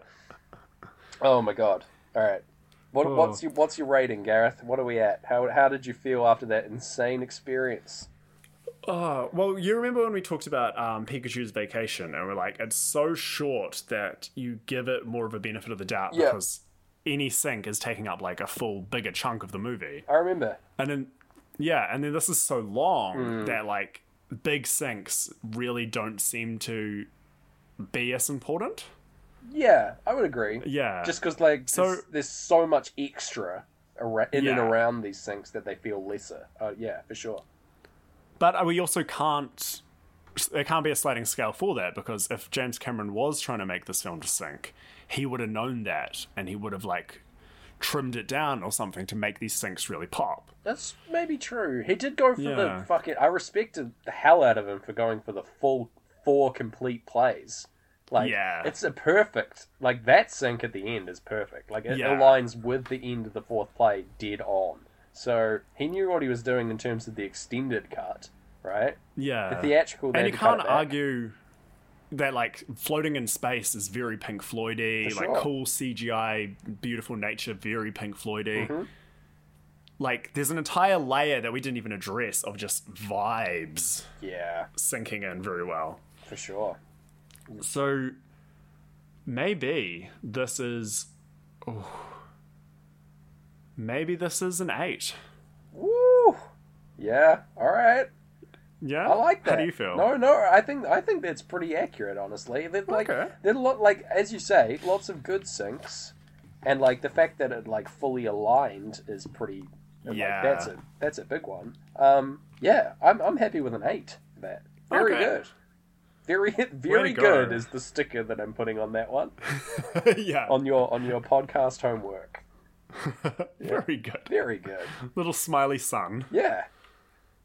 Speaker 2: Oh my god. All right. What,
Speaker 1: Oh.
Speaker 2: What's your What's your rating, Gareth? What are we at? How How did you feel after that insane experience?
Speaker 1: Oh, well, you remember when we talked about um, Pikachu's vacation and we're like, it's so short that you give it more of a benefit of the doubt
Speaker 2: Yeah.
Speaker 1: because any sink is taking up like a full bigger chunk of the movie.
Speaker 2: I remember.
Speaker 1: And then, yeah, and then this is so long
Speaker 2: Hmm.
Speaker 1: that like big sinks really don't seem to be as important.
Speaker 2: Yeah, I would agree.
Speaker 1: Yeah.
Speaker 2: Just because like
Speaker 1: So-
Speaker 2: there's, there's so much extra ar- in and
Speaker 1: Yeah. around
Speaker 2: around these things that they feel lesser. Oh yeah, for sure.
Speaker 1: but uh, we also can't there can't be a sliding scale for that because if James Cameron was trying to make this film to sink, he would have known that and he would have like trimmed it down or something to make these sinks really pop.
Speaker 2: That's maybe true. He did go for
Speaker 1: Yeah.
Speaker 2: the fucking. I respected the hell out of him for going for the full four complete plays. Like,
Speaker 1: Yeah.
Speaker 2: it's a perfect. Like that sync at the end is perfect. Like it
Speaker 1: Yeah.
Speaker 2: aligns with the end of the fourth play dead on. So he knew what he was doing in terms of the extended cut, right?
Speaker 1: Yeah.
Speaker 2: Theatrical. They
Speaker 1: and
Speaker 2: had
Speaker 1: you
Speaker 2: to cut
Speaker 1: can't
Speaker 2: it back.
Speaker 1: argue that like floating in space is very Pink Floydy,
Speaker 2: For
Speaker 1: like
Speaker 2: sure.
Speaker 1: cool CGI, beautiful nature, very Pink Floydy.
Speaker 2: Mm-hmm.
Speaker 1: Like there's an entire layer that we didn't even address of just vibes
Speaker 2: Yeah,
Speaker 1: sinking in very well.
Speaker 2: for sure.
Speaker 1: So maybe this is ooh. maybe this is an eight.
Speaker 2: Woo. Yeah. All right.
Speaker 1: Yeah,
Speaker 2: I like that.
Speaker 1: How do you feel?
Speaker 2: No, no, I think I think that's pretty accurate, honestly. They're like
Speaker 1: Okay.
Speaker 2: they're lot like as you say, lots of good syncs, and like the fact that it like fully aligned is pretty. like,
Speaker 1: Yeah.
Speaker 2: that's a that's a big one. Um, yeah, I'm I'm happy with an eight. For that very
Speaker 1: Okay.
Speaker 2: good. Very very
Speaker 1: to go.
Speaker 2: good is the sticker that I'm putting on that one
Speaker 1: yeah,
Speaker 2: on your on your podcast homework.
Speaker 1: very good.
Speaker 2: Very good.
Speaker 1: Little smiley sun.
Speaker 2: Yeah,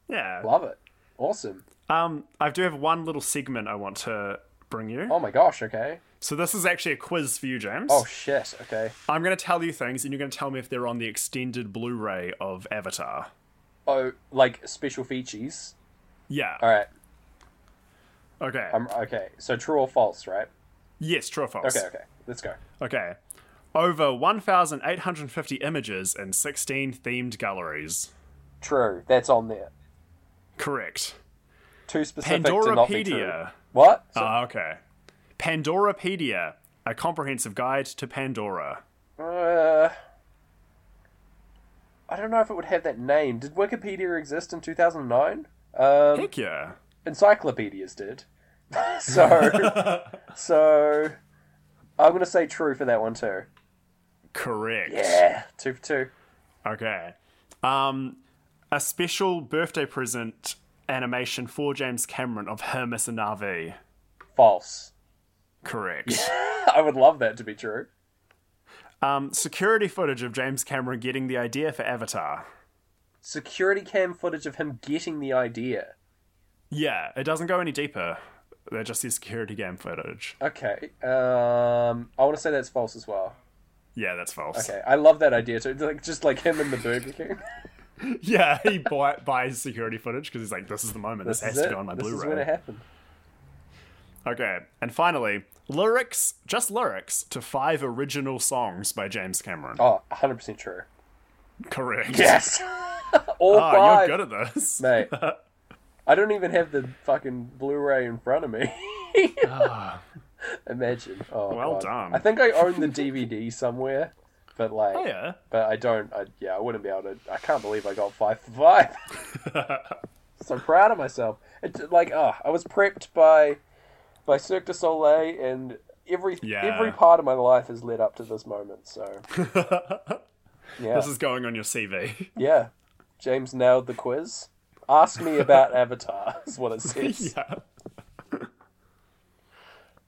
Speaker 1: Yeah.
Speaker 2: love it. Awesome.
Speaker 1: Um, I do have one little segment I want to bring you.
Speaker 2: Oh my gosh. Okay.
Speaker 1: So this is actually a quiz for you, James.
Speaker 2: Oh shit. Okay.
Speaker 1: I'm going to tell you things, and you're going to tell me if they're on the extended Blu-ray of Avatar.
Speaker 2: Oh, like special features.
Speaker 1: Yeah.
Speaker 2: All right.
Speaker 1: Okay.
Speaker 2: Uh, Um, okay, so true or false, right?
Speaker 1: yes, true or false?
Speaker 2: Okay, okay, let's go.
Speaker 1: Okay. Over 1,850 images in 16 themed galleries.
Speaker 2: True, that's on there.
Speaker 1: Correct.
Speaker 2: Too specific to not be true.
Speaker 1: Pandorapedia.
Speaker 2: What? So-
Speaker 1: Ah, okay. Pandorapedia, a comprehensive guide to Pandora.
Speaker 2: uh, I don't know if it would have that name. Did Wikipedia exist in 2009? Um,
Speaker 1: Heck yeah.
Speaker 2: encyclopedias did. so, so I'm gonna say true for that one too.
Speaker 1: Correct.
Speaker 2: Yeah, two for two.
Speaker 1: Okay. Um, a special birthday present animation for James Cameron of Hermes and Navi.
Speaker 2: False.
Speaker 1: Correct.
Speaker 2: I would love that to be true.
Speaker 1: Um, security footage of James Cameron getting the idea for Avatar.
Speaker 2: Security cam footage of him getting the idea.
Speaker 1: Yeah, it doesn't go any deeper. They're just the security game footage.
Speaker 2: Okay. Um, I want to say that's false as well.
Speaker 1: Yeah, that's false.
Speaker 2: Okay, I love that idea too. Like just like him and the Burger King.
Speaker 1: Yeah, he buy, buys security footage because he's like, this is the moment. This,
Speaker 2: This
Speaker 1: has
Speaker 2: is
Speaker 1: to
Speaker 2: it.
Speaker 1: go on my
Speaker 2: This is
Speaker 1: Blu
Speaker 2: when it
Speaker 1: ray.
Speaker 2: happened.
Speaker 1: Okay, and finally, lyrics, just lyrics to five original songs by James Cameron.
Speaker 2: Oh, 100 percent true.
Speaker 1: Correct.
Speaker 2: Yes, all
Speaker 1: Oh,
Speaker 2: five,
Speaker 1: you're good at this.
Speaker 2: mate. I don't even have the fucking Blu-ray in front of me.
Speaker 1: Ah,
Speaker 2: Imagine. Oh,
Speaker 1: Well
Speaker 2: God.
Speaker 1: done.
Speaker 2: I think I own the DVD somewhere, but like,
Speaker 1: Oh, yeah.
Speaker 2: but I don't. I, yeah, I wouldn't be able to. I can't believe I got five for five. so proud oh, of myself. It, like, ah, I was prepped by by Cirque du Soleil and every
Speaker 1: Yeah.
Speaker 2: every part of my life has led up to this moment. So yeah,
Speaker 1: This is going on your CV.
Speaker 2: yeah. James nailed the quiz. Ask me about Avatar is what it says.
Speaker 1: yeah.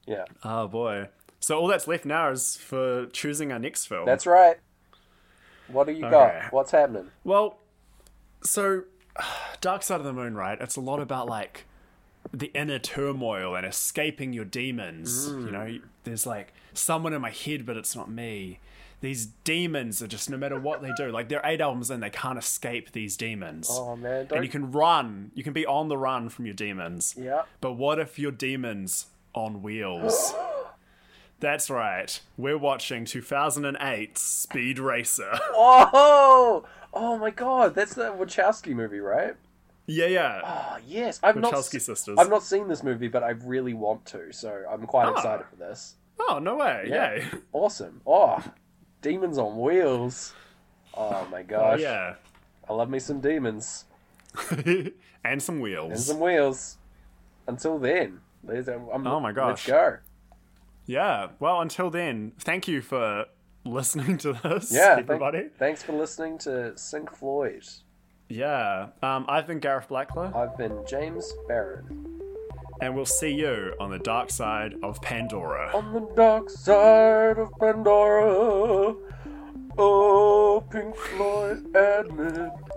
Speaker 2: yeah,
Speaker 1: Oh boy. So all that's left now is for choosing our next film.
Speaker 2: that's right. What do you
Speaker 1: Okay.
Speaker 2: got? What's happening?
Speaker 1: Well, so Dark Side of the Moon, right? It's a lot about like the inner turmoil and escaping your demons. You know,
Speaker 2: Mm.
Speaker 1: there's like someone in my head, but it's not me. These demons are just no matter what they do, like they're eight albums in, they can't escape these demons.
Speaker 2: Oh man,
Speaker 1: and
Speaker 2: don't.
Speaker 1: you can run, you can be on the run from your demons.
Speaker 2: Yeah,
Speaker 1: But what if your demons on wheels? That's right. We're watching 2008 Speed Racer.
Speaker 2: Oh, oh my God, that's the Wachowski movie, right?
Speaker 1: yeah, yeah.
Speaker 2: Oh yes, I've not.
Speaker 1: Wachowski sisters.
Speaker 2: I've not seen this movie, but I really want to, so I'm quite
Speaker 1: Ah.
Speaker 2: excited for this.
Speaker 1: Oh, no way.
Speaker 2: Yeah.
Speaker 1: Yay.
Speaker 2: Awesome! Oh, demons on wheels. Oh my
Speaker 1: Oh,
Speaker 2: gosh,
Speaker 1: yeah.
Speaker 2: I love me some demons
Speaker 1: and some
Speaker 2: and
Speaker 1: wheels.
Speaker 2: some wheels. Until then, there's, I'm,
Speaker 1: Oh my
Speaker 2: let's
Speaker 1: gosh.
Speaker 2: go.
Speaker 1: Yeah. Well, until then, thank you for listening to this,
Speaker 2: Yeah, thank-
Speaker 1: everybody.
Speaker 2: thanks for listening to Sync Floyd.
Speaker 1: Yeah. Um, I've been Gareth Blackler,
Speaker 2: I've been James Barron
Speaker 1: and we'll see you on the dark side of Pandora.
Speaker 2: on the dark side of Pandora. Oh, Pink Floyd admin.